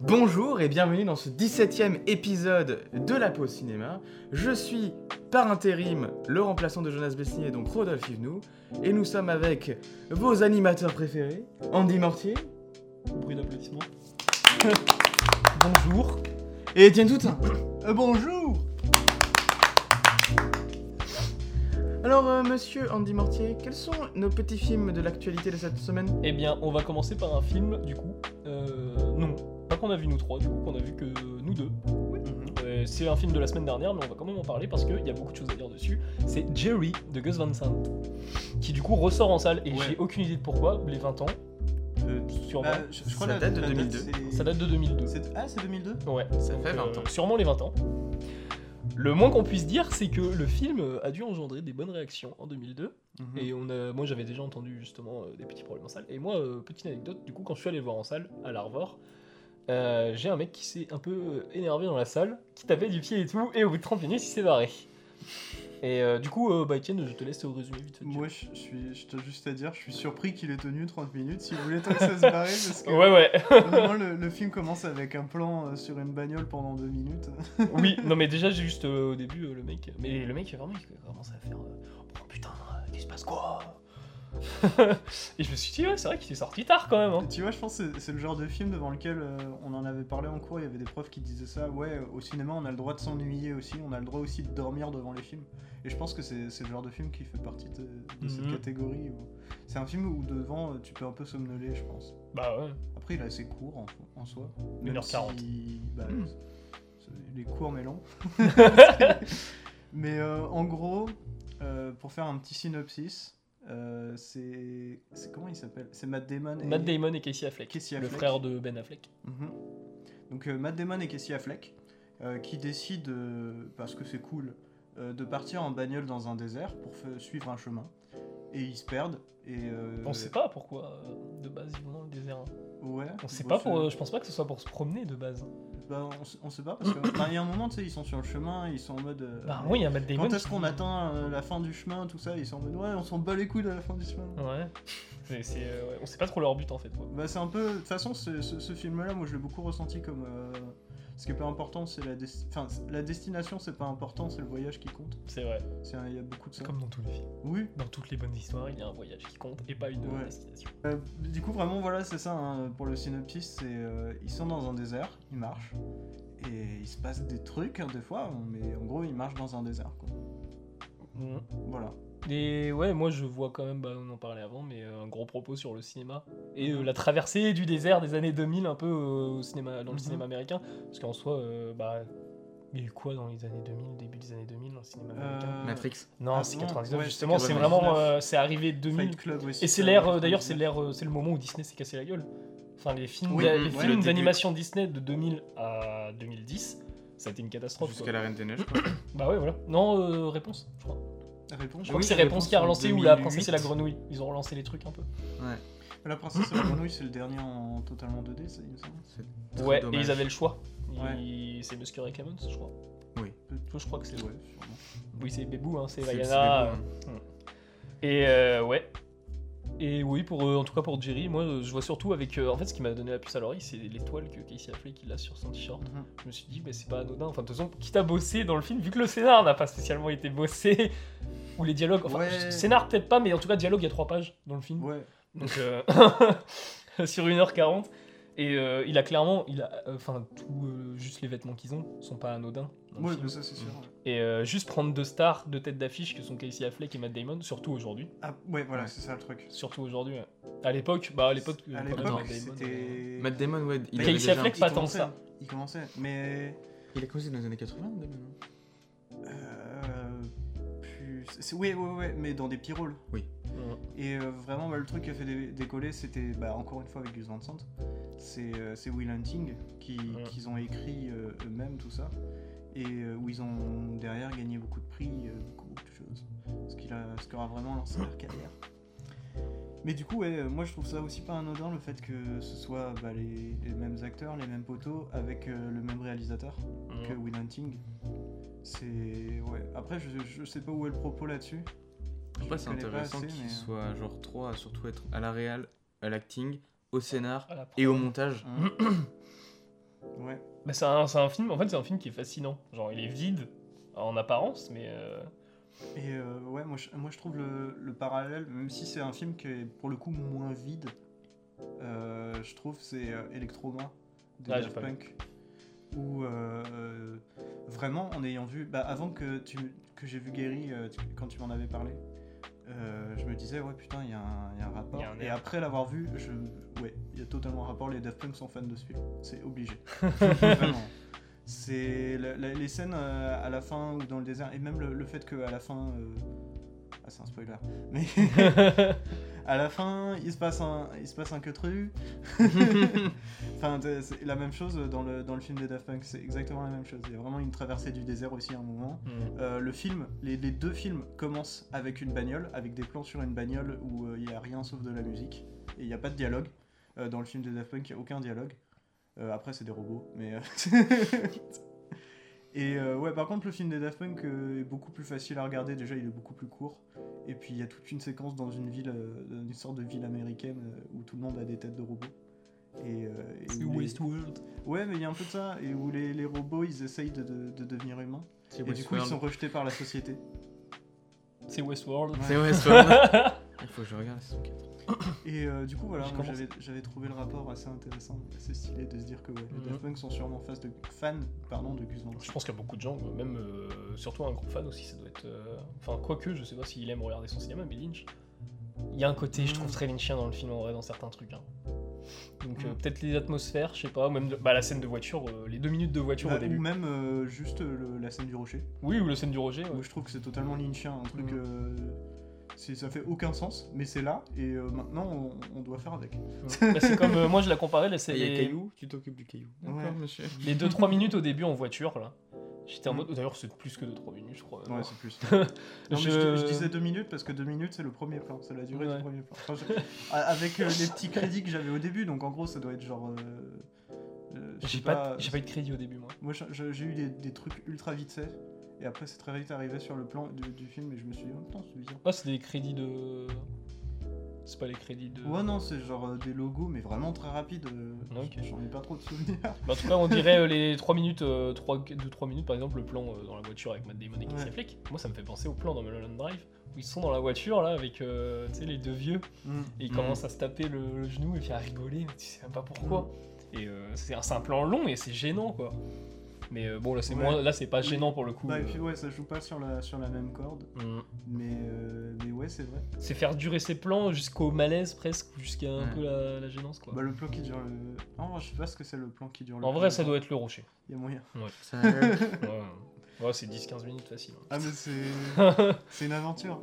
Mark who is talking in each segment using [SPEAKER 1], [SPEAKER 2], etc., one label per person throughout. [SPEAKER 1] Bonjour et bienvenue dans ce 17ème épisode de La Pause Cinéma. Je suis par intérim le remplaçant de Jonas Besnier, donc Rodolphe Yvenou, et nous sommes avec vos animateurs préférés, Andy Mortier.
[SPEAKER 2] Bruit d'applaudissement.
[SPEAKER 1] Bonjour. Et Étienne Toutin.
[SPEAKER 2] Euh, bonjour
[SPEAKER 1] Alors, euh, monsieur Andy Mortier, quels sont nos petits films de l'actualité de cette semaine
[SPEAKER 2] Eh bien, on va commencer par un film, du coup. Euh, non, pas qu'on a vu nous trois, du coup, qu'on a vu que nous deux.
[SPEAKER 3] Mhm.
[SPEAKER 2] Euh, C'est un film de la semaine dernière, mais on va quand même en parler parce qu'il y a beaucoup de choses à dire dessus. C'est Jerry de Gus Van Sant, qui du coup ressort en salle et
[SPEAKER 3] Ouais.
[SPEAKER 2] j'ai aucune idée de pourquoi, les 20 ans, sûrement.
[SPEAKER 3] Bah, je, je crois
[SPEAKER 1] Ça
[SPEAKER 3] la-
[SPEAKER 1] date de
[SPEAKER 3] la
[SPEAKER 1] 2002.
[SPEAKER 3] c'est-
[SPEAKER 2] ça date de 2002.
[SPEAKER 3] c'est- Ah, c'est 2002
[SPEAKER 2] Ouais.
[SPEAKER 1] Ça
[SPEAKER 2] Donc,
[SPEAKER 1] fait 20
[SPEAKER 2] euh,
[SPEAKER 1] ans.
[SPEAKER 2] sûrement les 20 ans. Le moins qu'on puisse dire, c'est que le film euh, a dû engendrer des bonnes réactions en 2002.
[SPEAKER 3] Et-
[SPEAKER 2] Et on a, moi j'avais déjà entendu justement euh, des petits problèmes en salle. Et moi, euh, petite anecdote, du coup, quand je suis allé le voir en salle à l'Arvor, euh, j'ai un mec qui s'est un peu euh, énervé dans la salle, qui tapait du pied et tout, et au bout de 30 minutes, il s'est barré. Et euh, du coup, euh, bah Etienne, je te laisse au résumé vite. fait,
[SPEAKER 3] Moi, je, je suis, je tiens juste à dire, je suis surpris qu'il ait tenu 30 minutes. S'il voulait tant que ça se barrait, parce
[SPEAKER 2] Jim.
[SPEAKER 3] que
[SPEAKER 2] Ouais, ouais,
[SPEAKER 3] vraiment, le, le film commence avec un plan euh, sur une bagnole pendant deux minutes.
[SPEAKER 2] oui, non mais déjà, j'ai juste euh, au début euh, le mec. Mais le mec, vraiment, il commence à faire. euh, oh putain, euh, qu'est-ce qui se passe quoi Et je me suis dit, ouais, c'est vrai qu'il est sorti tard quand même. hein.
[SPEAKER 3] Et tu vois, je pense que c'est- c'est le genre de film devant lequel euh, on en avait parlé en cours. Il y avait des profs qui disaient ça. Ouais, euh, au cinéma, on a le droit de s'ennuyer aussi. On a le droit aussi de dormir devant les films. Et je pense que c'est c'est le genre de film qui fait partie de, de cette
[SPEAKER 2] Mhm.
[SPEAKER 3] catégorie. où- C'est un film où devant, euh, tu peux un peu somnoler, je pense.
[SPEAKER 2] Bah ouais.
[SPEAKER 3] Après, il est assez court en, en soi.
[SPEAKER 2] 1h40.
[SPEAKER 3] si, bah,
[SPEAKER 2] Hmm.
[SPEAKER 1] Mm.
[SPEAKER 3] c'est- Il est court mais long. mais euh, en gros, euh, pour faire un petit synopsis, euh, c'est. c'est- Comment il s'appelle C'est Matt Damon. et-
[SPEAKER 2] Matt Damon et Casey Affleck,
[SPEAKER 3] Casey
[SPEAKER 2] le
[SPEAKER 3] Affleck.
[SPEAKER 2] frère de Ben Affleck.
[SPEAKER 3] Mhm. Donc euh, Matt Damon et Casey Affleck euh, qui décident, euh, parce que c'est cool, euh, de partir en bagnole dans un désert pour fe- suivre un chemin. Et ils se perdent. Et, euh,
[SPEAKER 2] On sait pas pourquoi euh, de base ils vont dans le désert. hein.
[SPEAKER 3] Ouais.
[SPEAKER 2] On sait
[SPEAKER 3] Bon,
[SPEAKER 2] pas
[SPEAKER 3] c'est-
[SPEAKER 2] pour. euh, je pense pas que ce soit pour se promener de base.
[SPEAKER 3] Bah, on, s- on sait pas parce que bah, il y a un moment tu sais ils sont sur le chemin ils sont en mode euh,
[SPEAKER 2] Bah oui, il y a Matt Damon.
[SPEAKER 3] quand est-ce
[SPEAKER 2] qui-
[SPEAKER 3] qu'on atteint euh, la fin du chemin tout ça ils sont en mode ouais on s'en bat les couilles de la fin du chemin
[SPEAKER 2] Ouais. C'est, c'est, euh, ouais, On sait pas trop leur but en fait. quoi.
[SPEAKER 3] bah c'est un peu de toute façon ce, film là moi je l'ai beaucoup ressenti comme euh, ce qui est pas important c'est la desti- enfin c'est- la destination c'est pas important c'est le voyage qui compte
[SPEAKER 2] C'est vrai.
[SPEAKER 3] c'est un- il y a beaucoup de ça
[SPEAKER 2] C'est comme dans tous les films.
[SPEAKER 3] oui
[SPEAKER 2] Dans toutes les bonnes histoires, il y a un voyage qui compte et pas une
[SPEAKER 3] Ouais.
[SPEAKER 2] destination.
[SPEAKER 3] Euh, du coup, vraiment, voilà, c'est ça hein, pour le synopsis. C'est euh, ils sont dans un désert, ils marchent et il se passe des trucs hein, des fois, mais en gros, ils marchent dans un désert. Quoi.
[SPEAKER 2] Mhm.
[SPEAKER 3] Voilà.
[SPEAKER 2] Et ouais, moi je vois quand même, bah, on en parlait avant, mais euh, un gros propos sur le cinéma et euh, la traversée du désert des années 2000 un peu euh, au cinéma, dans le
[SPEAKER 3] Mhm.
[SPEAKER 2] cinéma américain. Parce qu'en soi, euh, bah, il y a eu quoi dans les années 2000, début des années 2000 dans le cinéma américain
[SPEAKER 3] Euh,
[SPEAKER 1] Matrix.
[SPEAKER 2] Non,
[SPEAKER 3] Ah
[SPEAKER 2] c'est
[SPEAKER 3] non,
[SPEAKER 2] 99
[SPEAKER 3] ouais,
[SPEAKER 2] justement,
[SPEAKER 3] c'est
[SPEAKER 2] c'est vraiment
[SPEAKER 3] 99.
[SPEAKER 2] euh, c'est arrivé 2000.
[SPEAKER 3] Fight Club aussi.
[SPEAKER 2] Et c'est
[SPEAKER 3] ça,
[SPEAKER 2] l'ère
[SPEAKER 3] ouais,
[SPEAKER 2] euh, d'ailleurs, c'est
[SPEAKER 3] 2000.
[SPEAKER 2] l'ère euh, c'est le moment où Disney s'est cassé la gueule. Enfin les films
[SPEAKER 3] Oui,
[SPEAKER 2] d'a-
[SPEAKER 3] mm,
[SPEAKER 2] les
[SPEAKER 3] ouais,
[SPEAKER 2] films
[SPEAKER 1] le début.
[SPEAKER 2] d'animation Disney de 2000 à 2010, ça a été une catastrophe.
[SPEAKER 1] Jusqu'à
[SPEAKER 2] quoi.
[SPEAKER 1] la Reine des Neiges.
[SPEAKER 2] Bah ouais, voilà. Non, euh, réponse, je crois.
[SPEAKER 3] Réponse.
[SPEAKER 2] Je crois que c'est
[SPEAKER 1] c'est
[SPEAKER 2] réponse qui a
[SPEAKER 1] Réponse en
[SPEAKER 2] relancé ou la
[SPEAKER 1] 2008.
[SPEAKER 2] princesse et la grenouille. Ils ont relancé les trucs un peu.
[SPEAKER 3] La princesse et la grenouille, c'est le dernier en totalement 2D, ça, il me semble.
[SPEAKER 1] Très
[SPEAKER 2] Ouais,
[SPEAKER 1] dommage.
[SPEAKER 2] et ils avaient le choix.
[SPEAKER 3] Ouais.
[SPEAKER 2] Ils- C'est Musker et Camons, je crois.
[SPEAKER 1] Oui.
[SPEAKER 2] Toi, je crois que c'est
[SPEAKER 3] Ouais, sûrement.
[SPEAKER 2] Oui, c'est Bébou, hein, c'est
[SPEAKER 1] C'est- c'est
[SPEAKER 2] Vaiana.
[SPEAKER 1] des bons, hein.
[SPEAKER 2] Et euh, ouais. Et oui, pour, euh, en tout cas pour Jerry, moi euh, je vois surtout avec. euh, en fait, ce qui m'a donné la puce à l'oreille, c'est l'étoile que Casey Affleck il a sur son t-shirt.
[SPEAKER 3] Mhm.
[SPEAKER 2] Je me suis dit, mais c'est pas anodin. Enfin, de toute façon, quitte à bosser dans le film, vu que le scénar n'a pas spécialement été bossé, ou les dialogues. Enfin,
[SPEAKER 3] Ouais.
[SPEAKER 2] scénar peut-être pas, mais en tout cas, dialogue, il y a trois pages dans le film.
[SPEAKER 3] Ouais.
[SPEAKER 2] Donc, euh, sur 1h40. Et euh, il a clairement. il a, euh, Enfin, tout. euh, juste les vêtements qu'ils ont sont pas anodins. dans le
[SPEAKER 3] Ouais,
[SPEAKER 2] film.
[SPEAKER 3] bah ça c'est sûr. ouais.
[SPEAKER 2] Et euh, juste prendre deux stars, deux têtes d'affiche que sont Casey Affleck et Matt Damon, surtout aujourd'hui.
[SPEAKER 3] Ah, ouais, voilà, c'est ça le truc.
[SPEAKER 2] Surtout aujourd'hui. ouais. À l'époque, bah à l'époque,
[SPEAKER 3] À
[SPEAKER 2] euh, quand
[SPEAKER 3] l'époque,
[SPEAKER 2] même, Matt Damon, euh,
[SPEAKER 3] c'était.
[SPEAKER 1] Matt Damon, ouais, il
[SPEAKER 3] Mais
[SPEAKER 1] avait
[SPEAKER 2] Casey
[SPEAKER 1] déjà un-
[SPEAKER 2] Affleck,
[SPEAKER 3] Bah, il
[SPEAKER 2] pas tant
[SPEAKER 3] commençait,
[SPEAKER 2] ça.
[SPEAKER 3] Il commençait, mais.
[SPEAKER 1] Il a commencé dans les années 80, Damon. hein
[SPEAKER 3] Euh, plus- c'est- Ouais, ouais, ouais, mais dans des petits rôles.
[SPEAKER 2] ouais.
[SPEAKER 3] Et euh, vraiment, bah, le truc qui a fait dé- décoller, c'était bah, encore une fois avec Gus Van Sant, c'est euh, c'est Will Hunting qui-
[SPEAKER 2] Ouais.
[SPEAKER 3] qu'ils ont écrit euh, eux-mêmes tout ça, et euh, où ils ont derrière gagné beaucoup de prix, euh, beaucoup, beaucoup de choses, ce qui a- ce qui aura vraiment lancé leur carrière. Mais du coup, ouais, euh, moi je trouve ça aussi pas anodin le fait que ce soit bah, les, les mêmes acteurs, les mêmes poteaux, avec euh, le même réalisateur que
[SPEAKER 2] euh, Ouais.
[SPEAKER 3] Will Hunting. C'est. Ouais. Après, je, je sais pas où est le propos là-dessus. Je
[SPEAKER 1] Après, c'est
[SPEAKER 3] connais pas
[SPEAKER 1] intéressant
[SPEAKER 3] assez,
[SPEAKER 1] qu'il
[SPEAKER 3] mais-
[SPEAKER 1] soit genre 3 à surtout être à la réal, à l'acting, au scénar
[SPEAKER 2] À la
[SPEAKER 1] et au
[SPEAKER 2] prod.
[SPEAKER 1] montage.
[SPEAKER 3] Hein. Ouais.
[SPEAKER 2] Bah, c'est un, c'est un film, en fait, c'est un film qui est fascinant. Genre, il est vide en apparence, mais euh,
[SPEAKER 3] Et euh, ouais, moi je, moi je trouve le, le parallèle, même si c'est un film qui est pour le coup moins vide, euh, je trouve c'est euh, Electroma de
[SPEAKER 2] Ah, j'ai
[SPEAKER 3] Daft
[SPEAKER 2] pas vu.
[SPEAKER 3] Punk. Où euh, euh, vraiment, en ayant vu, bah, avant que, tu, que j'ai vu Gary euh, tu- quand tu m'en avais parlé, euh, je me disais, ouais, putain, il y, a un- il y a un rapport.
[SPEAKER 2] Il y a un
[SPEAKER 3] Et
[SPEAKER 2] air.
[SPEAKER 3] après l'avoir vu, je, ouais, il y a totalement un rapport. Les Daft Punk sont fans de ce film, c'est obligé. Vraiment. C'est la- la- les scènes euh, à la fin ou dans le désert, et même le, le fait qu'à la fin. euh, Ah, c'est un spoiler. Mais à la fin, il se passe un, il se passe un que tru. enfin, t'es- c'est la même chose dans le, dans le film des Daft Punk, c'est exactement la même chose. Il y a vraiment une traversée du désert aussi à un moment.
[SPEAKER 2] hmm,
[SPEAKER 3] Euh, le film, les, les deux films commencent avec une bagnole, avec des plans sur une bagnole où euh, il n'y a rien sauf de la musique et il n'y a pas de dialogue. Euh, dans le film de Daft Punk, il n'y a aucun dialogue. Euh, après, c'est des robots, mais. euh, Et euh, ouais, par contre, le film des Daft Punk euh, est beaucoup plus facile à regarder. Déjà, il est beaucoup plus court. Et puis, il y a toute une séquence dans une ville, euh, dans une sorte de ville américaine euh, où tout le monde a des têtes de robots. Et, euh, et
[SPEAKER 2] c'est
[SPEAKER 3] où les-
[SPEAKER 2] Westworld.
[SPEAKER 3] Ouais, mais il y a un peu de ça. Et où les, les robots, ils essayent de- de- de devenir humains.
[SPEAKER 1] C'est
[SPEAKER 3] Et du coup, ils
[SPEAKER 1] Westworld.
[SPEAKER 3] sont rejetés par la société.
[SPEAKER 2] C'est Westworld.
[SPEAKER 1] C'est Westworld. Il faut que je regarde. c'est ok.
[SPEAKER 3] Et euh, du coup, voilà,
[SPEAKER 2] J'ai
[SPEAKER 3] moi,
[SPEAKER 2] commencé.
[SPEAKER 3] j'avais- j'avais trouvé le rapport assez intéressant, assez stylé de se dire que ouais, les
[SPEAKER 2] Mhm.
[SPEAKER 3] Daft Punk sont sûrement fans de, fans, pardon, de Gus Van Sant.
[SPEAKER 2] Je pense qu'il y a beaucoup de gens, même euh, surtout un gros fan aussi, ça doit être. euh, Enfin, quoique, je sais pas s'il aime regarder son cinéma, mais Lynch. Il y a un côté, je trouve, très Lynchien dans le film en vrai, dans certains trucs. hein. Donc, euh,
[SPEAKER 3] Mm.
[SPEAKER 2] peut-être les atmosphères, je sais pas, ou même de- bah, la scène de voiture, euh, les deux minutes de voiture
[SPEAKER 3] Bah,
[SPEAKER 2] au début.
[SPEAKER 3] ou même euh, juste le- la scène du rocher.
[SPEAKER 2] Oui, ou la scène du Roger. ouais.
[SPEAKER 3] Moi, je trouve que c'est totalement lynchien, un truc.
[SPEAKER 2] Mhm.
[SPEAKER 3] euh, c'est- ça fait aucun sens, mais c'est là, et euh, maintenant, on, on doit faire avec.
[SPEAKER 2] Mm. Bah, c'est comme euh, moi, je la comparais, là, c'est
[SPEAKER 1] Et Il y a
[SPEAKER 2] les,
[SPEAKER 1] Caillou, tu t'occupes du Caillou.
[SPEAKER 3] Ouais.
[SPEAKER 1] D'accord, monsieur.
[SPEAKER 2] les 2-3 minutes au début en voiture, là. J'étais en
[SPEAKER 3] Mm.
[SPEAKER 2] mode. oh, D'ailleurs, c'est plus que 2-3 minutes, je crois.
[SPEAKER 3] Ouais,
[SPEAKER 2] Non.
[SPEAKER 3] c'est plus. Non, mais je...
[SPEAKER 2] Je-
[SPEAKER 3] je disais deux minutes parce que deux minutes, c'est le premier plan, c'est la durée
[SPEAKER 2] Ouais.
[SPEAKER 3] du premier plan. Enfin, je- a- Avec euh, les petits crédits que j'avais au début, donc en gros, ça doit être genre. euh, euh, je sais
[SPEAKER 2] J'ai pas, j'ai pas eu de crédit au début, moi.
[SPEAKER 3] Moi, je- je- j'ai eu des, des trucs ultra vite fait, et après, c'est très vite arrivé sur le plan du, du film, et je me suis dit, oh putain, c'est bizarre.
[SPEAKER 2] Ah, c'est des crédits de. C'est pas les crédits de.
[SPEAKER 3] Ouais, non, c'est genre euh, des logos, mais vraiment très rapides. euh,
[SPEAKER 2] Ok.
[SPEAKER 3] J'en ai pas trop de souvenirs.
[SPEAKER 2] Bah, en tout cas, on dirait euh, les 3 minutes, 3, 3 minutes par exemple, le plan euh, dans la voiture avec Matt Damon et Casey
[SPEAKER 3] Ouais.
[SPEAKER 2] Affleck. Moi, ça me fait penser au plan dans Mulholland Drive où ils sont dans la voiture là avec euh, tu sais, les deux vieux et
[SPEAKER 3] Mm.
[SPEAKER 2] ils
[SPEAKER 1] Mhm.
[SPEAKER 2] commencent à se taper le, le genou et puis à rigoler, mais tu sais même pas pourquoi.
[SPEAKER 3] Mm.
[SPEAKER 2] Et euh, c'est un, c'est un plan long et c'est gênant quoi. Mais euh, bon, là c'est
[SPEAKER 3] Ouais.
[SPEAKER 2] moins, là c'est pas
[SPEAKER 3] Mais-
[SPEAKER 2] gênant pour le coup.
[SPEAKER 3] Bah, et
[SPEAKER 2] euh.
[SPEAKER 3] puis, ouais, ça joue pas sur la, sur la même corde,
[SPEAKER 2] Mhm.
[SPEAKER 3] mais, euh, mais ouais, c'est vrai.
[SPEAKER 2] C'est faire durer ses plans jusqu'au malaise presque, ou jusqu'à un
[SPEAKER 1] Ouais.
[SPEAKER 3] Mm.
[SPEAKER 2] peu la, la gênance quoi.
[SPEAKER 3] Bah, le plan qui dure le. Non, je sais pas ce que c'est le plan qui dure le
[SPEAKER 2] en
[SPEAKER 3] plus
[SPEAKER 2] vrai, ça
[SPEAKER 3] longtemps.
[SPEAKER 2] doit être le rocher.
[SPEAKER 3] Il y a moyen.
[SPEAKER 1] Ça- euh,
[SPEAKER 2] Ouais, ouais. Ouais, c'est 10-15 minutes facile. hein.
[SPEAKER 3] Ah, mais c'est. c'est une aventure.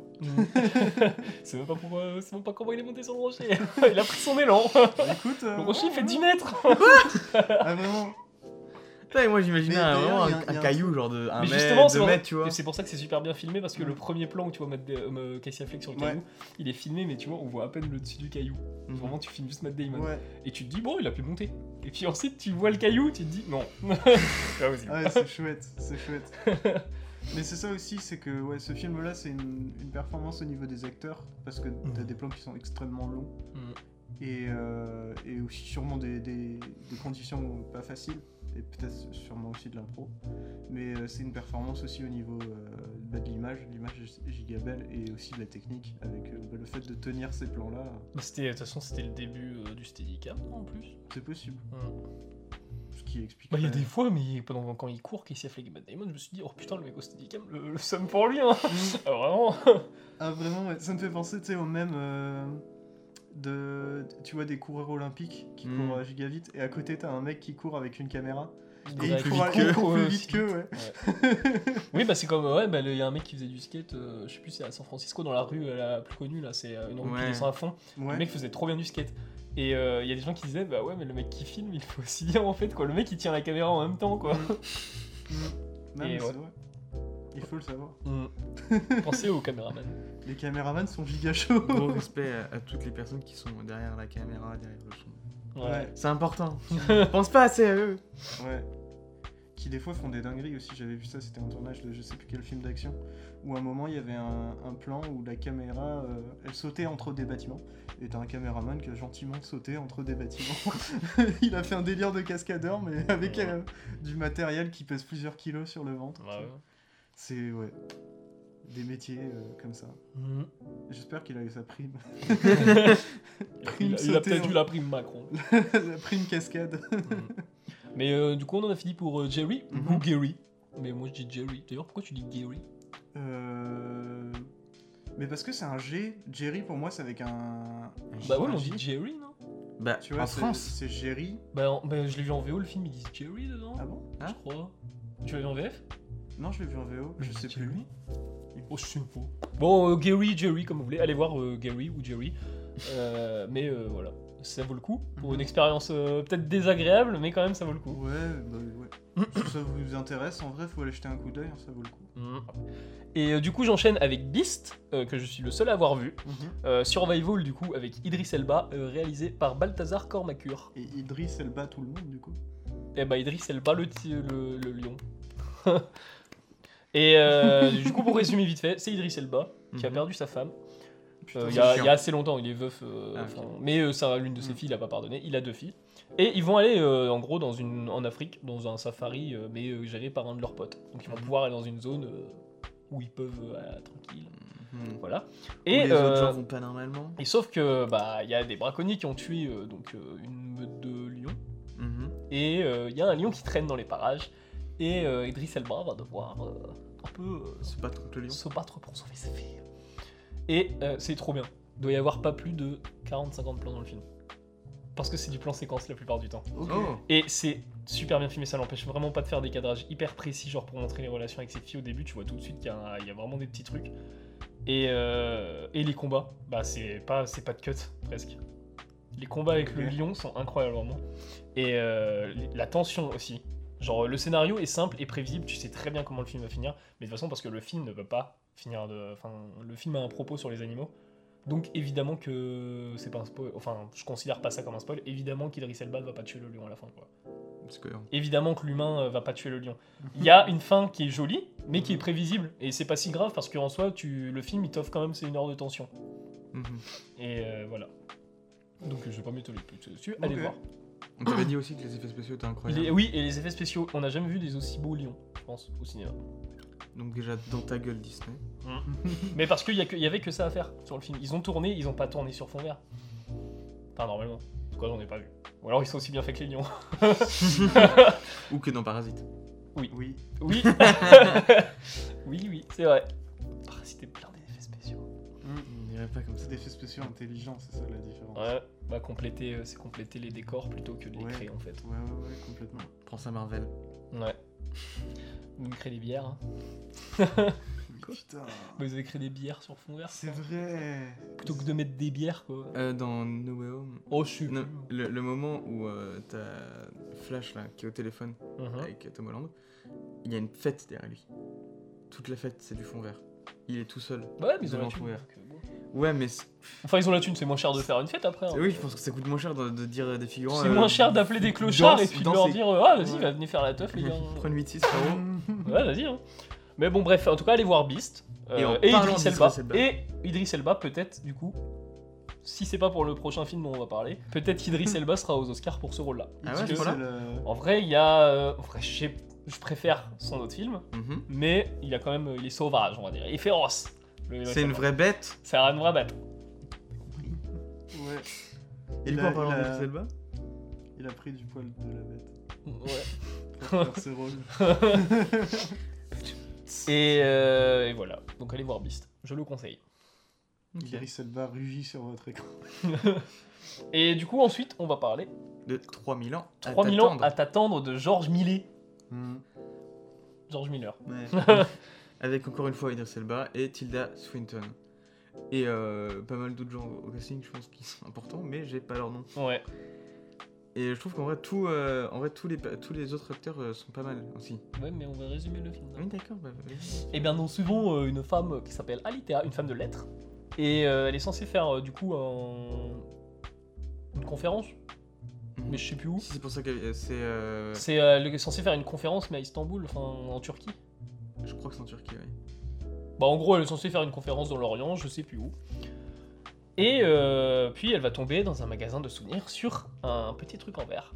[SPEAKER 2] c'est même pas pourquoi, c'est même pas comment il est monté sur le rocher. il a pris son élan.
[SPEAKER 3] Écoute. euh,
[SPEAKER 2] Le rocher il fait
[SPEAKER 3] ouais,
[SPEAKER 2] 10 mètres.
[SPEAKER 3] Ah, vraiment.
[SPEAKER 1] Putain, moi j'imaginais
[SPEAKER 3] Mais
[SPEAKER 1] un,
[SPEAKER 3] d'ailleurs,
[SPEAKER 1] vraiment
[SPEAKER 3] il y a
[SPEAKER 1] un-
[SPEAKER 3] un- il y a
[SPEAKER 1] un
[SPEAKER 3] un
[SPEAKER 1] caillou, genre de 1
[SPEAKER 2] Mais justement,
[SPEAKER 1] mètre, 2
[SPEAKER 2] c'est pour-
[SPEAKER 1] mètres, tu vois.
[SPEAKER 2] Et c'est pour ça que c'est super bien filmé parce que le
[SPEAKER 3] Ouais.
[SPEAKER 2] premier plan où tu vois Matt Da- euh, Casey Affleck sur le
[SPEAKER 3] Ouais.
[SPEAKER 2] caillou, il est filmé mais tu vois on voit à peine le dessus du caillou.
[SPEAKER 1] Mhm.
[SPEAKER 2] Vraiment tu filmes juste Matt Damon
[SPEAKER 3] Ouais,
[SPEAKER 2] et tu te dis bon il a pu monter. Et puis ensuite tu vois le caillou tu te dis non.
[SPEAKER 3] Mm.
[SPEAKER 2] C'est pas possible.
[SPEAKER 3] ouais c'est chouette. C'est chouette. Mais c'est ça aussi, c'est que ouais, ce film-là, c'est une, une performance au niveau des acteurs, parce que t'as des plans qui sont extrêmement longs,
[SPEAKER 2] Mhm.
[SPEAKER 3] et, euh, et aussi sûrement des, des- des conditions pas faciles, et peut-être sûrement aussi de l'impro. Mais euh, c'est une performance aussi au niveau euh, bah, de l'image, l'image est giga belle, et aussi de la technique, avec euh, bah, le fait de tenir ces plans-là,
[SPEAKER 2] Mais C'était de toute façon c'était le début euh, du Steadicam en plus.
[SPEAKER 3] c'est possible.
[SPEAKER 2] Mhm.
[SPEAKER 3] Ce qui explique.
[SPEAKER 2] Bah il y a
[SPEAKER 3] la-
[SPEAKER 2] des fois mais pendant quand il court Casey Affleck et Matt Damon je me suis dit oh putain le mec au Steadicam le, le somme pour lui hein. Ah, Vraiment.
[SPEAKER 3] Ah vraiment, ouais. ça me fait penser, tu sais, au même euh, de, tu vois, des coureurs olympiques qui
[SPEAKER 1] Mm.
[SPEAKER 3] courent euh, giga vite, et à côté t'as un mec qui court avec une caméra, et
[SPEAKER 2] Ouais,
[SPEAKER 3] il
[SPEAKER 2] qui
[SPEAKER 3] court, à-
[SPEAKER 2] court,
[SPEAKER 3] il court
[SPEAKER 2] euh,
[SPEAKER 3] plus vite
[SPEAKER 2] si-
[SPEAKER 3] que, ouais.
[SPEAKER 2] Oui, bah c'est comme ouais, bah il y a un mec qui faisait du skate, euh, je sais plus, c'est à San Francisco dans la rue euh, la plus connue là, c'est euh, une rue qui
[SPEAKER 1] Ouais.
[SPEAKER 2] descend à fond.
[SPEAKER 3] Ouais.
[SPEAKER 2] Le mec faisait trop bien du skate. Et euh, il y a des gens qui disaient bah ouais, mais le mec qui filme, il faut aussi dire en fait quoi, le mec il tient la caméra en même temps quoi.
[SPEAKER 3] Mm. Non,
[SPEAKER 2] Et
[SPEAKER 3] mais c'est
[SPEAKER 2] ouais.
[SPEAKER 3] vrai. Il faut le savoir.
[SPEAKER 2] Pensez aux caméramans.
[SPEAKER 3] Les caméramans sont giga chauds.
[SPEAKER 1] Gros respect à, à toutes les personnes qui sont derrière la caméra, derrière le son.
[SPEAKER 2] Ouais.
[SPEAKER 3] Ouais.
[SPEAKER 1] C'est important. On pense pas assez à eux.
[SPEAKER 3] Ouais. qui des fois font des dingueries aussi. J'avais vu ça, c'était un tournage de je sais plus quel film d'action, où à un moment il y avait un, un plan où la caméra, euh, elle sautait entre des bâtiments, et t'as un caméraman qui a gentiment sauté entre des bâtiments. il a fait un délire de cascadeur, mais avec
[SPEAKER 2] Ouais.
[SPEAKER 3] euh, du matériel qui pèse plusieurs kilos sur le ventre.
[SPEAKER 2] Bah Ouais, ouais.
[SPEAKER 3] C'est, ouais, des métiers euh, comme ça.
[SPEAKER 2] Mhm.
[SPEAKER 3] J'espère qu'il a eu sa prime. Prime
[SPEAKER 2] Il a, il a
[SPEAKER 3] sautée,
[SPEAKER 2] peut-être
[SPEAKER 3] hein.
[SPEAKER 2] eu la prime Macron.
[SPEAKER 3] la prime cascade.
[SPEAKER 2] Mais euh, du coup, on en a fini pour euh, Jerry
[SPEAKER 3] Mhm.
[SPEAKER 2] ou Gary. Mais moi, je dis Jerry. D'ailleurs, pourquoi tu dis Gary
[SPEAKER 3] Euh, Mais parce que c'est un G, Jerry pour moi c'est avec un.
[SPEAKER 2] Bah ouais,
[SPEAKER 3] un
[SPEAKER 2] mais on
[SPEAKER 3] J.
[SPEAKER 2] dit Jerry, non
[SPEAKER 1] Bah,
[SPEAKER 3] Tu vois,
[SPEAKER 1] en
[SPEAKER 3] c'est-
[SPEAKER 1] France,
[SPEAKER 3] c'est Jerry.
[SPEAKER 2] bah, en- bah, je l'ai vu en VO, le film, ils disent Jerry dedans,
[SPEAKER 3] Ah bon
[SPEAKER 1] Ah.
[SPEAKER 2] je crois. Tu l'as vu en VF
[SPEAKER 3] Non, je l'ai vu en VO, je
[SPEAKER 2] Ils
[SPEAKER 3] sais
[SPEAKER 2] disent
[SPEAKER 3] plus.
[SPEAKER 2] Jerry Oh, je sais pas. Bon, euh, Gary, Jerry, comme vous voulez. Allez voir euh, Gary ou Jerry. Euh, mais euh, voilà, ça vaut le coup. Pour une expérience euh, peut-être désagréable, mais quand même, ça vaut le coup.
[SPEAKER 3] Ouais, bah ouais. si ça vous intéresse, en vrai, faut aller jeter un coup d'œil, hein, ça vaut le coup.
[SPEAKER 2] Mhm. Et euh, du coup, j'enchaîne avec Beast, euh, que je suis le seul à avoir vu.
[SPEAKER 1] Mhm.
[SPEAKER 2] Euh, Survival, du coup, avec Idris Elba, euh, réalisé par Balthazar Cormacure.
[SPEAKER 3] Et Idriss, elle bat tout le monde du coup.
[SPEAKER 2] Eh bah Idriss elle bat le, ti- le, le lion. Et euh, du coup pour résumer vite fait, c'est Idriss Elba qui a
[SPEAKER 1] Mhm.
[SPEAKER 2] perdu sa femme
[SPEAKER 3] Putain,
[SPEAKER 2] Euh, il
[SPEAKER 3] c'est
[SPEAKER 2] y, a-
[SPEAKER 3] chiant.
[SPEAKER 2] il y a assez longtemps, il est veuf, euh,
[SPEAKER 1] Ah,
[SPEAKER 2] enfin,
[SPEAKER 1] ok. Hmm.
[SPEAKER 2] mais euh, ça l'une de ses
[SPEAKER 3] Mhm.
[SPEAKER 2] filles il a pas pardonné, il a deux filles. Et ils vont aller euh, en gros dans une, en Afrique, dans un safari, euh, mais euh, géré par un de leurs potes. Donc ils vont
[SPEAKER 1] Mhm.
[SPEAKER 2] pouvoir aller dans une zone euh, où ils peuvent euh, tranquille,
[SPEAKER 1] Mhm.
[SPEAKER 2] voilà.
[SPEAKER 1] Où
[SPEAKER 2] Et
[SPEAKER 1] les autres
[SPEAKER 2] euh,
[SPEAKER 1] gens vont pas normalement.
[SPEAKER 2] et sauf que bah il y a des braconniers qui ont tué euh, donc euh, une meute de lions.
[SPEAKER 1] Mhm.
[SPEAKER 2] Et euh, il y a un lion qui traîne dans les parages. Et euh, Idris Elba va devoir euh, un peu euh,
[SPEAKER 1] C'est pas contre le lion.
[SPEAKER 2] se battre pour sauver sa fille. Et euh, c'est trop bien. Il doit y avoir pas plus de 40-50 plans dans le film. Parce que c'est du plan séquence la plupart du temps.
[SPEAKER 3] Ok.
[SPEAKER 1] Oh,
[SPEAKER 2] Et c'est super bien filmé, ça l'empêche vraiment pas de faire des cadrages hyper précis, genre pour montrer les relations avec ses filles au début, tu vois tout de suite qu'il y, a un- il y a vraiment des petits trucs. Et, euh, et les combats, bah c'est pas, c'est pas de cut presque. Les combats avec le
[SPEAKER 3] Ok.
[SPEAKER 2] lion sont incroyables vraiment. Et euh, la tension aussi. Genre le scénario est simple et prévisible, tu sais très bien comment le film va finir, mais de toute façon parce que le film ne peut pas finir de... Enfin, le film a un propos sur les animaux. Donc évidemment que c'est pas un spoil, enfin je considère pas ça comme un spoil, évidemment qu'Idris Elba ne va pas tuer le lion à la fin quoi.
[SPEAKER 1] c'est cohérent.
[SPEAKER 2] Évidemment que l'humain euh, va pas tuer le lion. Il y a une fin qui est jolie, mais qui est prévisible, et c'est pas si grave parce qu'en soi tu, le film il t'offre quand même c'est une heure de tension.
[SPEAKER 1] Mhm.
[SPEAKER 2] Et euh, voilà. Donc euh, je vais pas m'étonner plus dessus, allez
[SPEAKER 3] Ok.
[SPEAKER 2] voir.
[SPEAKER 1] On t'avait dit aussi que les effets spéciaux étaient
[SPEAKER 2] Il
[SPEAKER 1] incroyables.
[SPEAKER 2] est- oui, et les effets spéciaux, on n'a jamais vu des aussi beaux lions, je pense, au cinéma.
[SPEAKER 1] Donc déjà dans ta gueule Disney.
[SPEAKER 2] Mais parce qu'il y, a que- il y avait que ça à faire sur le film. Ils ont tourné, ils ont pas tourné sur fond vert. Enfin, normalement. En tout cas, j'en ai pas vu. Ou alors ils sont aussi bien faits que les lions.
[SPEAKER 1] Ou que dans Parasite.
[SPEAKER 3] Oui.
[SPEAKER 2] Oui. oui, oui, c'est vrai. Parasité plein d'effets spéciaux.
[SPEAKER 1] On dirait pas comme ça.
[SPEAKER 3] C'est des effets spéciaux intelligents, c'est ça la différence.
[SPEAKER 2] Ouais, bah compléter, euh, c'est compléter les décors plutôt que de les
[SPEAKER 3] Ouais.
[SPEAKER 2] créer en fait.
[SPEAKER 3] Ouais, ouais, ouais, complètement.
[SPEAKER 1] Prends ça Marvel.
[SPEAKER 2] Ouais. Vous me créez des bières. hein.
[SPEAKER 3] Putain.
[SPEAKER 2] Bah, Vous avez créé des bières sur fond vert
[SPEAKER 3] C'est vrai.
[SPEAKER 2] Plutôt que de mettre des bières quoi.
[SPEAKER 1] Euh, dans No Way Home.
[SPEAKER 2] Oh, je suis.
[SPEAKER 1] Non, le, le moment où euh, t'as Flash là, qui est au téléphone
[SPEAKER 2] Mhm.
[SPEAKER 1] avec Tom Holland, il y a une fête derrière lui. Toute la fête, c'est du fond vert. Il est tout seul.
[SPEAKER 2] Ouais, mais ils ont
[SPEAKER 1] Devant
[SPEAKER 2] la
[SPEAKER 1] fond
[SPEAKER 2] thune.
[SPEAKER 1] vert.
[SPEAKER 2] donc, euh, bon.
[SPEAKER 1] Ouais, mais c'est-
[SPEAKER 2] Enfin, ils ont la thune, c'est moins cher de faire une fête après. hein.
[SPEAKER 1] oui, je pense que ça coûte moins cher de, de dire à des figurants.
[SPEAKER 2] C'est
[SPEAKER 1] euh,
[SPEAKER 2] moins cher d'appeler des clochards
[SPEAKER 1] danse-
[SPEAKER 2] et puis de
[SPEAKER 1] danse
[SPEAKER 2] leur
[SPEAKER 1] et-
[SPEAKER 2] dire euh, Ah, vas-y,
[SPEAKER 1] Ouais.
[SPEAKER 2] va, venez faire la teuf, les gars.
[SPEAKER 1] Prends une 8-6 frérot.
[SPEAKER 2] Ouais, vas-y. hein. Mais bon, bref, en tout cas, allez voir Beast. euh,
[SPEAKER 1] Et en
[SPEAKER 2] et,
[SPEAKER 1] parlant
[SPEAKER 2] Idris
[SPEAKER 1] d'Idris
[SPEAKER 2] Elba.
[SPEAKER 1] Elba.
[SPEAKER 2] Et Idris Elba, peut-être, du coup, si c'est pas pour le prochain film dont on va parler, peut-être qu'Idris Elba sera aux Oscars pour ce rôle-là.
[SPEAKER 1] Ah
[SPEAKER 3] Il
[SPEAKER 1] ouais,
[SPEAKER 3] dit
[SPEAKER 1] à ce
[SPEAKER 3] que
[SPEAKER 1] point-là
[SPEAKER 3] c'est le-
[SPEAKER 2] En vrai, il y a. euh, en vrai, je sais- je préfère son autre film,
[SPEAKER 1] Mhm.
[SPEAKER 2] mais il a quand même. Il est sauvage, on va dire. Il est féroce. le-
[SPEAKER 1] C'est une vraie bête.
[SPEAKER 2] C'est un vrai bête.
[SPEAKER 3] Ouais.
[SPEAKER 1] Et
[SPEAKER 3] Il
[SPEAKER 1] du coup,
[SPEAKER 3] a-
[SPEAKER 1] en parlant
[SPEAKER 3] il a-
[SPEAKER 1] d'Idris Elba,
[SPEAKER 3] Il a pris du poil de la bête
[SPEAKER 2] Ouais.
[SPEAKER 3] pour faire ce rôle.
[SPEAKER 2] Et, euh, et voilà. Donc, allez voir Beast. Je le conseille.
[SPEAKER 1] Ok.
[SPEAKER 3] Idriss Elba rugit sur votre écran.
[SPEAKER 2] Et du coup, ensuite, on va parler
[SPEAKER 1] de 3000 ans. à
[SPEAKER 2] 3000 ans
[SPEAKER 1] t'attendre. Hmm,
[SPEAKER 2] à t'attendre de Georges Millet. Georges Miller.
[SPEAKER 1] Ouais. Avec encore une fois Idris Elba et Tilda Swinton. Et euh, pas mal d'autres gens au casting, je pense, qui sont importants, mais j'ai pas leur nom.
[SPEAKER 2] Ouais.
[SPEAKER 1] Et je trouve qu'en vrai, tout, euh, en vrai tous, les, pa- tous les autres acteurs euh, sont pas mal aussi.
[SPEAKER 2] Ouais, mais on va résumer le film. hein.
[SPEAKER 1] Oui, d'accord. Bah, vas-y.
[SPEAKER 2] Eh bien, nous suivons euh, une femme qui s'appelle Alitea, une femme de lettres.
[SPEAKER 1] Mm.
[SPEAKER 2] Et euh, elle est censée faire, euh, du coup, un- une conférence, mais je sais plus où.
[SPEAKER 1] Si, c'est pour ça que euh, c'est. euh,
[SPEAKER 2] C'est euh, le- censé faire une conférence, mais à Istanbul, enfin en Turquie.
[SPEAKER 1] Je crois que c'est en Turquie, oui.
[SPEAKER 2] Bah, en gros, elle est censée faire une conférence dans l'Orient, je sais plus où. Et euh, puis elle va tomber dans un magasin de souvenirs sur un petit truc en verre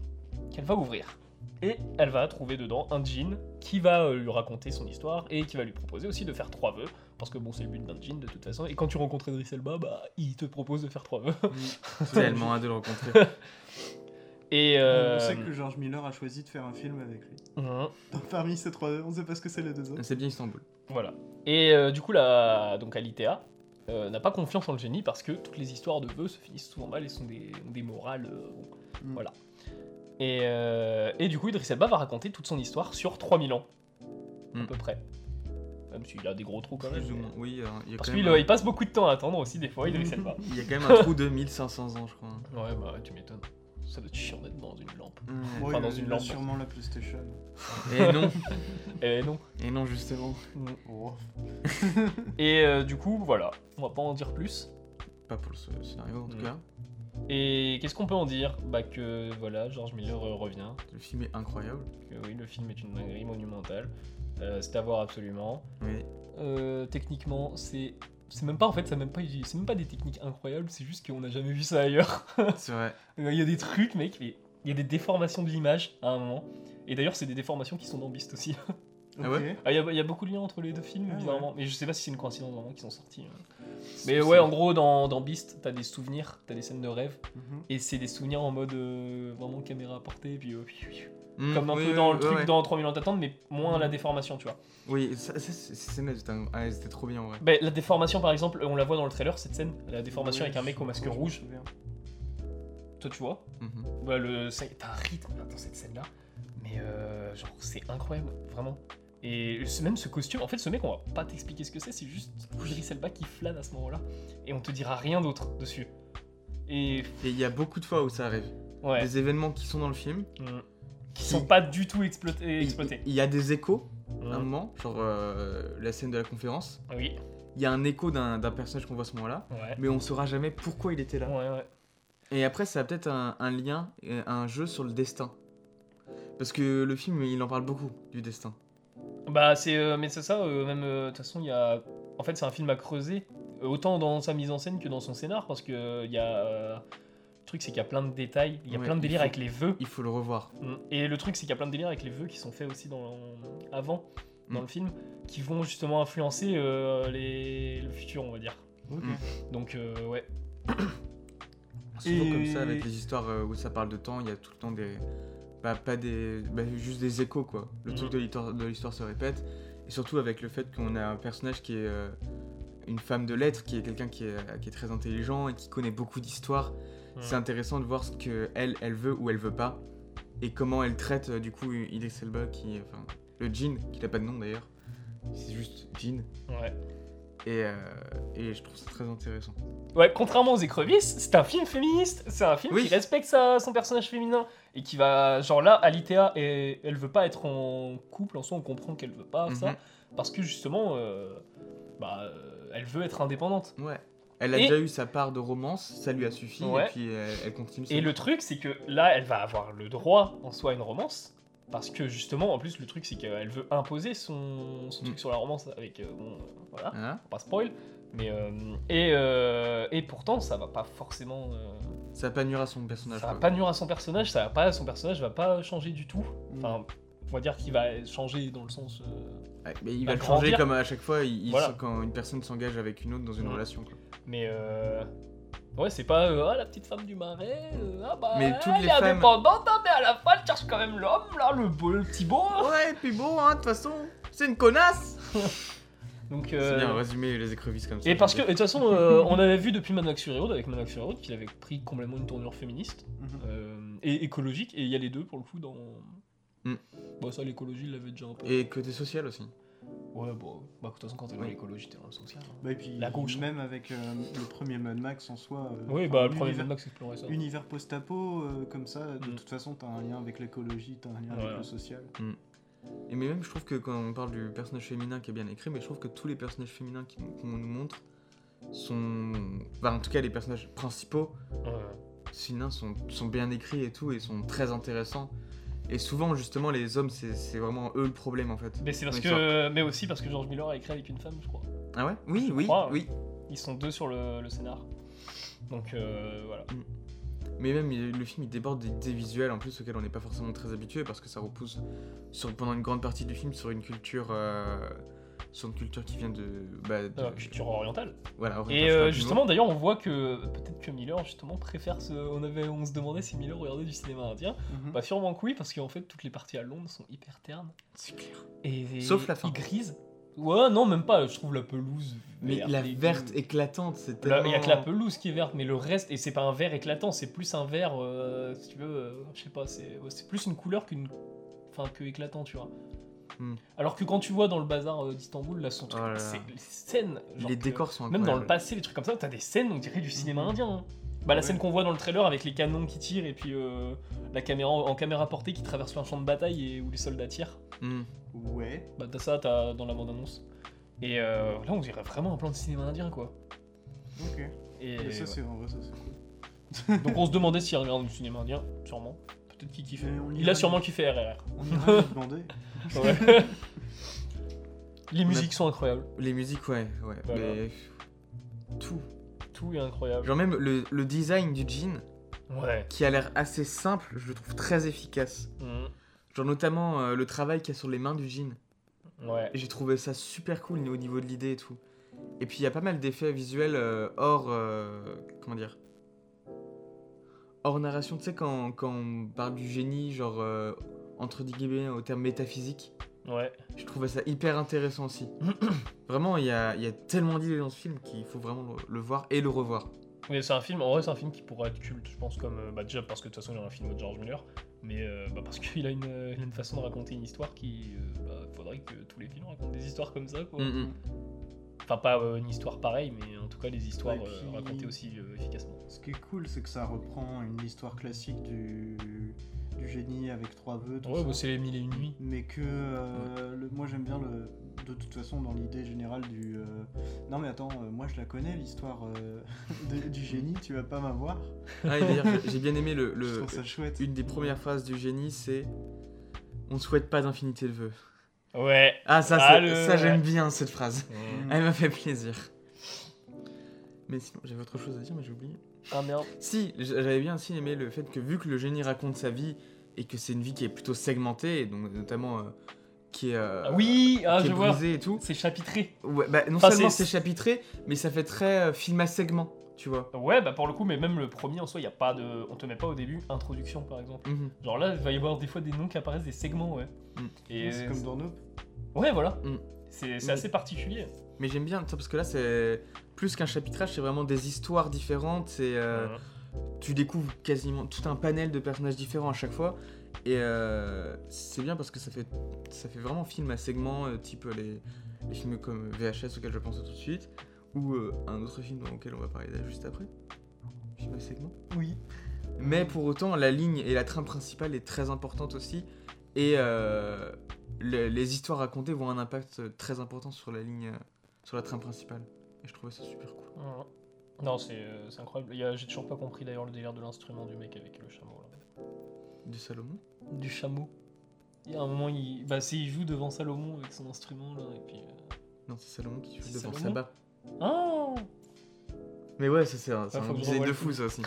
[SPEAKER 2] qu'elle va ouvrir. Et elle va trouver dedans un djinn qui va euh, lui raconter son histoire et qui va lui proposer aussi de faire trois vœux. Parce que bon, c'est le but d'un djinn de toute façon. Et quand tu rencontres Idriss Elba, bah, il te propose de faire trois vœux.
[SPEAKER 1] Tellement hâte de le rencontrer.
[SPEAKER 2] Et.
[SPEAKER 3] On
[SPEAKER 2] euh,
[SPEAKER 3] sait que George Miller a choisi de faire un film avec lui.
[SPEAKER 2] mhm.
[SPEAKER 3] Parmi ces trois, on sait pas ce que c'est les deux autres.
[SPEAKER 2] Euh,
[SPEAKER 1] c'est bien Istanbul.
[SPEAKER 2] Voilà. Et euh, du coup, la... donc Alitea euh, n'a pas confiance en le génie parce que toutes les histoires de vœux se finissent souvent mal et sont des, ont des morales. euh, bon.
[SPEAKER 3] Mm.
[SPEAKER 2] Voilà. Et, euh, et du coup, Idriss Elba va raconter toute son histoire sur 3000 ans, à
[SPEAKER 1] Mm.
[SPEAKER 2] peu près. Même s'il a des gros trous quand même.
[SPEAKER 1] Plus ou
[SPEAKER 2] mais-
[SPEAKER 1] moins. Oui, euh, il y a
[SPEAKER 2] Parce
[SPEAKER 1] quand
[SPEAKER 2] qu'il
[SPEAKER 1] même.
[SPEAKER 2] euh, il passe beaucoup de temps à attendre aussi, des fois, Idriss Elba.
[SPEAKER 1] Il y a quand même un trou de 1500 ans, je crois. hein.
[SPEAKER 2] ouais, bah tu m'étonnes. Ça doit être chiant d'être dans une lampe.
[SPEAKER 3] Bon, Mm.
[SPEAKER 2] Enfin,
[SPEAKER 3] il a-
[SPEAKER 2] dans une
[SPEAKER 3] il a
[SPEAKER 2] lampe.
[SPEAKER 3] sûrement la PlayStation.
[SPEAKER 1] Hmm. Et non,
[SPEAKER 2] Eh non.
[SPEAKER 1] et non, justement.
[SPEAKER 2] Mm.
[SPEAKER 3] Oh.
[SPEAKER 2] Et euh, du coup, voilà. On va pas en dire plus.
[SPEAKER 1] Pas pour le sc- scénario, en tout
[SPEAKER 2] Mm.
[SPEAKER 1] cas.
[SPEAKER 2] Et qu'est-ce qu'on peut en dire Bah que voilà, George Miller euh, revient.
[SPEAKER 1] Le film est incroyable.
[SPEAKER 2] que oui, le film est une dinguerie monumentale. Euh, c'est à voir absolument.
[SPEAKER 1] Oui.
[SPEAKER 2] Euh, techniquement, c'est. C'est même pas en fait, ça même pas, c'est même pas des techniques incroyables, c'est juste qu'on n'a jamais vu ça ailleurs.
[SPEAKER 1] C'est vrai.
[SPEAKER 2] Il y a des trucs, mec, mais il y a des déformations de l'image à un moment. Et d'ailleurs, c'est des déformations qui sont dans Beast aussi.
[SPEAKER 1] Ah ouais
[SPEAKER 3] Ok.
[SPEAKER 2] Ah, Il y, a- il y a beaucoup de liens entre les deux films,
[SPEAKER 3] Ah ouais.
[SPEAKER 2] bizarrement. Mais je sais pas si c'est une coïncidence vraiment qu'ils sont sortis. hein. Mais ouais, en gros, dans, dans Beast, t'as des souvenirs, t'as des scènes de rêve.
[SPEAKER 3] Mhm.
[SPEAKER 2] Et c'est des souvenirs en mode euh, vraiment caméra à portée, et puis. euh,
[SPEAKER 1] Mm,
[SPEAKER 2] comme un
[SPEAKER 1] oui,
[SPEAKER 2] peu
[SPEAKER 1] oui,
[SPEAKER 2] dans le
[SPEAKER 1] ouais,
[SPEAKER 2] truc
[SPEAKER 1] ouais.
[SPEAKER 2] dans 3000 ans d'attente, mais moins la déformation, tu vois.
[SPEAKER 1] Oui, ça, ça, c'est- c'est net, putain. Ah, c'était trop bien, en vrai.
[SPEAKER 2] Bah, la déformation, par exemple, on la voit dans le trailer, cette scène, la déformation
[SPEAKER 3] Ouais,
[SPEAKER 2] avec un mec au
[SPEAKER 3] je-
[SPEAKER 2] masque
[SPEAKER 3] je me
[SPEAKER 2] rouge,
[SPEAKER 3] souviens.
[SPEAKER 2] toi tu vois
[SPEAKER 1] Mhm.
[SPEAKER 2] Bah, le, ça- t'as un rythme dans cette scène-là, mais euh, genre, c'est incroyable, vraiment. Et ce- même ce costume, en fait, ce mec, on va pas t'expliquer ce que c'est, c'est juste Idriss Elba qui flâne à ce moment-là, et on te dira rien d'autre dessus. Et
[SPEAKER 1] Et il y a beaucoup de fois où ça arrive.
[SPEAKER 2] ouais,
[SPEAKER 1] Des événements qui sont dans le film.
[SPEAKER 2] Mm. qui sont pas du tout exploités.
[SPEAKER 1] Il-
[SPEAKER 2] exploités.
[SPEAKER 1] Il y a des échos à un
[SPEAKER 2] Mm.
[SPEAKER 1] moment, genre euh, la scène de la conférence.
[SPEAKER 2] Oui,
[SPEAKER 1] Il y a un écho d'un d'un personnage qu'on voit à ce moment-là,
[SPEAKER 2] ouais.
[SPEAKER 1] mais on saura jamais pourquoi il était là.
[SPEAKER 2] Ouais, ouais.
[SPEAKER 1] Et après, ça a peut-être un, un lien, euh, un jeu sur le destin. Parce que le film, il en parle beaucoup du destin.
[SPEAKER 2] Bah c'est euh, mais c'est ça euh, même euh, de toute façon il y a en fait c'est un film à creuser euh, autant dans sa mise en scène que dans son scénar parce que euh, il y a euh, le truc c'est qu'il y a plein de détails, il y a
[SPEAKER 1] Ouais,
[SPEAKER 2] plein de
[SPEAKER 1] il
[SPEAKER 2] délires
[SPEAKER 1] faut-
[SPEAKER 2] avec les vœux
[SPEAKER 1] Il faut le revoir.
[SPEAKER 2] Mm. et le truc c'est qu'il y a plein de délires avec les vœux qui sont faits aussi dans avant dans
[SPEAKER 1] Mm.
[SPEAKER 2] le film qui vont justement influencer euh, les le futur on va dire.
[SPEAKER 3] Ok.
[SPEAKER 1] Mm.
[SPEAKER 2] Donc euh, ouais.
[SPEAKER 1] Souvent
[SPEAKER 3] Et-
[SPEAKER 1] comme ça, avec les histoires euh, où ça parle de temps, il y a tout le temps des. Bah, pas des. Bah, juste des échos, quoi. Le
[SPEAKER 2] Mhm.
[SPEAKER 1] truc de l'histoire- de l'histoire se répète. Et surtout avec le fait qu'on a un personnage qui est. euh, une femme de lettres, qui est quelqu'un qui est, qui est très intelligent et qui connaît beaucoup d'histoires.
[SPEAKER 2] Mm.
[SPEAKER 1] C'est intéressant de voir ce que elle, elle veut ou elle veut pas. Et comment elle traite, euh, du coup, Idris Elba, qui. Enfin, le Jean, qui n'a pas de nom d'ailleurs. C'est juste Jean.
[SPEAKER 2] Ouais.
[SPEAKER 1] Et, euh, et je trouve ça très intéressant.
[SPEAKER 2] Ouais, contrairement aux écrevisses, c'est un film féministe, c'est un film
[SPEAKER 1] Oui.
[SPEAKER 2] qui respecte sa- son personnage féminin et qui va genre là Alitea et elle veut pas être en couple en soi, on comprend qu'elle veut pas ça
[SPEAKER 1] Mhm.
[SPEAKER 2] parce que justement euh, bah euh, elle veut être indépendante.
[SPEAKER 1] Ouais. Elle a
[SPEAKER 2] Et-
[SPEAKER 1] déjà eu sa part de romance, ça lui a suffi,
[SPEAKER 2] Ouais.
[SPEAKER 1] et puis euh, elle, elle continue.
[SPEAKER 2] Et le truc c'est que là elle va avoir le droit en soi à une romance parce que justement en plus le truc c'est qu'elle veut imposer son, son
[SPEAKER 1] Mm.
[SPEAKER 2] truc sur la romance avec euh, bon euh, voilà.
[SPEAKER 1] Hein
[SPEAKER 2] Pas spoil, mais euh, et, euh, et pourtant ça va pas forcément euh,
[SPEAKER 1] ça panura son personnage.
[SPEAKER 2] ça va
[SPEAKER 1] quoi.
[SPEAKER 2] pas nuire à son personnage, ça va pas, son personnage va pas changer du tout.
[SPEAKER 3] Mm.
[SPEAKER 2] Enfin, on va dire qu'il va changer dans le sens. euh,
[SPEAKER 1] Ouais, mais il
[SPEAKER 2] va
[SPEAKER 1] va changer
[SPEAKER 2] grandir.
[SPEAKER 1] comme à chaque fois il- il
[SPEAKER 2] Voilà.
[SPEAKER 1] sent quand une personne s'engage avec une autre dans une
[SPEAKER 2] Mhm.
[SPEAKER 1] relation. quoi.
[SPEAKER 2] Mais euh, ouais, c'est pas euh, ah, la petite femme du marais, euh, ah bah
[SPEAKER 1] Mais
[SPEAKER 2] elle
[SPEAKER 1] toutes les
[SPEAKER 2] est
[SPEAKER 1] femmes-
[SPEAKER 2] indépendante, hein, mais à la fin elle cherche quand même l'homme là, le beau, le petit beau. hein.
[SPEAKER 1] Ouais, et puis bon, hein, de toute façon, c'est une connasse
[SPEAKER 2] Donc
[SPEAKER 1] C'est
[SPEAKER 2] euh,
[SPEAKER 1] bien, résumer les écrevisses comme ça.
[SPEAKER 2] et parce que et
[SPEAKER 1] j'aime
[SPEAKER 2] de toute façon, euh, on avait vu depuis Mad Max Fury Road avec Mad Max Fury Road qu'il avait pris complètement une tournure féministe.
[SPEAKER 3] Mhm.
[SPEAKER 2] euh, et écologique, et il y a les deux pour le coup dans.
[SPEAKER 1] Mm.
[SPEAKER 2] Bon, ça, l'écologie, il l'avait déjà un peu.
[SPEAKER 1] bien. Et côté social aussi.
[SPEAKER 2] Ouais, bon, bah, de toute façon, quand t'es dans
[SPEAKER 1] Oui.
[SPEAKER 2] l'écologie, t'es dans le social. hein.
[SPEAKER 3] Bah, et puis,
[SPEAKER 2] La gauche.
[SPEAKER 3] Même avec euh, le premier Mad Max en soi. euh,
[SPEAKER 2] Oui,
[SPEAKER 3] enfin,
[SPEAKER 2] bah le premier
[SPEAKER 3] l'univers-
[SPEAKER 2] Mad Max explorait ça.
[SPEAKER 3] Univers post-apo, euh, comme ça, de
[SPEAKER 2] Mm.
[SPEAKER 3] toute façon, t'as un lien avec l'écologie, t'as un lien
[SPEAKER 2] Voilà.
[SPEAKER 3] avec le social.
[SPEAKER 1] Et mais même, je trouve que quand on parle du personnage féminin qui est bien écrit, mais je trouve que tous les personnages féminins qui- qu'on nous montre sont. Enfin, en tout cas, les personnages principaux ces nains sont, sont bien écrits et tout, et sont très intéressants. Et souvent, justement, les hommes, c'est c'est vraiment eux le problème en fait.
[SPEAKER 2] Mais c'est parce
[SPEAKER 1] Oui,
[SPEAKER 2] que,
[SPEAKER 1] ça.
[SPEAKER 2] euh, mais aussi parce que George Miller a écrit avec une femme, je crois.
[SPEAKER 1] Ah ouais Oui, oui,
[SPEAKER 2] crois,
[SPEAKER 1] oui.
[SPEAKER 2] Ils sont deux sur le, le scénar. Donc euh, voilà.
[SPEAKER 1] Mais même il- le film il déborde des, des visuels en plus auxquels on n'est pas forcément très habitué parce que ça repousse sur, pendant une grande partie du film sur une culture euh, sur une culture qui vient de, bah, de-
[SPEAKER 2] Euh, culture orientale.
[SPEAKER 1] voilà orientale,
[SPEAKER 2] Et
[SPEAKER 1] je sais pas
[SPEAKER 2] euh,
[SPEAKER 1] du
[SPEAKER 2] justement, d'ailleurs, on voit que peut-être que Miller justement préfère ce. On avait, on se demandait si Miller regardait du cinéma indien.
[SPEAKER 1] Mm.
[SPEAKER 3] Mhm.
[SPEAKER 2] Bah sûrement que oui, parce qu'en fait toutes les parties à Londres sont hyper ternes.
[SPEAKER 1] mot. c'est clair
[SPEAKER 2] Et, et-
[SPEAKER 1] Sauf la fin.
[SPEAKER 2] Et grise. Ouais, non, même pas. Je trouve la pelouse.
[SPEAKER 1] mais
[SPEAKER 2] verte
[SPEAKER 1] la
[SPEAKER 2] et-
[SPEAKER 1] verte éclatante c'est
[SPEAKER 2] Là,
[SPEAKER 1] tellement
[SPEAKER 2] Il y a que la pelouse qui est verte, mais le reste, et c'est pas un vert éclatant, c'est plus un vert, euh, si tu veux, euh, je sais pas, c'est ouais, c'est plus une couleur qu'une. Enfin, que éclatant, tu vois.
[SPEAKER 1] Hmm.
[SPEAKER 2] Alors que quand tu vois dans le bazar euh, d'Istanbul, là, son truc,
[SPEAKER 1] Oh là là.
[SPEAKER 2] c'est les scènes. genre
[SPEAKER 1] les
[SPEAKER 2] que-
[SPEAKER 1] décors sont
[SPEAKER 2] Même
[SPEAKER 1] incroyables. Hmm. Ah
[SPEAKER 2] dans le passé, les trucs comme ça, t'as des scènes, on dirait du cinéma
[SPEAKER 3] Mhm.
[SPEAKER 2] indien. hein. Bah, la
[SPEAKER 3] Ouais.
[SPEAKER 2] scène qu'on voit dans le trailer avec les canons qui tirent et puis euh, la caméra en caméra portée qui traverse un champ de bataille et où les soldats tirent.
[SPEAKER 1] Mm.
[SPEAKER 3] Ouais.
[SPEAKER 2] Bah, t'as ça, t'as dans la bande-annonce. Et euh, là, on dirait vraiment un plan de cinéma indien, quoi.
[SPEAKER 3] Ok.
[SPEAKER 2] Et
[SPEAKER 3] Mais ça,
[SPEAKER 2] ouais.
[SPEAKER 3] c'est en vrai, ça, c'est cool.
[SPEAKER 2] Donc on se demandait s'il regardait du cinéma indien, sûrement. Peut-être qu'il kiffait.
[SPEAKER 3] Mais on
[SPEAKER 2] Il
[SPEAKER 3] ira-
[SPEAKER 2] a sûrement kiffé RRR.
[SPEAKER 3] On ira lui demander.
[SPEAKER 2] Ouais. Les
[SPEAKER 1] On a-
[SPEAKER 2] musiques sont incroyables.
[SPEAKER 1] les musiques ouais ouais
[SPEAKER 2] Voilà.
[SPEAKER 1] mais tout
[SPEAKER 2] Tout est incroyable.
[SPEAKER 1] genre même le, le design du jean
[SPEAKER 2] Ouais.
[SPEAKER 1] qui a l'air assez simple je le trouve très efficace
[SPEAKER 2] Mhm.
[SPEAKER 1] genre notamment euh, le travail qu'il y a sur les mains du jean
[SPEAKER 2] Ouais.
[SPEAKER 1] Et J'ai trouvé ça super cool au niveau de l'idée et tout. Et puis il y a pas mal d'effets visuels euh, hors. euh, comment dire Hors narration, tu sais, quand, quand on parle du génie, genre euh, entre guillemets au terme métaphysique,
[SPEAKER 2] Ouais.
[SPEAKER 1] je trouvais ça hyper intéressant aussi. vraiment, il y a, il y a tellement d'idées dans ce film qu'il faut vraiment le, le voir et le revoir.
[SPEAKER 2] Mais c'est un film, en vrai c'est un film qui pourrait être culte, je pense, comme euh, bah, déjà parce que de toute façon il y a un film de George Miller, mais euh, bah, parce qu'il a, une, euh, il a une façon de raconter une histoire qui... euh, bah, faudrait que tous les films racontent des histoires comme ça, quoi.
[SPEAKER 1] Mm, mm.
[SPEAKER 2] Enfin pas euh, une histoire pareille, mais en tout cas les histoires
[SPEAKER 3] Ouais, et
[SPEAKER 2] euh,
[SPEAKER 3] puis-
[SPEAKER 2] racontées aussi euh, efficacement.
[SPEAKER 3] Ce qui est cool, c'est que ça reprend une histoire classique du, du génie avec trois vœux. tout
[SPEAKER 2] Ouais,
[SPEAKER 3] ça.
[SPEAKER 2] bah, c'est les mille et une nuits.
[SPEAKER 3] mais que euh, le- moi j'aime bien le de toute façon dans l'idée générale du euh, non mais attends euh, moi je la connais l'histoire euh, de- du génie tu vas pas m'avoir
[SPEAKER 1] Ah, et d'ailleurs, j'ai- j'ai bien aimé le, le-
[SPEAKER 3] je trouve ça chouette
[SPEAKER 1] une des premières phrases du génie, c'est On ne souhaite pas d'infinité de vœux.
[SPEAKER 2] Ouais.
[SPEAKER 1] Ah, ça,
[SPEAKER 2] Ah,
[SPEAKER 1] c'est-
[SPEAKER 2] le-
[SPEAKER 1] ça j'aime bien cette phrase.
[SPEAKER 3] Mm.
[SPEAKER 2] Mhm.
[SPEAKER 1] Elle m'a fait plaisir. Mais sinon, j'avais autre chose à dire, mais j'ai oublié.
[SPEAKER 2] Ah merde.
[SPEAKER 1] Si, j'avais bien aussi aimé le fait que, vu que le génie raconte sa vie, et que c'est une vie qui est plutôt segmentée, et donc notamment euh, qui est. euh,
[SPEAKER 2] Ah oui, ah,
[SPEAKER 1] qui est
[SPEAKER 2] je vois.
[SPEAKER 1] brisée et tout.
[SPEAKER 2] C'est chapitré.
[SPEAKER 1] Ouais, bah, non
[SPEAKER 2] Enfin,
[SPEAKER 1] seulement
[SPEAKER 2] c'est-
[SPEAKER 1] c'est chapitré, mais ça fait très euh, film à segment, tu vois.
[SPEAKER 2] Ouais, bah pour le coup, mais même le premier en soi, y a pas de. On te met pas au début introduction par exemple.
[SPEAKER 1] Mhm.
[SPEAKER 2] Genre là, il va y avoir des fois des noms qui apparaissent, des segments, ouais.
[SPEAKER 1] Mm.
[SPEAKER 2] Et
[SPEAKER 3] c'est comme dans Nope
[SPEAKER 2] Ouais, voilà.
[SPEAKER 1] Mm.
[SPEAKER 2] C'est c'est
[SPEAKER 1] Mm.
[SPEAKER 2] assez particulier.
[SPEAKER 1] Mais j'aime bien, tu sais, parce que là, c'est plus qu'un chapitrage, c'est vraiment des histoires différentes, et euh,
[SPEAKER 2] Mhm.
[SPEAKER 1] tu découvres quasiment tout un panel de personnages différents à chaque fois. Et euh, c'est bien parce que ça fait, ça fait vraiment film à segments, euh, type les, les films comme VHS auxquels je pense tout de suite, ou euh, un autre film auquel on va parler juste après. Film à segments.
[SPEAKER 2] Oui.
[SPEAKER 1] Mais pour autant, la ligne et la trame principale est très importante aussi. Et euh, le- les histoires racontées vont un impact euh, très important sur la ligne, euh, sur la trame principale. Et je trouvais ça super cool.
[SPEAKER 2] Mhm. Non, c'est euh, c'est incroyable. Y a- J'ai toujours pas compris d'ailleurs le délire de l'instrument du mec avec le chameau. Là.
[SPEAKER 1] Du Salomon
[SPEAKER 2] Du chameau. Il y a un moment, il, bah, c'est- il joue devant Salomon avec son instrument là, et puis. euh,
[SPEAKER 1] Non, c'est Salomon qui joue
[SPEAKER 2] C'est
[SPEAKER 1] devant
[SPEAKER 2] Salomon
[SPEAKER 1] Sabah.
[SPEAKER 2] Ah
[SPEAKER 1] Mais ouais, ça c'est un, c'est
[SPEAKER 2] Ah,
[SPEAKER 1] un
[SPEAKER 2] faut que je
[SPEAKER 1] design
[SPEAKER 2] revoie
[SPEAKER 1] de
[SPEAKER 2] le
[SPEAKER 1] fou ça aussi.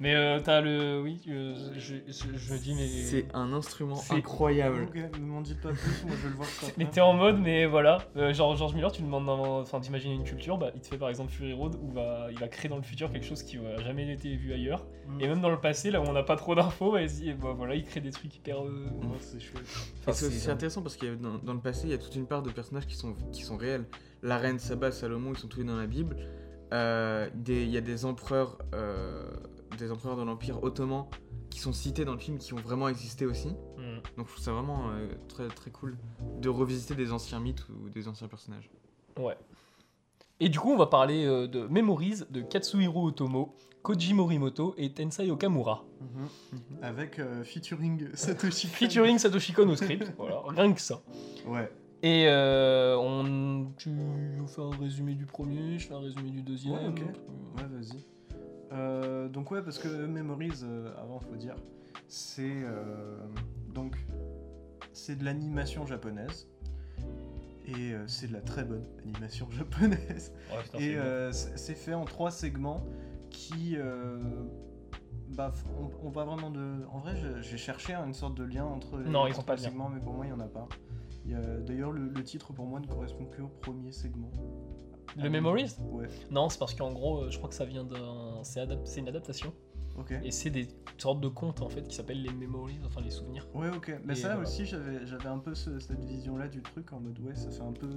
[SPEAKER 2] Mais euh, t'as le. Oui, euh, je, je, je dis, mais.
[SPEAKER 1] C'est un instrument
[SPEAKER 2] C'est-
[SPEAKER 1] incroyable.
[SPEAKER 3] ok ne m'en dites pas plus moi je vais le voir ça
[SPEAKER 2] Mais t'es en mode, mais voilà, Euh, genre George Miller, tu lui demandes d'in- enfin, d'imaginer une culture, bah, il te fait par exemple Fury Road où va, il va créer dans le futur quelque chose qui n'a jamais été vu ailleurs.
[SPEAKER 3] Mm.
[SPEAKER 2] Et même dans le passé, là où on n'a pas trop d'infos, vas-y, et bah, voilà, il crée des trucs hyper. euh,
[SPEAKER 3] Oh, c'est chouette
[SPEAKER 1] Et
[SPEAKER 2] enfin,
[SPEAKER 1] c'est aussi
[SPEAKER 2] c'est- euh,
[SPEAKER 1] intéressant parce que dans, dans le passé, il y a toute une part de personnages qui sont, qui sont réels. La reine Saba, Salomon, ils sont tous les deux dans la Bible. Euh, des- Il y a des empereurs, euh, des empereurs de l'Empire ottoman qui sont cités dans le film, qui ont vraiment existé aussi.
[SPEAKER 2] Hmm.
[SPEAKER 1] Donc je trouve ça vraiment euh, très très cool de revisiter des anciens mythes ou des anciens personnages.
[SPEAKER 2] Et du coup, on va parler euh, de Memories de Katsuhiro Otomo, Koji Morimoto et Tensai Okamura.
[SPEAKER 3] Mhm. avec euh, featuring Satoshi Kon.
[SPEAKER 2] Featuring Satoshi Kon au script, voilà, rien que ça.
[SPEAKER 3] ouais
[SPEAKER 2] Et euh, on... tu fais un résumé du premier, je fais un résumé du deuxième.
[SPEAKER 3] Ouais, ok. ouais vas-y Euh, donc ouais, parce que Memories, euh, avant faut dire, c'est euh, donc c'est de l'animation japonaise et euh, c'est de la très bonne animation japonaise.
[SPEAKER 2] Ouais, putain, c'est
[SPEAKER 3] Et
[SPEAKER 2] bon.
[SPEAKER 3] euh, c'est c'est fait en trois segments qui. euh, bah, f- on, on va vraiment de. En vrai, je- j'ai cherché hein, une sorte de lien entre les
[SPEAKER 2] Non, ils ont
[SPEAKER 3] trois
[SPEAKER 2] pas de lien.
[SPEAKER 3] segments, mais pour moi, il n'y en a pas. Il y a- D'ailleurs, le, le titre pour moi ne correspond qu'au premier segment.
[SPEAKER 2] Le Memories
[SPEAKER 3] Ouais,
[SPEAKER 2] Non, c'est parce qu'en gros, euh, je crois que ça vient d'un. C'est adap- c'est une adaptation.
[SPEAKER 3] ok.
[SPEAKER 2] Et c'est des sortes de contes en fait qui s'appellent les Memories, enfin les souvenirs.
[SPEAKER 3] Ouais, ok.
[SPEAKER 2] Et
[SPEAKER 3] Mais ça
[SPEAKER 2] voilà.
[SPEAKER 3] aussi, j'avais j'avais un peu ce- cette vision-là du truc en mode, ouais, ça fait un peu.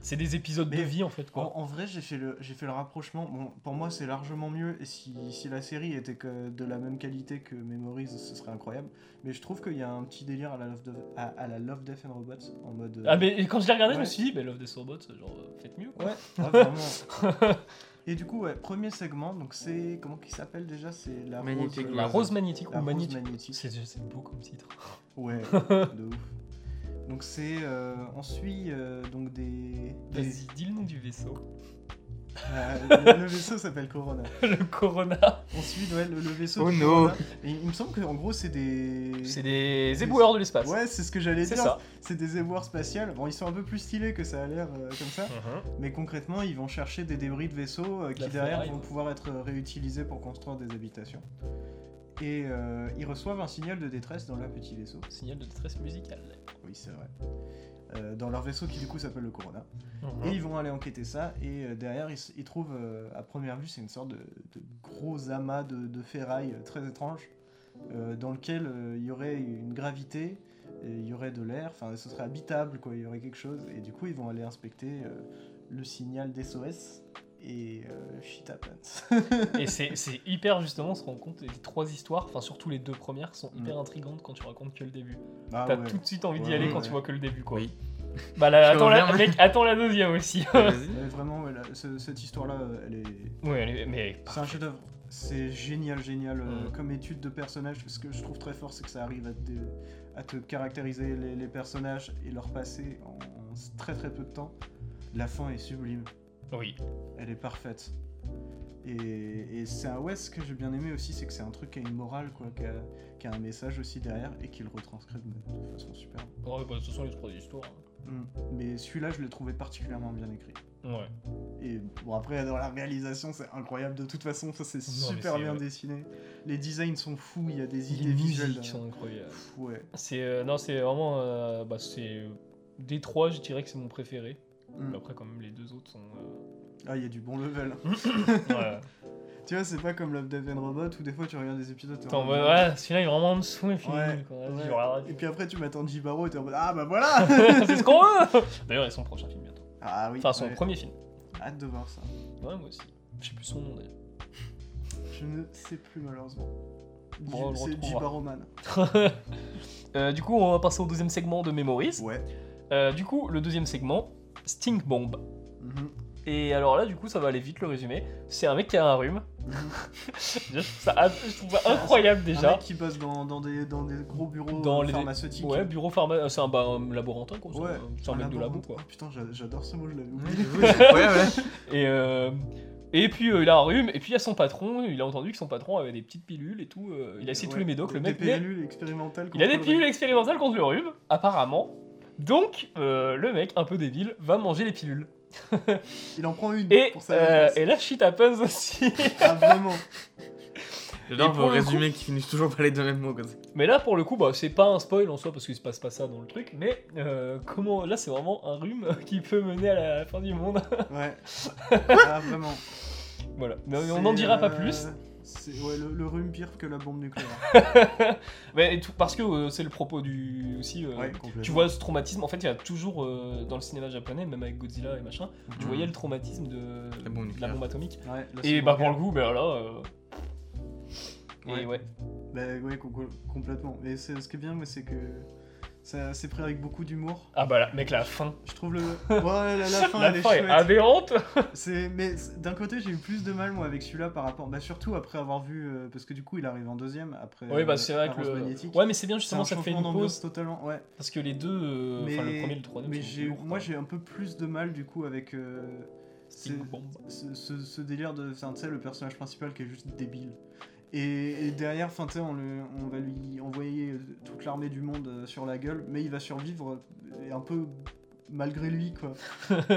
[SPEAKER 2] C'est des épisodes de
[SPEAKER 3] Mais-
[SPEAKER 2] vie en fait
[SPEAKER 3] En,
[SPEAKER 2] quoi.
[SPEAKER 3] en vrai, j'ai fait, le, j'ai fait le rapprochement. Bon, pour moi, c'est largement mieux. Et si, si la série était que de la même qualité que Memories, ce serait incroyable. Mais je trouve qu'il y a un petit délire à la Love, Dev- à, à la Love Death and Robots. En mode. euh,
[SPEAKER 2] Ah mais et quand je l'ai regardé, je me
[SPEAKER 3] Ouais.
[SPEAKER 2] suis dit, bah, Love Death Robots, genre euh, faites mieux.
[SPEAKER 3] Ouais, ah, vraiment. et du coup, ouais, premier segment. Donc, c'est. Comment qu'il s'appelle déjà C'est la
[SPEAKER 1] Magnetic
[SPEAKER 3] rose. euh,
[SPEAKER 2] La
[SPEAKER 1] Rose.
[SPEAKER 2] rose magnétique
[SPEAKER 3] la
[SPEAKER 2] ou
[SPEAKER 3] rose
[SPEAKER 2] magnétique.
[SPEAKER 3] magnétique.
[SPEAKER 2] C'est c'est beau comme titre.
[SPEAKER 3] Ouais, de ouf. Donc, c'est. euh, on suit euh, donc des. des-
[SPEAKER 2] Vas-y, dis le nom du vaisseau.
[SPEAKER 3] Ah, le le vaisseau s'appelle Corona.
[SPEAKER 2] le Corona.
[SPEAKER 3] On suit ouais, le, le vaisseau.
[SPEAKER 1] Oh
[SPEAKER 3] de
[SPEAKER 1] no.
[SPEAKER 3] Corona. Et il me semble qu'en gros, c'est des.
[SPEAKER 2] C'est des éboueurs de l'espace.
[SPEAKER 3] Ouais, c'est ce que j'allais
[SPEAKER 2] c'est
[SPEAKER 3] dire.
[SPEAKER 2] ça.
[SPEAKER 3] C'est des éboueurs spatiales. Bon, ils sont un peu plus stylés que ça a l'air euh, comme ça. Mais concrètement, ils vont chercher des débris de vaisseaux euh, qui
[SPEAKER 2] la
[SPEAKER 3] derrière
[SPEAKER 2] ferraille,
[SPEAKER 3] vont
[SPEAKER 2] quoi.
[SPEAKER 3] pouvoir être euh, réutilisés pour construire des habitations. Et euh, ils reçoivent un signal de détresse dans leur petit vaisseau.
[SPEAKER 2] Signal de détresse musicale.
[SPEAKER 3] Oui, c'est vrai. Euh, dans leur vaisseau qui du coup s'appelle le Corona.
[SPEAKER 2] Mhm.
[SPEAKER 3] Et
[SPEAKER 2] Hein.
[SPEAKER 3] ils vont aller enquêter ça. Et euh, derrière, ils, s- ils trouvent, euh, à première vue, c'est une sorte de, de gros amas de, de ferraille euh, très étrange, euh, dans lequel euh, il y aurait une gravité, et il y aurait de l'air, enfin, ce serait habitable, quoi, il y aurait quelque chose. Et du coup, ils vont aller inspecter euh, le signal d'SOS. Et euh, shit happens.
[SPEAKER 2] Et c'est c'est hyper justement, on se rend compte, les trois histoires, enfin surtout les deux premières, sont hyper intrigantes quand tu racontes que le début.
[SPEAKER 3] Ah
[SPEAKER 2] T'as
[SPEAKER 3] ouais.
[SPEAKER 2] tout de suite envie d'y
[SPEAKER 3] Ouais,
[SPEAKER 2] aller
[SPEAKER 3] ouais,
[SPEAKER 2] quand
[SPEAKER 3] ouais.
[SPEAKER 2] tu vois que le début quoi.
[SPEAKER 1] Oui.
[SPEAKER 2] Bah là,
[SPEAKER 1] Je
[SPEAKER 2] attends la,
[SPEAKER 1] reviens.
[SPEAKER 2] mec, attends la deuxième aussi.
[SPEAKER 1] Vas-y.
[SPEAKER 3] Ouais, vraiment, ouais, là, ce- cette histoire-là, euh, elle est.
[SPEAKER 2] ouais, mais- mais
[SPEAKER 3] C'est un chef-d'œuvre. C'est génial, génial euh,
[SPEAKER 2] Mm.
[SPEAKER 3] comme étude de personnage. Ce que je trouve très fort, c'est que ça arrive à te, à te caractériser les, les personnages et leur passé en, en s- très très peu de temps. La fin est sublime,
[SPEAKER 2] oui.
[SPEAKER 3] elle est parfaite. Et, et c'est un ouais, ce que j'ai bien aimé aussi, c'est que c'est un truc qui a une morale, quoi, qui a, qui a un message aussi derrière et qui le retranscrit de, de façon superbe.
[SPEAKER 2] Ouais, bah, ce sont les trois histoires.
[SPEAKER 3] Mm. Mais celui-là, je l'ai trouvé particulièrement bien écrit.
[SPEAKER 2] Ouais.
[SPEAKER 3] Et bon, après, dans la réalisation, c'est incroyable. De toute façon, ça, c'est
[SPEAKER 2] Non, mais
[SPEAKER 3] super
[SPEAKER 2] c'est-
[SPEAKER 3] bien
[SPEAKER 2] ouais.
[SPEAKER 3] dessiné. Les designs sont fous, il y a des idées
[SPEAKER 2] les
[SPEAKER 3] visuelles.
[SPEAKER 2] musiques sont incroyables.
[SPEAKER 3] Pff, Ouais.
[SPEAKER 2] C'est euh, non, c'est vraiment euh, bah c'est euh, des trois, je dirais que c'est mon préféré. Bah,
[SPEAKER 3] Mm.
[SPEAKER 2] Après quand même les deux autres sont. euh,
[SPEAKER 3] Ah, il y a du bon level.
[SPEAKER 2] Hmm. ouais.
[SPEAKER 3] tu vois, c'est pas comme Love, Death and Robot où des fois tu regardes des épisodes. t'es
[SPEAKER 2] Attends,
[SPEAKER 3] en
[SPEAKER 2] ouais,
[SPEAKER 3] mode,
[SPEAKER 2] ouais, celui-là il est vraiment en dessous et puis.
[SPEAKER 3] Ouais,
[SPEAKER 2] quoi, vas-y,
[SPEAKER 3] ouais.
[SPEAKER 2] je regarde.
[SPEAKER 3] Et puis après, tu m'attends Jibaro et t'es en mode Ah bah voilà
[SPEAKER 2] c'est ce qu'on veut. D'ailleurs, ils sont prochain film bientôt.
[SPEAKER 3] Ah oui,
[SPEAKER 2] Enfin, son
[SPEAKER 3] ouais.
[SPEAKER 2] premier film.
[SPEAKER 3] hâte de voir ça.
[SPEAKER 2] Ouais, moi aussi. Je sais plus son nom d'ailleurs.
[SPEAKER 3] Je ne sais plus malheureusement.
[SPEAKER 2] Bon, on le
[SPEAKER 3] Ji- c'est
[SPEAKER 2] retrouvera.
[SPEAKER 3] Jibaro Man.
[SPEAKER 2] Euh, du coup, on va passer au deuxième segment de Memories.
[SPEAKER 3] Ouais.
[SPEAKER 2] Euh, du coup, le deuxième segment, Stink Bomb.
[SPEAKER 3] Mhm.
[SPEAKER 2] Et alors là, du coup, ça va aller vite le résumé. C'est un mec qui a un rhume.
[SPEAKER 3] Mhm.
[SPEAKER 2] Déjà, je trouve ça, je trouve ça incroyable
[SPEAKER 3] Un
[SPEAKER 2] déjà.
[SPEAKER 3] mec qui bosse dans, dans, des, dans des gros bureaux
[SPEAKER 2] Dans
[SPEAKER 3] euh,
[SPEAKER 2] les-
[SPEAKER 3] pharmaceutiques.
[SPEAKER 2] Ouais, bureau pharma, euh, c'est un, bah, un laborantin quoi. c'est
[SPEAKER 3] Ouais,
[SPEAKER 2] un- C'est un, mec hein, de labo quoi.
[SPEAKER 3] Ah, putain, j'a- j'adore ce mot, je l'avais
[SPEAKER 1] Ouais,
[SPEAKER 3] oublié.
[SPEAKER 1] j'avoue, j'ai- ouais, ouais.
[SPEAKER 2] Et, euh, et puis euh, il a un rhume, et puis il y a son patron, il a entendu que son patron avait des petites pilules et tout. euh, il a essayé tous
[SPEAKER 3] Ouais,
[SPEAKER 2] les médocs,
[SPEAKER 3] des-
[SPEAKER 2] le mec.
[SPEAKER 3] Des
[SPEAKER 2] mais
[SPEAKER 3] pilules expérimentales.
[SPEAKER 2] il a des
[SPEAKER 3] contre le-
[SPEAKER 2] pilules expérimentales contre le rhume, apparemment. Donc euh, le mec, un peu débile, va manger les pilules.
[SPEAKER 3] Il en prend une
[SPEAKER 2] Et,
[SPEAKER 3] Mmh, pour
[SPEAKER 2] euh,
[SPEAKER 3] sa défense.
[SPEAKER 2] et là, shit happens aussi.
[SPEAKER 3] Ah, vraiment.
[SPEAKER 1] J'adore
[SPEAKER 2] Et pour
[SPEAKER 1] vos
[SPEAKER 2] le coup-
[SPEAKER 1] résumés qui finissent toujours par les deux mêmes mots comme ça.
[SPEAKER 2] mais là, pour le coup, bah, c'est pas un spoil en soi parce qu'il se passe pas ça dans le truc. Mais euh, comment. Là, c'est vraiment un rhume qui peut mener à la fin du monde.
[SPEAKER 3] Ouais. ah, vraiment.
[SPEAKER 2] voilà. Mais on
[SPEAKER 3] C'est,
[SPEAKER 2] n'en dira pas
[SPEAKER 3] euh,
[SPEAKER 2] plus.
[SPEAKER 3] C'est ouais, le, le rhume pire que la bombe nucléaire.
[SPEAKER 2] Mais tout- parce que euh, c'est le propos du. aussi. euh,
[SPEAKER 3] Ouais, complètement.
[SPEAKER 2] Tu vois ce traumatisme, en fait, il y a toujours euh, dans le cinéma japonais, même avec Godzilla et machin, tu
[SPEAKER 1] Mhm.
[SPEAKER 3] Mm.
[SPEAKER 2] voyais le traumatisme de
[SPEAKER 1] La bombe
[SPEAKER 2] de la
[SPEAKER 1] nucléaire.
[SPEAKER 2] bombe atomique.
[SPEAKER 3] Ouais, la
[SPEAKER 2] Et bah, pour le
[SPEAKER 3] seconde
[SPEAKER 2] coup, bah là. euh,
[SPEAKER 1] Ouais.
[SPEAKER 2] Et ouais.
[SPEAKER 3] guerre. Bah, ouais, com- com- complètement. Mais c'est- ce qui est bien, moi, c'est que ça c'est pris avec beaucoup d'humour.
[SPEAKER 2] Ah bah, là, mec, la fin.
[SPEAKER 3] Je trouve le. Ouais, la, la fin,
[SPEAKER 2] la
[SPEAKER 3] elle est
[SPEAKER 2] fin est ah,
[SPEAKER 3] chouette.
[SPEAKER 2] aberrante.
[SPEAKER 3] C'est- mais c'est- d'un côté j'ai eu plus de mal moi avec celui-là par rapport, bah surtout après avoir vu euh, parce que du coup il arrive en deuxième après.
[SPEAKER 2] Oui,
[SPEAKER 3] euh,
[SPEAKER 2] bah, c'est vrai
[SPEAKER 3] la
[SPEAKER 2] que
[SPEAKER 3] Rose
[SPEAKER 2] le.
[SPEAKER 3] magnétique.
[SPEAKER 2] Ouais, mais c'est bien,
[SPEAKER 3] C'est
[SPEAKER 2] justement,
[SPEAKER 3] un
[SPEAKER 2] ça te fait une
[SPEAKER 3] changement d'ambiance
[SPEAKER 2] pause.
[SPEAKER 3] totalement. Ouais.
[SPEAKER 2] Parce que les deux. euh,
[SPEAKER 3] mais
[SPEAKER 2] Enfin, le premier et le troisième.
[SPEAKER 3] mais
[SPEAKER 2] sont
[SPEAKER 3] j'ai,
[SPEAKER 2] lourds,
[SPEAKER 3] moi
[SPEAKER 2] quoi.
[SPEAKER 3] j'ai un peu plus de mal du coup avec euh,
[SPEAKER 2] Stink
[SPEAKER 3] c'est-
[SPEAKER 2] Bomb.
[SPEAKER 3] ce, ce- ce délire de, enfin, tu sais, le personnage principal qui est juste débile. Et, et derrière, enfin, tu sais, on, le- on va lui envoyer euh, toute l'armée du monde euh, sur la gueule, mais il va survivre euh, et un peu malgré lui, quoi.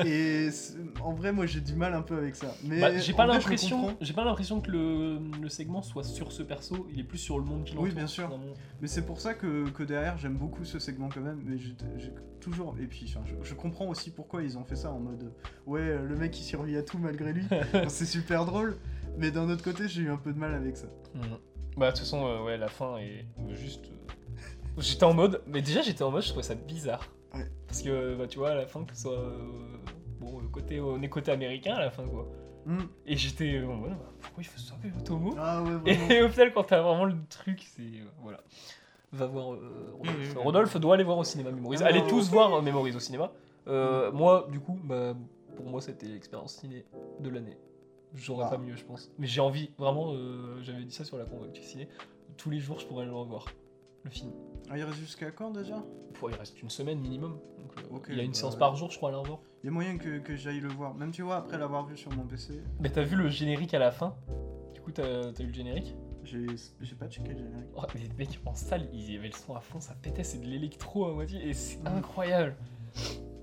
[SPEAKER 3] et c'est- en vrai, moi, j'ai du mal un peu avec ça. Mais
[SPEAKER 2] Bah, j'ai
[SPEAKER 3] en
[SPEAKER 2] pas
[SPEAKER 3] vrai, je le
[SPEAKER 2] l'impression,
[SPEAKER 3] comprends.
[SPEAKER 2] j'ai pas l'impression que le, le segment soit sur ce perso, il est plus sur le monde qui
[SPEAKER 3] Oui,
[SPEAKER 2] l'entoure.
[SPEAKER 3] bien sûr.
[SPEAKER 2] Dans mon-
[SPEAKER 3] Mais c'est pour ça que, que derrière, j'aime beaucoup ce segment quand même. Mais j'ai j'ai toujours. Et puis, enfin, je, je comprends aussi pourquoi ils ont fait ça en mode euh, ouais, euh, le mec il survit à tout malgré lui. Enfin, c'est super drôle. Mais d'un autre côté, j'ai eu un peu de mal avec ça.
[SPEAKER 2] Mhm. Bah, de toute façon, euh, ouais, la fin est euh, juste. euh, J'étais en mode. Mais déjà, j'étais en mode, je trouvais ça bizarre.
[SPEAKER 3] Ouais.
[SPEAKER 2] Parce que, euh, bah, tu vois, à la fin, que ce soit. euh, Bon, euh, côté, on est côté américain à la fin, quoi.
[SPEAKER 3] Hmm.
[SPEAKER 2] Et j'étais euh, en mode, bah, pourquoi il faut sauver Otomo
[SPEAKER 3] Ah ouais, vraiment.
[SPEAKER 2] Et au final, quand t'as vraiment le truc, c'est. euh, voilà. Va voir euh, Rodolphe.
[SPEAKER 1] Mhm.
[SPEAKER 2] Rodolphe doit aller voir au cinéma Mémorise.
[SPEAKER 3] Ah, Mm.
[SPEAKER 2] Allez
[SPEAKER 3] non.
[SPEAKER 2] tous voir euh, Mémorise au cinéma. Euh, Moi, du coup, bah, pour moi, c'était l'expérience ciné de l'année. J'aurais
[SPEAKER 3] Ah.
[SPEAKER 2] pas mieux, je pense. Mais j'ai envie, vraiment, euh, j'avais dit ça sur la convoque ciné. Tous les jours, je pourrais le revoir, le film.
[SPEAKER 3] Ah, il reste jusqu'à quand déjà
[SPEAKER 2] Pour- il reste une semaine minimum. Donc, euh,
[SPEAKER 3] Ok,
[SPEAKER 2] il y a une
[SPEAKER 3] bah,
[SPEAKER 2] séance
[SPEAKER 3] ouais.
[SPEAKER 2] par jour, je crois, à la revoir.
[SPEAKER 3] Il y a moyen que, que j'aille le voir. Même tu vois, après l'avoir vu sur mon PC,
[SPEAKER 2] Mais t'as vu le générique à la fin Du coup, t'as t'as eu le générique
[SPEAKER 3] j'ai j'ai pas checké le générique.
[SPEAKER 2] Oh, mais les mecs en salle, ils y avaient le son à fond, ça pétait, c'est de l'électro à moitié, et c'est
[SPEAKER 3] Ah.
[SPEAKER 2] incroyable.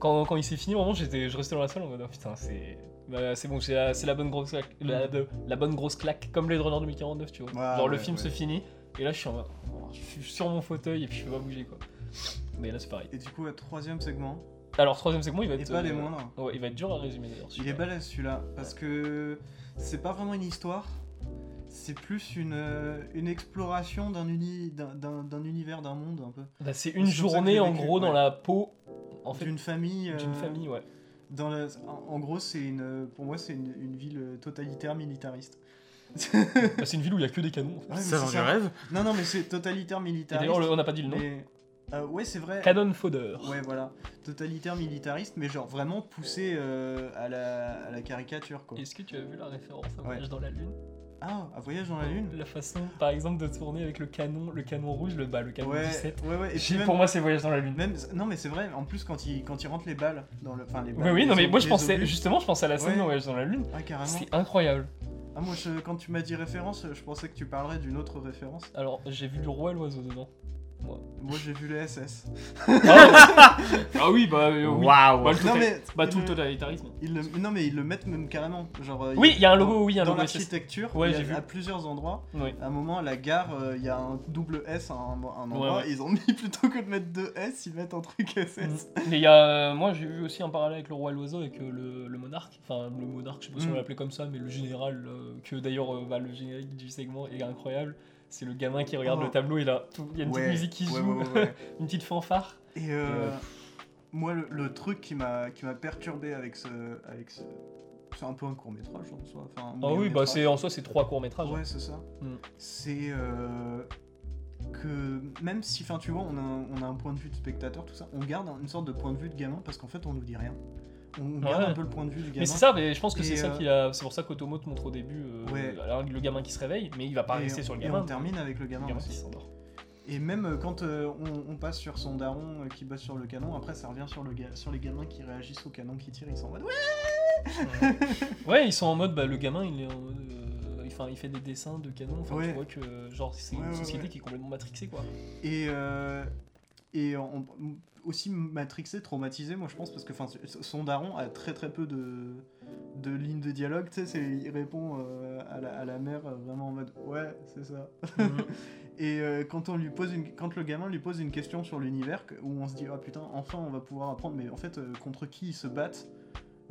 [SPEAKER 2] Quand, quand il s'est fini, vraiment, j'étais, je restais dans la salle en mode oh, putain, c'est, bah, c'est bon, c'est la, c'est la bonne grosse claque, la, de- la bonne grosse claque, comme les Runner 2049, tu vois.
[SPEAKER 3] Ouais,
[SPEAKER 2] Genre le
[SPEAKER 3] ouais,
[SPEAKER 2] film
[SPEAKER 3] ouais.
[SPEAKER 2] se finit, et là je suis en mode, oh, je suis sur mon fauteuil et puis je peux pas bouger quoi. Mais là c'est pareil.
[SPEAKER 3] Et du coup, euh, troisième segment,
[SPEAKER 2] Alors troisième segment, il va
[SPEAKER 3] et
[SPEAKER 2] être,
[SPEAKER 3] pas les
[SPEAKER 2] euh,
[SPEAKER 3] moindres.
[SPEAKER 2] ouais, il va être dur à résumer d'ailleurs.
[SPEAKER 3] Il est
[SPEAKER 2] celui-là.
[SPEAKER 3] balèze celui-là, parce que c'est pas vraiment une histoire, c'est plus une, euh, une exploration d'un uni, d'un- d'un d'un univers, d'un monde un peu.
[SPEAKER 2] Bah, c'est
[SPEAKER 3] C'est comme
[SPEAKER 2] une
[SPEAKER 3] ça que
[SPEAKER 2] journée
[SPEAKER 3] j'ai
[SPEAKER 2] en
[SPEAKER 3] vécu,
[SPEAKER 2] gros dans
[SPEAKER 3] ouais.
[SPEAKER 2] la peau, en fait,
[SPEAKER 3] d'une famille. euh,
[SPEAKER 2] d'une famille, ouais.
[SPEAKER 3] dans la- en, en gros, c'est une, euh, pour moi, c'est une, une ville euh, totalitaire militariste.
[SPEAKER 2] Bah, c'est une ville où il y a que des canons. en fait.
[SPEAKER 3] Ouais, mais
[SPEAKER 1] ça
[SPEAKER 3] c'est
[SPEAKER 1] vend du
[SPEAKER 3] ça.
[SPEAKER 1] rêve
[SPEAKER 3] Non, non, mais c'est totalitaire
[SPEAKER 2] Et
[SPEAKER 3] militariste.
[SPEAKER 2] d'ailleurs, le- on n'a pas dit le nom.
[SPEAKER 3] mais- Euh, ouais, c'est vrai.
[SPEAKER 2] Canon Fodder.
[SPEAKER 3] Ouais, voilà. Totalitaire militariste, mais genre vraiment poussé euh, à, la, à la caricature, quoi.
[SPEAKER 2] Est-ce que tu as vu la référence à
[SPEAKER 3] Ouais.
[SPEAKER 2] Voyage dans la Lune
[SPEAKER 3] Ah, à Voyage dans la Lune
[SPEAKER 2] La façon, par exemple, de tourner avec le canon, le canon rouge, le, bah, le canon
[SPEAKER 3] Ouais,
[SPEAKER 2] 17.
[SPEAKER 3] ouais, ouais. Et
[SPEAKER 2] J'ai-
[SPEAKER 3] puis même,
[SPEAKER 2] Pour moi, c'est Voyage dans la Lune.
[SPEAKER 3] même- non, mais c'est vrai, en plus, quand il, quand il rentre les balles dans le. Enfin, les
[SPEAKER 2] Oui,
[SPEAKER 3] balles.
[SPEAKER 2] oui, non,
[SPEAKER 3] les
[SPEAKER 2] mais
[SPEAKER 3] ob-
[SPEAKER 2] moi, je
[SPEAKER 3] les
[SPEAKER 2] pensais,
[SPEAKER 3] obus.
[SPEAKER 2] justement, je pensais à la scène
[SPEAKER 3] Ouais.
[SPEAKER 2] dans Voyage dans la Lune.
[SPEAKER 3] Ah, carrément.
[SPEAKER 2] C'est incroyable.
[SPEAKER 3] Ah, moi, je- quand tu m'as dit référence, je pensais que tu parlerais d'une autre référence.
[SPEAKER 2] Alors, j'ai vu le roi et l'oiseau dedans.
[SPEAKER 3] Moi, j'ai vu les SS.
[SPEAKER 2] ah oui, bah euh, oui.
[SPEAKER 1] Waouh
[SPEAKER 2] Bah, le
[SPEAKER 3] non,
[SPEAKER 2] total-
[SPEAKER 3] mais.
[SPEAKER 2] bah,
[SPEAKER 3] ils
[SPEAKER 2] tout le
[SPEAKER 3] le-
[SPEAKER 2] totalitarisme.
[SPEAKER 3] ils le- non, mais ils le mettent même carrément. Genre, euh,
[SPEAKER 2] Oui,
[SPEAKER 3] ils-
[SPEAKER 2] il y a un logo, oui, il y a un
[SPEAKER 3] dans
[SPEAKER 2] logo SS.
[SPEAKER 3] l'architecture,
[SPEAKER 2] Ouais,
[SPEAKER 3] il y a-
[SPEAKER 2] j'ai vu.
[SPEAKER 3] à plusieurs endroits,
[SPEAKER 2] Oui.
[SPEAKER 3] à un moment, à la gare, euh, il y a un double S à un, un endroit,
[SPEAKER 2] ouais.
[SPEAKER 3] ils ont mis plutôt que de mettre deux S, ils mettent un truc SS.
[SPEAKER 2] Mais il y a, euh, moi j'ai vu aussi un parallèle avec le roi et l'oiseau et que le, le monarque, enfin le monarque, je sais pas si on
[SPEAKER 3] Mm.
[SPEAKER 2] l'appelait comme ça, mais le général, euh, que d'ailleurs euh, bah, le générique du segment est incroyable, c'est le gamin qui regarde
[SPEAKER 3] Oh.
[SPEAKER 2] le tableau et là, tout- il y a une petite musique qui
[SPEAKER 3] ouais,
[SPEAKER 2] joue,
[SPEAKER 3] ouais, ouais, ouais.
[SPEAKER 2] une petite fanfare.
[SPEAKER 3] Et euh, moi, le, le truc qui m'a qui m'a perturbé avec ce avec ce, c'est un peu un court métrage en soi. Enfin, un
[SPEAKER 2] Ah oui, bah
[SPEAKER 3] moyen-métrage.
[SPEAKER 2] c'est en soi c'est trois courts métrages.
[SPEAKER 3] Ouais, c'est ça.
[SPEAKER 2] Mm.
[SPEAKER 3] C'est euh, que même si, enfin, tu vois, on a, un- on a un point de vue de spectateur, tout ça, on garde un- une sorte de point de vue de gamin parce qu'en fait, on nous dit rien. On on garde
[SPEAKER 2] Ouais.
[SPEAKER 3] un peu le point de vue du gamin.
[SPEAKER 2] Mais c'est ça, mais je pense que
[SPEAKER 3] Et,
[SPEAKER 2] c'est ça
[SPEAKER 3] euh,
[SPEAKER 2] qu'il a, c'est pour ça qu'Otomo te montre au début euh,
[SPEAKER 3] Ouais.
[SPEAKER 2] alors, le gamin qui se réveille, mais il va pas
[SPEAKER 3] et,
[SPEAKER 2] rester sur le
[SPEAKER 3] et
[SPEAKER 2] gamin.
[SPEAKER 3] on termine hein, avec le
[SPEAKER 2] le
[SPEAKER 3] gamin.
[SPEAKER 2] gamin
[SPEAKER 3] aussi.
[SPEAKER 2] qui s'endort.
[SPEAKER 3] Et même euh, quand euh, on, on passe sur son daron euh, qui bosse sur le canon, après ça revient sur, le ga- sur les gamins qui réagissent au canon qui tirent, ils sont en mode ouais
[SPEAKER 2] ouais, ils sont en mode, bah, le gamin, il est en mode, euh, enfin, il fait des dessins de canon. Enfin,
[SPEAKER 3] Ouais.
[SPEAKER 2] tu vois que, genre, c'est
[SPEAKER 3] Ouais,
[SPEAKER 2] une
[SPEAKER 3] ouais,
[SPEAKER 2] société
[SPEAKER 3] ouais.
[SPEAKER 2] qui est complètement matrixée, quoi.
[SPEAKER 3] Et, euh, et on- aussi matrixé, traumatisé, moi je pense, parce que 'fin, son daron a très très peu de, de lignes de dialogue, tu sais, c'est- il répond euh, à, la, à la mère euh, vraiment en mode ouais, c'est ça. Et euh, quand, on lui pose une, quand le gamin lui pose une question sur l'univers, que- où on se dit ah putain, enfin on va pouvoir apprendre, mais en fait, euh, contre qui ils se battent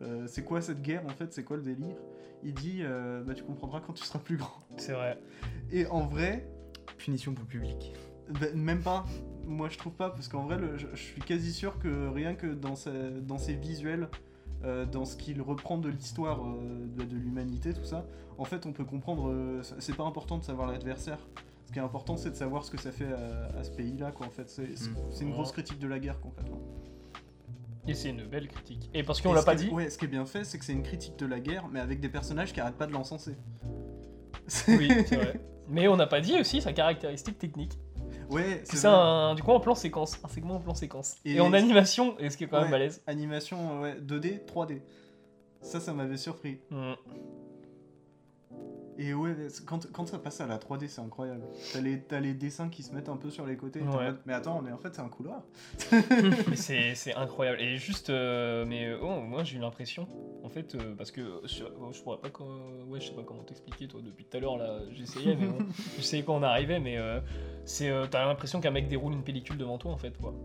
[SPEAKER 3] Euh, c'est quoi cette guerre en fait C'est quoi le délire Il dit euh, bah tu comprendras quand tu seras plus grand.
[SPEAKER 2] c'est vrai.
[SPEAKER 3] Et en vrai,
[SPEAKER 1] Punition pour le public.
[SPEAKER 3] bah, même pas. Moi, je trouve pas, parce qu'en vrai, le- je, je suis quasi sûr que rien que dans, sa- dans ses visuels, euh, dans ce qu'il reprend de l'histoire euh, de, de l'humanité, tout ça, en fait, on peut comprendre. euh, c'est- c'est pas important de savoir l'adversaire. Ce qui est important, c'est de savoir ce que ça fait à, à ce pays-là, quoi. En fait, c'est c'est-
[SPEAKER 2] Hmm.
[SPEAKER 1] Mm.
[SPEAKER 3] c'est une grosse critique de la guerre, concrètement.
[SPEAKER 2] Et c'est une belle critique. Et parce qu'on
[SPEAKER 3] Et
[SPEAKER 2] l'a
[SPEAKER 3] ce
[SPEAKER 2] pas
[SPEAKER 3] qui est-
[SPEAKER 2] dit,
[SPEAKER 3] Ouais, ce qui est bien fait, c'est que c'est une critique de la guerre, mais avec des personnages qui arrêtent pas de l'encenser.
[SPEAKER 2] oui, c'est vrai. Mais on n'a pas dit aussi sa caractéristique technique.
[SPEAKER 3] ouais,
[SPEAKER 2] C'est
[SPEAKER 3] c'est
[SPEAKER 2] ça, hein.
[SPEAKER 3] vrai.
[SPEAKER 2] un- du coup, en plan séquence. Un segment en plan séquence. Et,
[SPEAKER 3] Et-
[SPEAKER 2] en animation, et ce qui est quand même
[SPEAKER 3] Ouais.
[SPEAKER 2] malaise.
[SPEAKER 3] Animation euh,
[SPEAKER 2] Hmm.
[SPEAKER 3] ouais, 2D, 3D. Ça, ça m'avait surpris.
[SPEAKER 2] Mm.
[SPEAKER 3] Et ouais, c'est- quand, quand ça passe à la 3D, c'est incroyable. T'as les, t'as les dessins qui se mettent un peu sur les côtés. et t'es en
[SPEAKER 2] Ouais.
[SPEAKER 3] mode, mais attends, mais en fait, c'est un couloir.
[SPEAKER 2] Mais c'est c'est incroyable. Et juste, euh, mais oh, moi j'ai eu l'impression, en fait, euh, parce que je, oh, je pourrais pas, co- ouais, je sais pas comment t'expliquer, toi, depuis tout à l'heure là, j'essayais, mais bon, j'essayais quand on arrivait, mais euh, c'est, euh, t'as l'impression qu'un mec déroule une pellicule devant toi, en fait, quoi.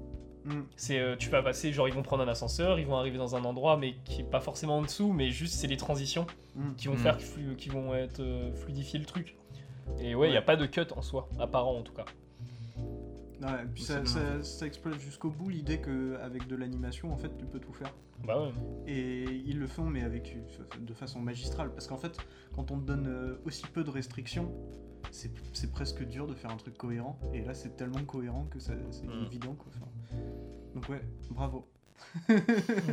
[SPEAKER 3] Mm.
[SPEAKER 2] C'est, euh, tu vas passer, genre ils vont prendre un ascenseur, ils vont arriver dans un endroit, mais qui est pas forcément en dessous, mais juste c'est les transitions
[SPEAKER 3] Mm.
[SPEAKER 2] qui vont
[SPEAKER 1] Mhm.
[SPEAKER 2] faire, que flu- qui vont être euh, fluidifier le truc. Et ouais, il y a
[SPEAKER 3] Ouais.
[SPEAKER 2] pas de cut en soi, apparent en tout cas.
[SPEAKER 3] Ouais, et puis
[SPEAKER 1] Mais
[SPEAKER 3] ça,
[SPEAKER 1] c'est bien.
[SPEAKER 3] ça, ça exploite jusqu'au bout l'idée qu'avec de l'animation, en fait, tu peux tout faire.
[SPEAKER 2] Bah ouais.
[SPEAKER 3] Et ils le font, mais avec de façon magistrale. Parce qu'en fait, quand on te donne euh, aussi peu de restrictions, c'est c'est presque dur de faire un truc cohérent. Et là, c'est tellement cohérent que ça- c'est
[SPEAKER 2] Mm.
[SPEAKER 3] évident. Quoi. Enfin, donc ouais, bravo.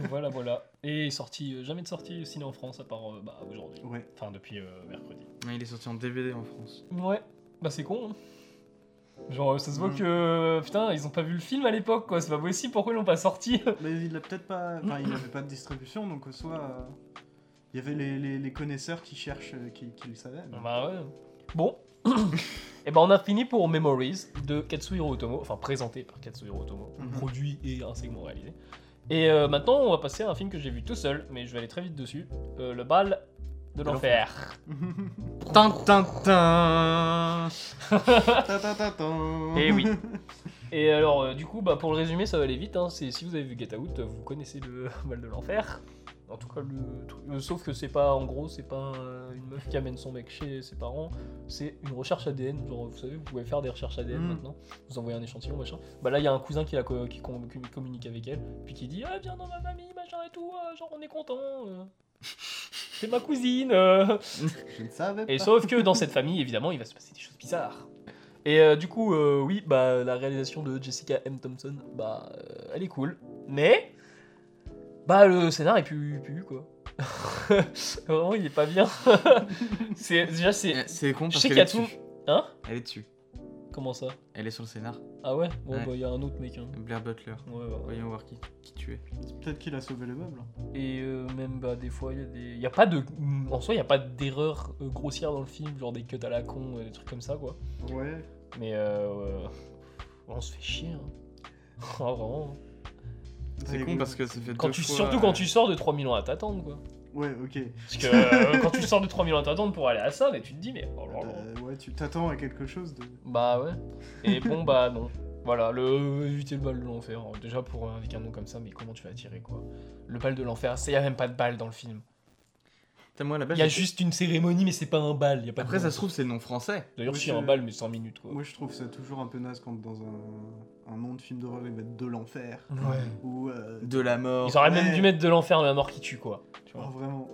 [SPEAKER 2] voilà, voilà. Et sorti, euh, jamais de sortie au ciné en France à part euh, bah, aujourd'hui.
[SPEAKER 3] Ouais.
[SPEAKER 2] Enfin, depuis euh, mercredi.
[SPEAKER 1] Ouais, il est sorti en DVD en France.
[SPEAKER 2] Ouais, bah c'est con. hein. Genre, euh, ça se voit
[SPEAKER 3] Mm.
[SPEAKER 2] que. euh, Putain, ils ont pas vu le film à l'époque, quoi. C'est pas possible, pourquoi ils l'ont pas sorti
[SPEAKER 3] Mais il a peut-être pas... Enfin, il n'avait pas de distribution, donc soit... euh, Il y avait les, les- les connaisseurs qui cherchent, euh, qui, qui le savaient. mais-
[SPEAKER 2] Bah ouais. Bon. Et ben on a fini pour Memories de Katsuhiro Otomo, enfin présenté par Katsuhiro Otomo,
[SPEAKER 3] Mhm.
[SPEAKER 2] produit et un segment réalisé. Et euh, maintenant on va passer à un film que j'ai vu tout seul, mais je vais aller très vite dessus, euh, Le bal
[SPEAKER 3] De
[SPEAKER 2] de l'enfer.
[SPEAKER 1] Tintintin
[SPEAKER 3] Ta ta ta ta.
[SPEAKER 2] Eh oui. Et alors, euh, du coup, bah, pour le résumer, ça va aller vite. hein. C'est, si vous avez vu Get Out, vous connaissez le mal de l'enfer. En tout cas, le, truc- euh, sauf que c'est pas, en gros, c'est pas euh, une meuf qui amène son mec chez ses parents. C'est une recherche ADN. Genre, vous savez, vous pouvez faire des recherches ADN
[SPEAKER 3] Mm.
[SPEAKER 2] maintenant. Vous envoyez un échantillon, machin. Bah là, il y a un cousin qui, la co- qui com- qui communique avec elle, puis qui dit, ah viens dans ma famille, machin et tout. ah, genre, on est content. euh. C'est ma cousine. euh.
[SPEAKER 3] Je ne savais
[SPEAKER 2] Et
[SPEAKER 3] pas.
[SPEAKER 2] sauf que dans cette famille, évidemment, il va se passer des choses bizarres. Et euh, du coup, euh, oui, bah la réalisation de Jessica M. Thompson, bah euh, elle est cool. Mais bah le scénar est plus plus quoi. Vraiment, il est pas bien. c'est déjà c'est
[SPEAKER 1] Eh, C'est con
[SPEAKER 2] Je
[SPEAKER 1] parce
[SPEAKER 2] sais
[SPEAKER 1] qu'elle
[SPEAKER 2] qu'il y a
[SPEAKER 1] est dessus.
[SPEAKER 2] hein
[SPEAKER 1] Elle est dessus.
[SPEAKER 2] Comment ça
[SPEAKER 1] Elle est sur le scénar.
[SPEAKER 2] Ah ouais Bon
[SPEAKER 1] Ouais.
[SPEAKER 2] bah il y a un autre mec hein.
[SPEAKER 1] Blair Butler.
[SPEAKER 2] Ouais, ouais.
[SPEAKER 1] Voyons voir qui, qui tu es.
[SPEAKER 3] Peut-être qu'il a sauvé le meuble.
[SPEAKER 2] Et euh, même bah, des fois, il y a des. Y a pas de. En soi, il n'y a pas d'erreur euh, grossière dans le film, genre des cuts à la con, euh, des trucs comme ça, quoi.
[SPEAKER 3] Ouais.
[SPEAKER 2] Mais euh, ouais, on se fait chier. Hein. Ah, vraiment.
[SPEAKER 1] C'est con parce que ça fait
[SPEAKER 2] Quand
[SPEAKER 1] deux
[SPEAKER 2] tu,
[SPEAKER 1] fois,
[SPEAKER 2] surtout
[SPEAKER 1] euh,
[SPEAKER 2] quand tu sors de 3000 ans à t'attendre, quoi.
[SPEAKER 3] Ouais, ok.
[SPEAKER 2] Parce que euh, quand tu sors de 3000 ans à t'attendre pour aller à ça, mais tu te dis, mais. oh là là.
[SPEAKER 3] Euh, ouais, tu t'attends à quelque chose de.
[SPEAKER 2] Bah ouais. Et bon, bah non. Voilà, le euh, éviter le bal de l'enfer. Alors, Déjà, pour un- avec un nom comme ça, mais comment tu vas tirer, quoi Le bal de l'enfer, il n'y a même pas de bal dans le film.
[SPEAKER 1] Putain, moi, là-bas,
[SPEAKER 2] Il y a
[SPEAKER 1] j'ai-
[SPEAKER 2] juste une cérémonie, mais c'est pas un bal. Y a pas de
[SPEAKER 1] Après,
[SPEAKER 2] bal.
[SPEAKER 1] ça se trouve, c'est le nom français.
[SPEAKER 2] D'ailleurs,
[SPEAKER 3] Moi,
[SPEAKER 2] s'il y a un
[SPEAKER 3] je-
[SPEAKER 2] bal, mais 100 minutes, quoi.
[SPEAKER 3] Moi, je trouve ça toujours un peu naze quand dans un, un nom de film d'horreur ils mettent de l'enfer
[SPEAKER 2] Ouais.
[SPEAKER 3] ou. euh,
[SPEAKER 1] De la mort.
[SPEAKER 2] Ils auraient même
[SPEAKER 3] Ouais.
[SPEAKER 2] dû mettre de l'enfer dans la mort qui tue, quoi. Tu
[SPEAKER 3] oh,
[SPEAKER 2] vois.
[SPEAKER 3] vraiment.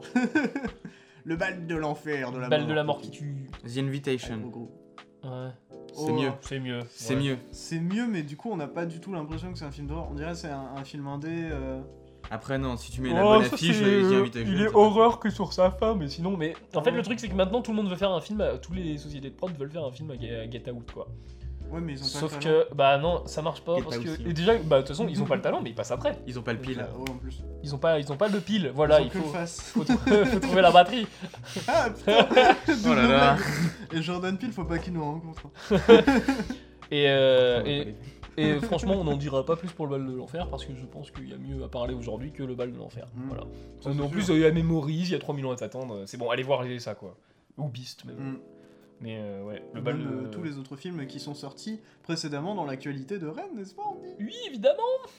[SPEAKER 3] le bal de l'enfer, de la
[SPEAKER 2] bal
[SPEAKER 3] mort.
[SPEAKER 2] de la mort qui tue.
[SPEAKER 1] The
[SPEAKER 3] Ah, gros,
[SPEAKER 1] Invitation.
[SPEAKER 3] gros.
[SPEAKER 2] Ouais.
[SPEAKER 1] C'est
[SPEAKER 3] Oh.
[SPEAKER 1] mieux.
[SPEAKER 2] C'est mieux.
[SPEAKER 1] C'est
[SPEAKER 2] ouais.
[SPEAKER 1] mieux.
[SPEAKER 3] C'est mieux, mais du coup, on n'a pas du tout l'impression que c'est un film d'horreur. On dirait que c'est un, un film indé. euh,
[SPEAKER 1] Après, non, si tu mets la bonne affiche,
[SPEAKER 2] euh,
[SPEAKER 1] The Invitation.
[SPEAKER 2] il est
[SPEAKER 1] ça va.
[SPEAKER 2] horreur que sur sa femme, mais sinon, mais en fait
[SPEAKER 3] Ouais.
[SPEAKER 2] le truc c'est que maintenant tout le monde veut faire un film, à- tous les sociétés de prod veulent faire un film à Get, à Get Out quoi.
[SPEAKER 3] Ouais, mais ils ont pas
[SPEAKER 2] Sauf
[SPEAKER 3] le talent.
[SPEAKER 2] que bah non, ça marche pas
[SPEAKER 1] Get
[SPEAKER 2] parce
[SPEAKER 1] Out,
[SPEAKER 2] que
[SPEAKER 1] si.
[SPEAKER 2] et déjà bah de toute façon ils ont pas le talent, mais ils passent après.
[SPEAKER 1] Ils ont pas le pile. Oh
[SPEAKER 3] Ah, ouais, en plus.
[SPEAKER 2] Ils ont pas, ils ont pas le pile. Voilà,
[SPEAKER 3] Ils ont
[SPEAKER 2] il
[SPEAKER 3] que
[SPEAKER 2] faut,
[SPEAKER 3] le face.
[SPEAKER 2] faut tr- faut trouver la batterie.
[SPEAKER 3] ah putain
[SPEAKER 1] Oh là là.
[SPEAKER 3] Et Jordan Peele, faut pas qu'il nous rencontre. hein.
[SPEAKER 2] Et, euh,
[SPEAKER 1] On va
[SPEAKER 2] et-
[SPEAKER 1] pas les-
[SPEAKER 2] Et franchement, on n'en dira pas plus pour le bal de l'enfer parce que je pense qu'il y a mieux à parler aujourd'hui que le bal de l'enfer.
[SPEAKER 3] Mm.
[SPEAKER 2] Voilà.
[SPEAKER 3] Ça,
[SPEAKER 2] en
[SPEAKER 3] c'est
[SPEAKER 2] plus,
[SPEAKER 3] sûr.
[SPEAKER 2] euh, il y a Memories, il y a 3000 ans à t'attendre. C'est bon, allez voir les- ça quoi. Ou Beast même.
[SPEAKER 3] Mm.
[SPEAKER 2] Mais euh, ouais, le
[SPEAKER 3] Même,
[SPEAKER 2] bal
[SPEAKER 3] euh,
[SPEAKER 2] de.
[SPEAKER 3] tous les autres films qui sont sortis précédemment dans l'actualité de Rennes, n'est-ce pas Andy
[SPEAKER 2] Oui, évidemment.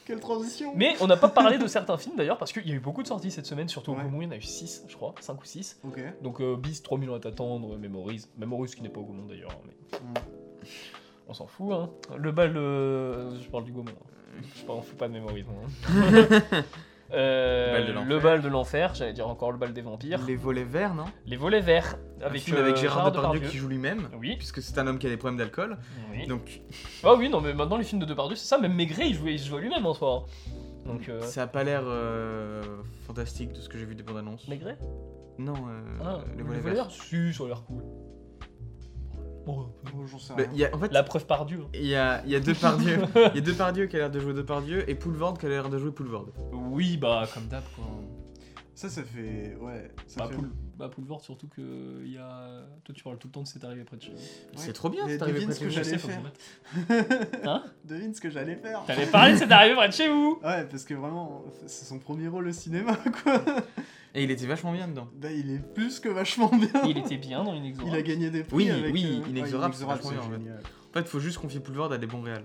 [SPEAKER 3] Quelle transition
[SPEAKER 2] Mais on n'a pas parlé de certains films d'ailleurs parce qu'il y a eu beaucoup de sorties cette semaine, surtout
[SPEAKER 3] Ouais.
[SPEAKER 2] au Gaumont, il y en a eu 6, je crois, 5 ou 6.
[SPEAKER 3] Ok.
[SPEAKER 2] Donc euh, Beast, 3000 ans à t'attendre, Memories, Memories qui n'est pas au Gaumont d'ailleurs, hein, mais on s'en fout. Hein. Le bal, euh, je parle du Gaumont, hein. je parle, on fout pas de Memories. moi, hein.
[SPEAKER 1] Le
[SPEAKER 2] Euh,
[SPEAKER 1] bal de
[SPEAKER 2] le
[SPEAKER 1] l'enfer.
[SPEAKER 2] bal de l'enfer, j'allais dire encore le bal des vampires. Les,
[SPEAKER 1] Les volets verts, non
[SPEAKER 2] volets verts
[SPEAKER 1] Avec,
[SPEAKER 2] avec,
[SPEAKER 1] film
[SPEAKER 2] euh,
[SPEAKER 1] avec Gérard, Depardieu, qui joue lui-même.
[SPEAKER 2] Oui,
[SPEAKER 1] Puisque c'est un homme qui a des problèmes d'alcool.
[SPEAKER 2] oui.
[SPEAKER 1] Donc,
[SPEAKER 2] Ah oui, non, mais maintenant les films de Depardieu, c'est ça, même Maigret, il jouait, il jouait lui-même en soi. hein. Donc, euh,
[SPEAKER 1] ça a pas l'air euh, fantastique de ce que j'ai vu des bandes annonces.
[SPEAKER 2] Maigret
[SPEAKER 1] Non, euh,
[SPEAKER 2] Ah,
[SPEAKER 1] les
[SPEAKER 2] le
[SPEAKER 1] volets
[SPEAKER 2] voleur,
[SPEAKER 1] verts.
[SPEAKER 2] Si, ça a l'air cool. Bon,
[SPEAKER 3] Oh, j'en sais
[SPEAKER 1] Bah,
[SPEAKER 3] rien.
[SPEAKER 1] il y a- en fait,
[SPEAKER 2] La preuve par Dieu. hein.
[SPEAKER 1] il y a, il y a Depardieu. Il y a Depardieu qui a l'air de jouer Depardieu et Poulvord qui a l'air de jouer Poulvord.
[SPEAKER 2] Oui, bah, comme d'hab, quoi.
[SPEAKER 3] Ça, ça fait. Ouais. Ça
[SPEAKER 2] Bah,
[SPEAKER 3] fait...
[SPEAKER 2] poule, bah, poule verte, surtout que euh, il y a. Toi, tu parles tout le temps de c'est arrivé près de chez vous.
[SPEAKER 1] C'est trop bien,
[SPEAKER 3] Mais
[SPEAKER 1] c'est arrivé
[SPEAKER 3] devine
[SPEAKER 1] près
[SPEAKER 3] ce
[SPEAKER 1] de
[SPEAKER 3] que
[SPEAKER 1] chez
[SPEAKER 3] j'allais
[SPEAKER 2] faut que je
[SPEAKER 3] faire.
[SPEAKER 2] mette. Hein
[SPEAKER 3] Devine ce que j'allais faire.
[SPEAKER 2] T'avais parlé de c'est arrivé près de chez vous
[SPEAKER 3] Ouais, parce que vraiment, c'est son premier rôle au cinéma, quoi.
[SPEAKER 1] Et il était vachement bien dedans.
[SPEAKER 3] Bah, il est plus que vachement bien.
[SPEAKER 2] Il était bien dans hein.
[SPEAKER 3] Il a
[SPEAKER 2] Inexorable.
[SPEAKER 3] gagné des prix
[SPEAKER 1] Oui,
[SPEAKER 3] avec.
[SPEAKER 1] oui,
[SPEAKER 3] euh, ouais,
[SPEAKER 1] Inexorable, c'est
[SPEAKER 3] Inexorable,
[SPEAKER 1] vachement bien, en
[SPEAKER 3] c'est
[SPEAKER 1] fait.
[SPEAKER 3] génial.
[SPEAKER 1] En fait, faut juste confier Poulvord à des bons réals.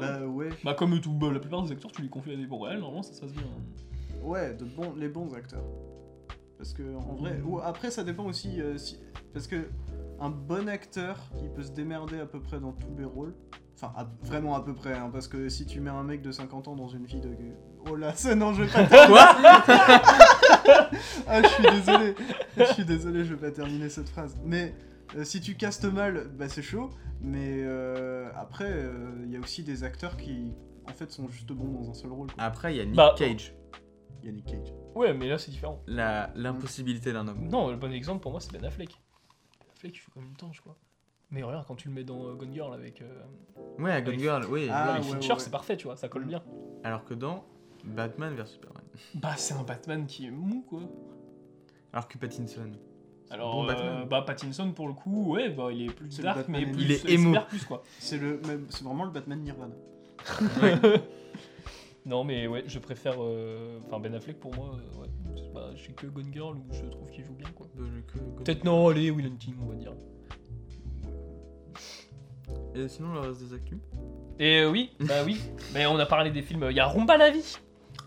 [SPEAKER 3] Bah ouais.
[SPEAKER 2] Bah, comme tout, bah, la plupart des acteurs, tu les confies à des bons réels, normalement ça se passe bien.
[SPEAKER 3] Ouais, de bons, les bons acteurs. Parce que en vrai,
[SPEAKER 1] Mm.
[SPEAKER 3] ou après ça dépend aussi euh, si, parce que un bon acteur qui peut se démerder à peu près dans tous les rôles, enfin à- vraiment à peu près, hein, parce que si tu mets un mec de 50 ans dans une fille de, oh là, ça non, je vais pas.
[SPEAKER 1] Quoi
[SPEAKER 3] ah, je suis désolé, je suis désolé, je vais pas terminer cette phrase. Mais euh, si tu castes mal, bah c'est chaud. Mais euh, après, euh, il y a aussi des acteurs qui en fait sont juste bons dans un seul rôle. quoi.
[SPEAKER 1] Après, il y a Nick
[SPEAKER 2] Bah.
[SPEAKER 1] Cage,
[SPEAKER 3] Il y a Nick Cage.
[SPEAKER 2] Ouais, mais là c'est différent.
[SPEAKER 1] la- l'impossibilité d'un homme.
[SPEAKER 2] Non, le bon exemple pour moi c'est Ben Affleck. Ben Affleck, il fait combien de temps, je crois Mais regarde, quand tu le mets dans euh, Gone Girl avec, euh,
[SPEAKER 1] Ouais, à Good
[SPEAKER 2] Avec-
[SPEAKER 1] Girl, oui.
[SPEAKER 3] Ah,
[SPEAKER 2] avec
[SPEAKER 3] ouais,
[SPEAKER 2] Fincher,
[SPEAKER 3] ouais, Mm. ouais.
[SPEAKER 2] c'est parfait, tu vois, ça colle bien.
[SPEAKER 1] Alors que dans Batman vs Superman.
[SPEAKER 2] Bah, c'est un Batman qui est mou, quoi.
[SPEAKER 1] Alors que Pattinson.
[SPEAKER 2] Alors,
[SPEAKER 1] bon
[SPEAKER 2] euh,
[SPEAKER 1] Batman.
[SPEAKER 2] bah, Pattinson, pour le coup, ouais, bah, il est plus
[SPEAKER 3] C'est le
[SPEAKER 2] dark,
[SPEAKER 3] Batman
[SPEAKER 2] mais
[SPEAKER 3] emo.
[SPEAKER 2] plus,
[SPEAKER 1] Il est
[SPEAKER 2] euh,
[SPEAKER 1] emo.
[SPEAKER 2] super plus, quoi.
[SPEAKER 3] C'est le même, c'est vraiment le Batman Nirvana.
[SPEAKER 2] Non, mais ouais, je préfère. euh, Enfin, Ben Affleck, pour moi, euh, ouais. c'est pas- je sais que Gone Girl où je trouve qu'il joue bien, quoi. Peut-être non, allez, Will Hunting, on va dire.
[SPEAKER 1] Et sinon, le reste des actus
[SPEAKER 2] Et euh, oui, bah oui. mais on a parlé des films. Il y a Rumba la vie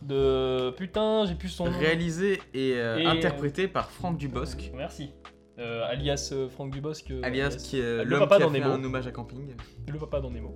[SPEAKER 2] de. Putain, j'ai plus son nom.
[SPEAKER 1] Réalisé et, euh,
[SPEAKER 2] Et, euh,
[SPEAKER 1] interprété par Franck Dubosc,
[SPEAKER 2] Merci. Euh, alias euh, Franck Dubosc. euh,
[SPEAKER 1] alias qui est
[SPEAKER 2] le
[SPEAKER 1] l'homme qui
[SPEAKER 2] papa
[SPEAKER 1] a
[SPEAKER 2] dans
[SPEAKER 1] fait
[SPEAKER 2] Nemo.
[SPEAKER 1] un hommage à Camping.
[SPEAKER 2] Le papa dans Nemo.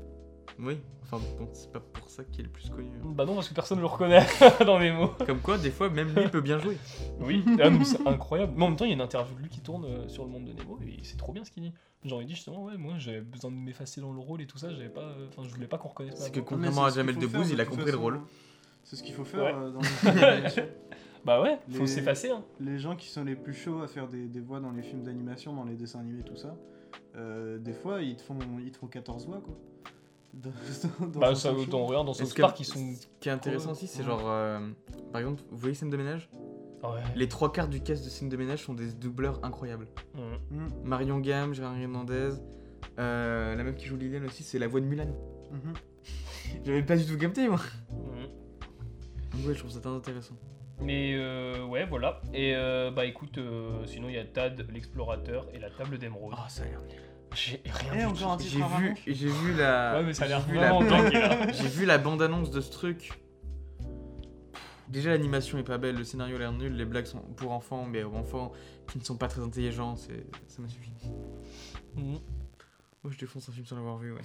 [SPEAKER 1] Oui, enfin bon, c'est pas pour ça qu'il est le plus connu.
[SPEAKER 2] Bah non, parce que personne ne le reconnaît dans Nemo.
[SPEAKER 1] Comme quoi, des fois, même lui peut bien jouer.
[SPEAKER 2] Oui, ah, mais c'est incroyable. Mais en même temps, il y a une interview de lui qui tourne euh, sur le monde de Nemo et c'est trop bien ce qu'il dit. Genre, il dit justement, ouais, moi j'avais besoin de m'effacer dans le rôle et tout ça, j'avais pas. euh, Enfin, je voulais pas qu'on reconnaisse ma
[SPEAKER 1] C'est que
[SPEAKER 2] voix.
[SPEAKER 1] contrairement
[SPEAKER 3] Mais
[SPEAKER 1] à
[SPEAKER 3] c'est ce qu'il
[SPEAKER 1] Jamel
[SPEAKER 3] faut
[SPEAKER 1] Debbouze,
[SPEAKER 3] faire,
[SPEAKER 1] il a
[SPEAKER 3] de
[SPEAKER 1] compris
[SPEAKER 3] toute
[SPEAKER 1] le rôle.
[SPEAKER 3] façon, hein. C'est ce qu'il faut faire
[SPEAKER 2] Ouais.
[SPEAKER 3] euh, dans les films d'animation.
[SPEAKER 2] Bah ouais, faut
[SPEAKER 3] Les-
[SPEAKER 2] s'effacer. Hein.
[SPEAKER 3] Les gens qui sont les plus chauds à faire des, des voix dans les films d'animation, dans les dessins animés, tout ça, euh, des fois ils te font, ils te font 14 voix quoi. Dans- dans- dans un
[SPEAKER 2] Bah, ça,
[SPEAKER 3] seul show.
[SPEAKER 2] dans rien, dans South
[SPEAKER 1] Est-ce que-
[SPEAKER 2] Park, ils sont.
[SPEAKER 1] Ce qui est intéressant aussi, c'est genre. euh, par exemple, vous voyez scène de ménage
[SPEAKER 2] Ouais.
[SPEAKER 1] Les trois quarts du cast de scène de ménage sont des doubleurs incroyables.
[SPEAKER 2] Mm.
[SPEAKER 3] Mhm,
[SPEAKER 1] Marion Gamme, Gérard Hernandez, euh, la meuf qui joue Liliane aussi, c'est la voix de Mulan.
[SPEAKER 3] mhm.
[SPEAKER 1] J'avais pas du tout capté moi.
[SPEAKER 2] Mm.
[SPEAKER 1] Donc ouais, je trouve ça très intéressant.
[SPEAKER 2] Mais euh, ouais, voilà. Et euh, bah écoute, euh, sinon il y a Tad, l'explorateur et la table d'émeraude.
[SPEAKER 1] Oh, ça a l'air.
[SPEAKER 2] J'ai
[SPEAKER 3] Eh,
[SPEAKER 2] rien du tout.
[SPEAKER 3] encore un titre
[SPEAKER 1] J'ai
[SPEAKER 3] à
[SPEAKER 1] vu,
[SPEAKER 3] rallonge.
[SPEAKER 1] j'ai vu la.
[SPEAKER 2] Ouais, mais ça a
[SPEAKER 1] j'ai
[SPEAKER 2] l'air
[SPEAKER 1] vu
[SPEAKER 2] vraiment
[SPEAKER 1] la-
[SPEAKER 2] dingue là.
[SPEAKER 1] J'ai vu la bande-annonce de ce truc. Déjà, l'animation est pas belle, le scénario a l'air nul, les blagues sont pour enfants, mais aux enfants qui ne sont pas très intelligents, c'est... ça m'a suffi.
[SPEAKER 2] Mm.
[SPEAKER 1] Moi, je défonce un film sans l'avoir vu, ouais.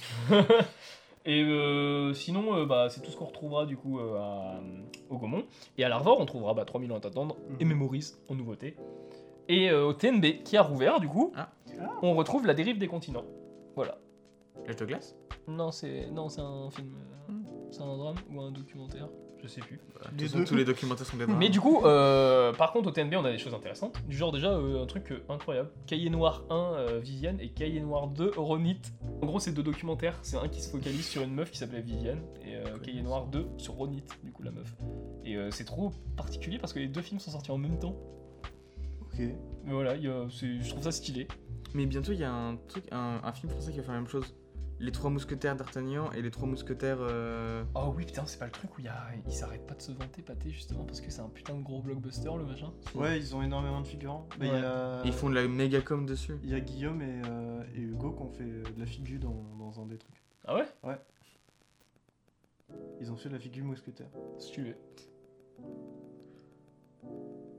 [SPEAKER 2] Et euh, sinon, euh, bah, c'est tout ce qu'on retrouvera du coup euh, à- au Gaumont. Et à l'Arvor, on trouvera bah, 3000 ans à t'attendre et
[SPEAKER 3] Mhm.
[SPEAKER 2] Memories en nouveauté. Et euh, au TNB qui a rouvert du coup,
[SPEAKER 1] Ah.
[SPEAKER 2] on retrouve La dérive des continents. Voilà.
[SPEAKER 1] L'âge de glace
[SPEAKER 2] Non, c'est non, c'est un film, euh,
[SPEAKER 1] Hmm.
[SPEAKER 2] c'est un drame ou un documentaire, je sais plus.
[SPEAKER 1] Bah, de
[SPEAKER 3] Les
[SPEAKER 1] toute façon,
[SPEAKER 3] deux.
[SPEAKER 1] tous les documentaires sont des drames.
[SPEAKER 2] Mais du coup, euh, par contre, au TNB, on a des choses intéressantes. Du genre, déjà, euh, un truc euh, incroyable. Cahier Noir 1, euh, Viviane, et Cahier Noir 2, Ronit. En gros, c'est deux documentaires. C'est un qui se focalise sur une meuf qui s'appelait Viviane, et euh, Cahier Noir 2 sur Ronit, du coup, la meuf. Et euh, c'est trop particulier parce que les deux films sont sortis en même temps.
[SPEAKER 3] Ok.
[SPEAKER 2] Mais voilà, il y a- c'est- je trouve ça stylé.
[SPEAKER 1] Mais bientôt, il y a un, truc, un, un film français qui va faire la même chose. Les trois mousquetaires d'Artagnan et les trois mousquetaires... euh,
[SPEAKER 2] Oh oui, putain, c'est pas le truc où il, y a- il s'arrête pas de se vanter, pâté, justement, parce que c'est un putain de gros blockbuster, le machin.
[SPEAKER 3] Ouais, ils ont énormément de figurants. Bah, il y a-
[SPEAKER 1] Ils font de la méga com dessus.
[SPEAKER 3] il y a Guillaume et, euh, et Hugo qui ont fait euh, de la figure dans, dans un des trucs.
[SPEAKER 2] Ah ouais
[SPEAKER 3] Ils ont fait de la figure mousquetaire.
[SPEAKER 2] Si tu veux.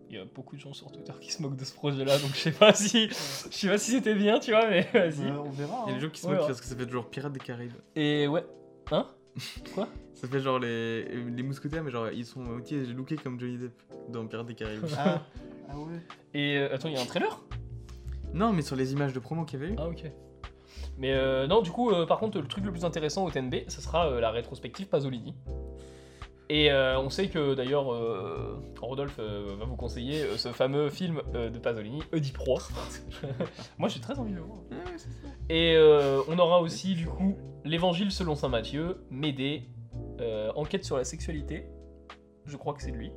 [SPEAKER 2] Il y a beaucoup de gens sur Twitter qui se moquent de ce projet-là, donc je sais pas si, je sais pas si c'était bien, tu vois, mais vas-y.
[SPEAKER 3] Bah, on verra.
[SPEAKER 1] Il y a
[SPEAKER 3] hein.
[SPEAKER 1] des gens qui se
[SPEAKER 2] Ouais,
[SPEAKER 1] moquent
[SPEAKER 2] ouais.
[SPEAKER 1] parce que ça fait genre Pirates des Caraïbes.
[SPEAKER 2] Et ouais, hein
[SPEAKER 1] Ça fait genre les, les mousquetaires, mais genre ils sont ok, lookés comme Johnny Depp dans Pirates des Caraïbes.
[SPEAKER 3] Ah, ah ouais.
[SPEAKER 2] Et euh, attends, il y a un trailer
[SPEAKER 1] non, mais sur les images de promo qu'il y avait eu.
[SPEAKER 2] Ah ok. Mais euh, non, du coup, euh, par contre, le truc le plus intéressant au TNB, ça sera euh, la rétrospective Pasolini. Et euh, on sait que d'ailleurs, euh, Rodolphe euh, va vous conseiller euh, ce fameux film euh, de Pasolini, Oedipe Roy. Moi, j'ai très envie de le voir. Et euh, on aura aussi, du coup, L'Évangile selon saint Matthieu, Médée, euh, Enquête sur la sexualité, je crois que c'est de lui.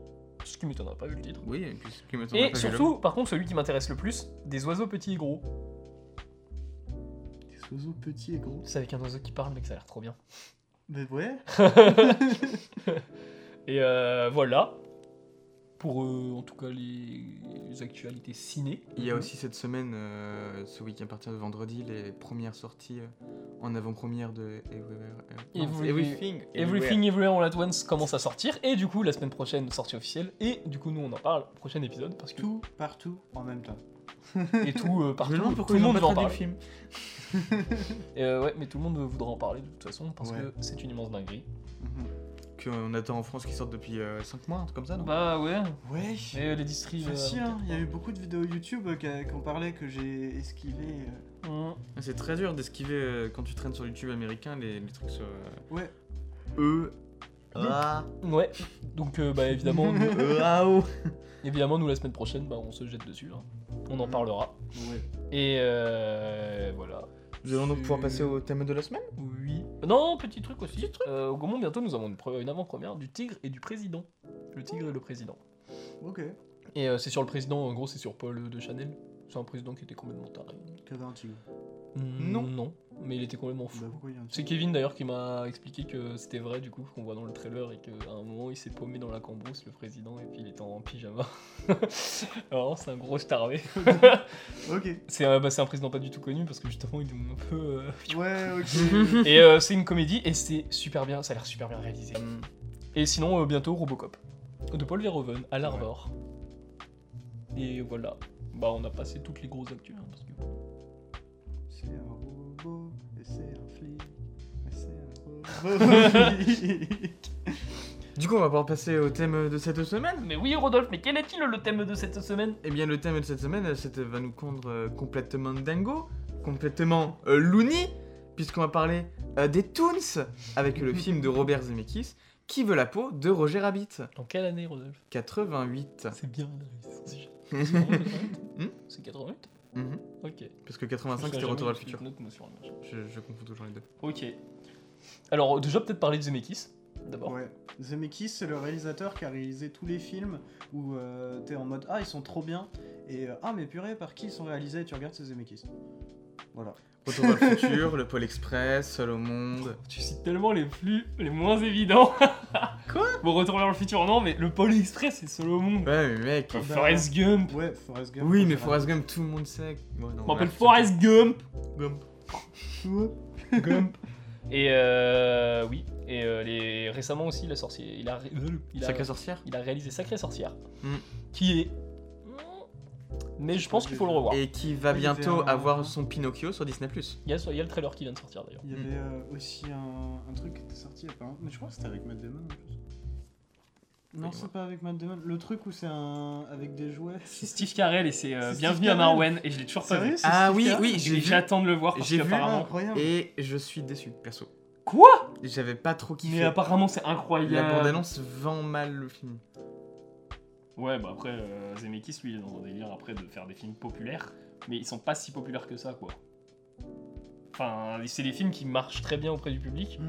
[SPEAKER 2] ce qui m'étonnerait pas vu le titre.
[SPEAKER 1] Oui, qu'est-ce qui m'étonnerait
[SPEAKER 2] Et
[SPEAKER 1] pas, j'ai
[SPEAKER 2] surtout, par contre, celui qui m'intéresse le plus, des oiseaux petits et gros.
[SPEAKER 3] Des oiseaux petits et gros.
[SPEAKER 2] C'est avec un oiseau qui parle, mec, ça a l'air trop bien.
[SPEAKER 3] Mais ouais.
[SPEAKER 2] et euh, voilà. Pour euh, en tout cas les, les actualités ciné.
[SPEAKER 1] Il y a aussi cette semaine, euh, ce week-end à partir de vendredi, les premières sorties euh, en avant-première de Everywhere, euh, non,
[SPEAKER 2] Every-
[SPEAKER 1] c'est Everything.
[SPEAKER 2] Everything Everywhere All At Once commence à sortir. Et du coup, la semaine prochaine, sortie officielle. Et du coup, nous, on en parle au prochain épisode. Parce que
[SPEAKER 3] Tout, partout, en même temps.
[SPEAKER 2] et tout, euh,
[SPEAKER 3] Je me
[SPEAKER 2] partout,
[SPEAKER 3] demande
[SPEAKER 2] tout
[SPEAKER 3] pourquoi
[SPEAKER 2] le
[SPEAKER 3] ils ont
[SPEAKER 2] monde
[SPEAKER 3] pas
[SPEAKER 2] va en
[SPEAKER 3] traduit
[SPEAKER 2] parler.
[SPEAKER 3] le film.
[SPEAKER 2] Et, euh, ouais, mais tout le monde voudra en parler de toute façon parce
[SPEAKER 3] Ouais.
[SPEAKER 2] que c'est une immense dinguerie.
[SPEAKER 3] Mhm.
[SPEAKER 1] Qu'on attend en France qui sortent depuis 5 mois, un truc comme ça, non
[SPEAKER 2] Bah ouais.
[SPEAKER 3] Ouais.
[SPEAKER 2] Mais euh, les districts. euh,
[SPEAKER 3] Facile, hein. il y a
[SPEAKER 2] quatre,
[SPEAKER 3] eu beaucoup de vidéos YouTube euh, qui qui en parlaient que j'ai esquivé. euh,
[SPEAKER 2] hein.
[SPEAKER 1] Ah, C'est très dur d'esquiver euh, quand tu traînes sur YouTube américain les, les trucs sur. euh,
[SPEAKER 3] Ouais.
[SPEAKER 1] E. Ah. A.
[SPEAKER 2] Mm. Ouais. Donc euh, bah évidemment, nous,
[SPEAKER 1] E. A. O.
[SPEAKER 2] évidemment nous la semaine prochaine, bah on se jette dessus. hein. On en
[SPEAKER 3] Mhm.
[SPEAKER 2] parlera.
[SPEAKER 3] Ouais.
[SPEAKER 2] Et euh, voilà.
[SPEAKER 1] Nous allons donc pouvoir passer au thème de la semaine
[SPEAKER 2] Oui. Non, petit truc aussi. Euh, au Gaumont bientôt nous avons une, pre- une avant-première du Tigre et du Président. Le Tigre et le Président.
[SPEAKER 3] Ok.
[SPEAKER 2] Et euh, c'est sur le président. En gros, c'est sur Paul de Chanel. C'est un président qui était complètement taré.
[SPEAKER 3] Cadre un tigre.
[SPEAKER 1] Non.
[SPEAKER 2] Non. Mais il était complètement fou.
[SPEAKER 3] Bah pourquoi il y a un tigre
[SPEAKER 2] C'est Kevin d'ailleurs qui m'a expliqué que c'était vrai du coup, qu'on voit dans le trailer et qu'à un moment il s'est paumé dans la cambrousse, le président, et puis il était en pyjama. Alors c'est un gros starvé.
[SPEAKER 3] Ok.
[SPEAKER 2] c'est un, bah, c'est un président pas du tout connu parce que justement il est un peu. euh,
[SPEAKER 3] Ouais, ok.
[SPEAKER 2] Et euh, c'est une comédie et c'est super bien, ça a l'air super bien réalisé.
[SPEAKER 1] Hum,
[SPEAKER 2] Et sinon euh, bientôt Robocop de Paul Verhoeven à l'Arvor. Et voilà, bah on a passé toutes les grosses actus. hein, parce que-
[SPEAKER 3] c'est un robot, et c'est un flic, et c'est un robot. flic.
[SPEAKER 1] Du coup, on va pouvoir passer au thème de cette semaine.
[SPEAKER 2] Mais oui Rodolphe, mais quel est-il le thème de cette semaine
[SPEAKER 1] Eh bien, le thème de cette semaine, euh, c'est- va nous prendre euh, complètement dingo, complètement euh, loony, puisqu'on va parler euh, des Toons avec le film de Robert Zemeckis, Qui veut la peau de Roger Rabbit,
[SPEAKER 2] Dans quelle année Rodolphe
[SPEAKER 1] 88.
[SPEAKER 2] C'est bien là.
[SPEAKER 1] Hmm
[SPEAKER 2] C'est 88
[SPEAKER 1] Mhm.
[SPEAKER 2] Ok.
[SPEAKER 1] Parce que 85, c'était Retour à le futur. Je, je confonds toujours les deux.
[SPEAKER 2] Ok. Alors, déjà, peut-être parler de Zemeckis, d'abord.
[SPEAKER 3] ouais. Zemeckis, c'est le réalisateur qui a réalisé tous les films où euh, t'es en mode Ah, ils sont trop bien. Et euh, Ah, mais purée, par qui ils sont réalisés Tu regardes, c'est Zemeckis. Voilà.
[SPEAKER 1] Retour vers le futur, le Pôle Express, Seul au monde.
[SPEAKER 2] Tu cites tellement les plus, les moins évidents.
[SPEAKER 1] Quoi
[SPEAKER 2] Bon, retour vers le futur, non, mais le Pôle Express, c'est solo monde.
[SPEAKER 1] Ouais, mais mec.
[SPEAKER 3] Ah bah.
[SPEAKER 2] Forrest Gump.
[SPEAKER 3] Ouais, Forrest Gump.
[SPEAKER 1] Oui, mais
[SPEAKER 3] Roger Rabbit.
[SPEAKER 1] Forrest Gump, tout le monde sait. Ouais, non,
[SPEAKER 2] Je m'appelle
[SPEAKER 1] voilà,
[SPEAKER 2] Forrest Gump.
[SPEAKER 1] Gump.
[SPEAKER 2] Gump. Et euh, oui. Et euh, les... récemment aussi, il a sorti. Il a, ré- euh, il a-
[SPEAKER 1] Sacrée sorcière.
[SPEAKER 2] il a réalisé Sacré Sorcière.
[SPEAKER 1] Hmm.
[SPEAKER 2] Qui est. Mais je pense qu'il faut le revoir.
[SPEAKER 1] Et qui va
[SPEAKER 3] Il y
[SPEAKER 1] bientôt
[SPEAKER 3] avait un-
[SPEAKER 1] avoir son Pinocchio sur Disney.
[SPEAKER 2] Il y, a, il y a le trailer qui vient de sortir d'ailleurs.
[SPEAKER 3] Il y avait euh, aussi un, un truc qui était sorti apparemment. Mais je crois que c'était avec Matt Damon en plus. Non,
[SPEAKER 1] Oui, ouais.
[SPEAKER 3] c'est pas avec Matt Damon. Le truc où c'est un. avec des jouets.
[SPEAKER 2] C'est Steve Carell et c'est euh,
[SPEAKER 3] C'est
[SPEAKER 2] Bienvenue
[SPEAKER 3] Steve
[SPEAKER 2] à Marwen et je l'ai toujours pas vu.
[SPEAKER 3] Sérieux, c'est
[SPEAKER 1] Ah
[SPEAKER 3] Steve
[SPEAKER 1] oui,
[SPEAKER 3] Carell
[SPEAKER 1] oui, j'ai
[SPEAKER 2] Et
[SPEAKER 1] vu.
[SPEAKER 2] J'attends de le voir parce
[SPEAKER 1] J'ai vu,
[SPEAKER 3] Ah,
[SPEAKER 2] qu'apparemment.
[SPEAKER 3] incroyable.
[SPEAKER 1] Et je suis déçu, perso.
[SPEAKER 2] Quoi
[SPEAKER 1] J'avais pas trop
[SPEAKER 2] hein. Mais
[SPEAKER 1] kiffé.
[SPEAKER 2] apparemment c'est incroyable.
[SPEAKER 1] La bande-annonce vend mal le film.
[SPEAKER 2] Ouais, bah après euh, Zemeckis lui il est dans un délire après de faire des films populaires, mais ils sont pas si populaires que ça quoi. Enfin, c'est des films qui marchent très bien auprès du public,
[SPEAKER 3] Mm.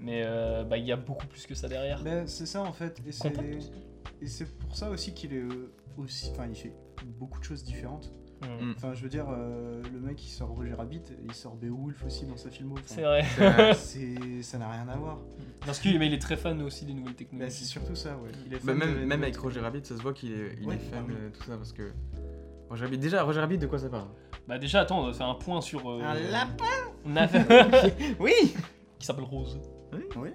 [SPEAKER 2] mais euh, bah il y a beaucoup plus que ça derrière.
[SPEAKER 3] Ben, c'est ça en fait. Et c'est,
[SPEAKER 2] Contact aussi.
[SPEAKER 3] et c'est pour ça aussi qu'il est euh, aussi. Enfin, il fait beaucoup de choses différentes.
[SPEAKER 2] Mm.
[SPEAKER 1] Mm.
[SPEAKER 3] Enfin, je veux dire, euh, le mec il sort Roger Rabbit, il sort Beowulf aussi dans sa filmo. Enfin,
[SPEAKER 2] C'est vrai.
[SPEAKER 1] Euh,
[SPEAKER 3] c'est- ça n'a rien à voir.
[SPEAKER 2] Parce qu'il mais il est très fan aussi des nouvelles
[SPEAKER 3] Ben,
[SPEAKER 2] technologies.
[SPEAKER 3] c'est surtout ça, ouais. Il est
[SPEAKER 1] bah,
[SPEAKER 3] fan de-
[SPEAKER 1] même,
[SPEAKER 3] de-
[SPEAKER 1] même avec Roger Rabbit, ça se voit qu'il est, il
[SPEAKER 3] Ouais,
[SPEAKER 1] est fan
[SPEAKER 3] bah oui.
[SPEAKER 1] de tout ça parce que. Roger Rabbit, déjà, Roger Rabbit, de quoi ça parle
[SPEAKER 2] Bah déjà attends, on va faire un point sur euh,
[SPEAKER 3] Un lapin
[SPEAKER 2] Nav-
[SPEAKER 1] Oui
[SPEAKER 2] qui s'appelle Rose.
[SPEAKER 3] Oui,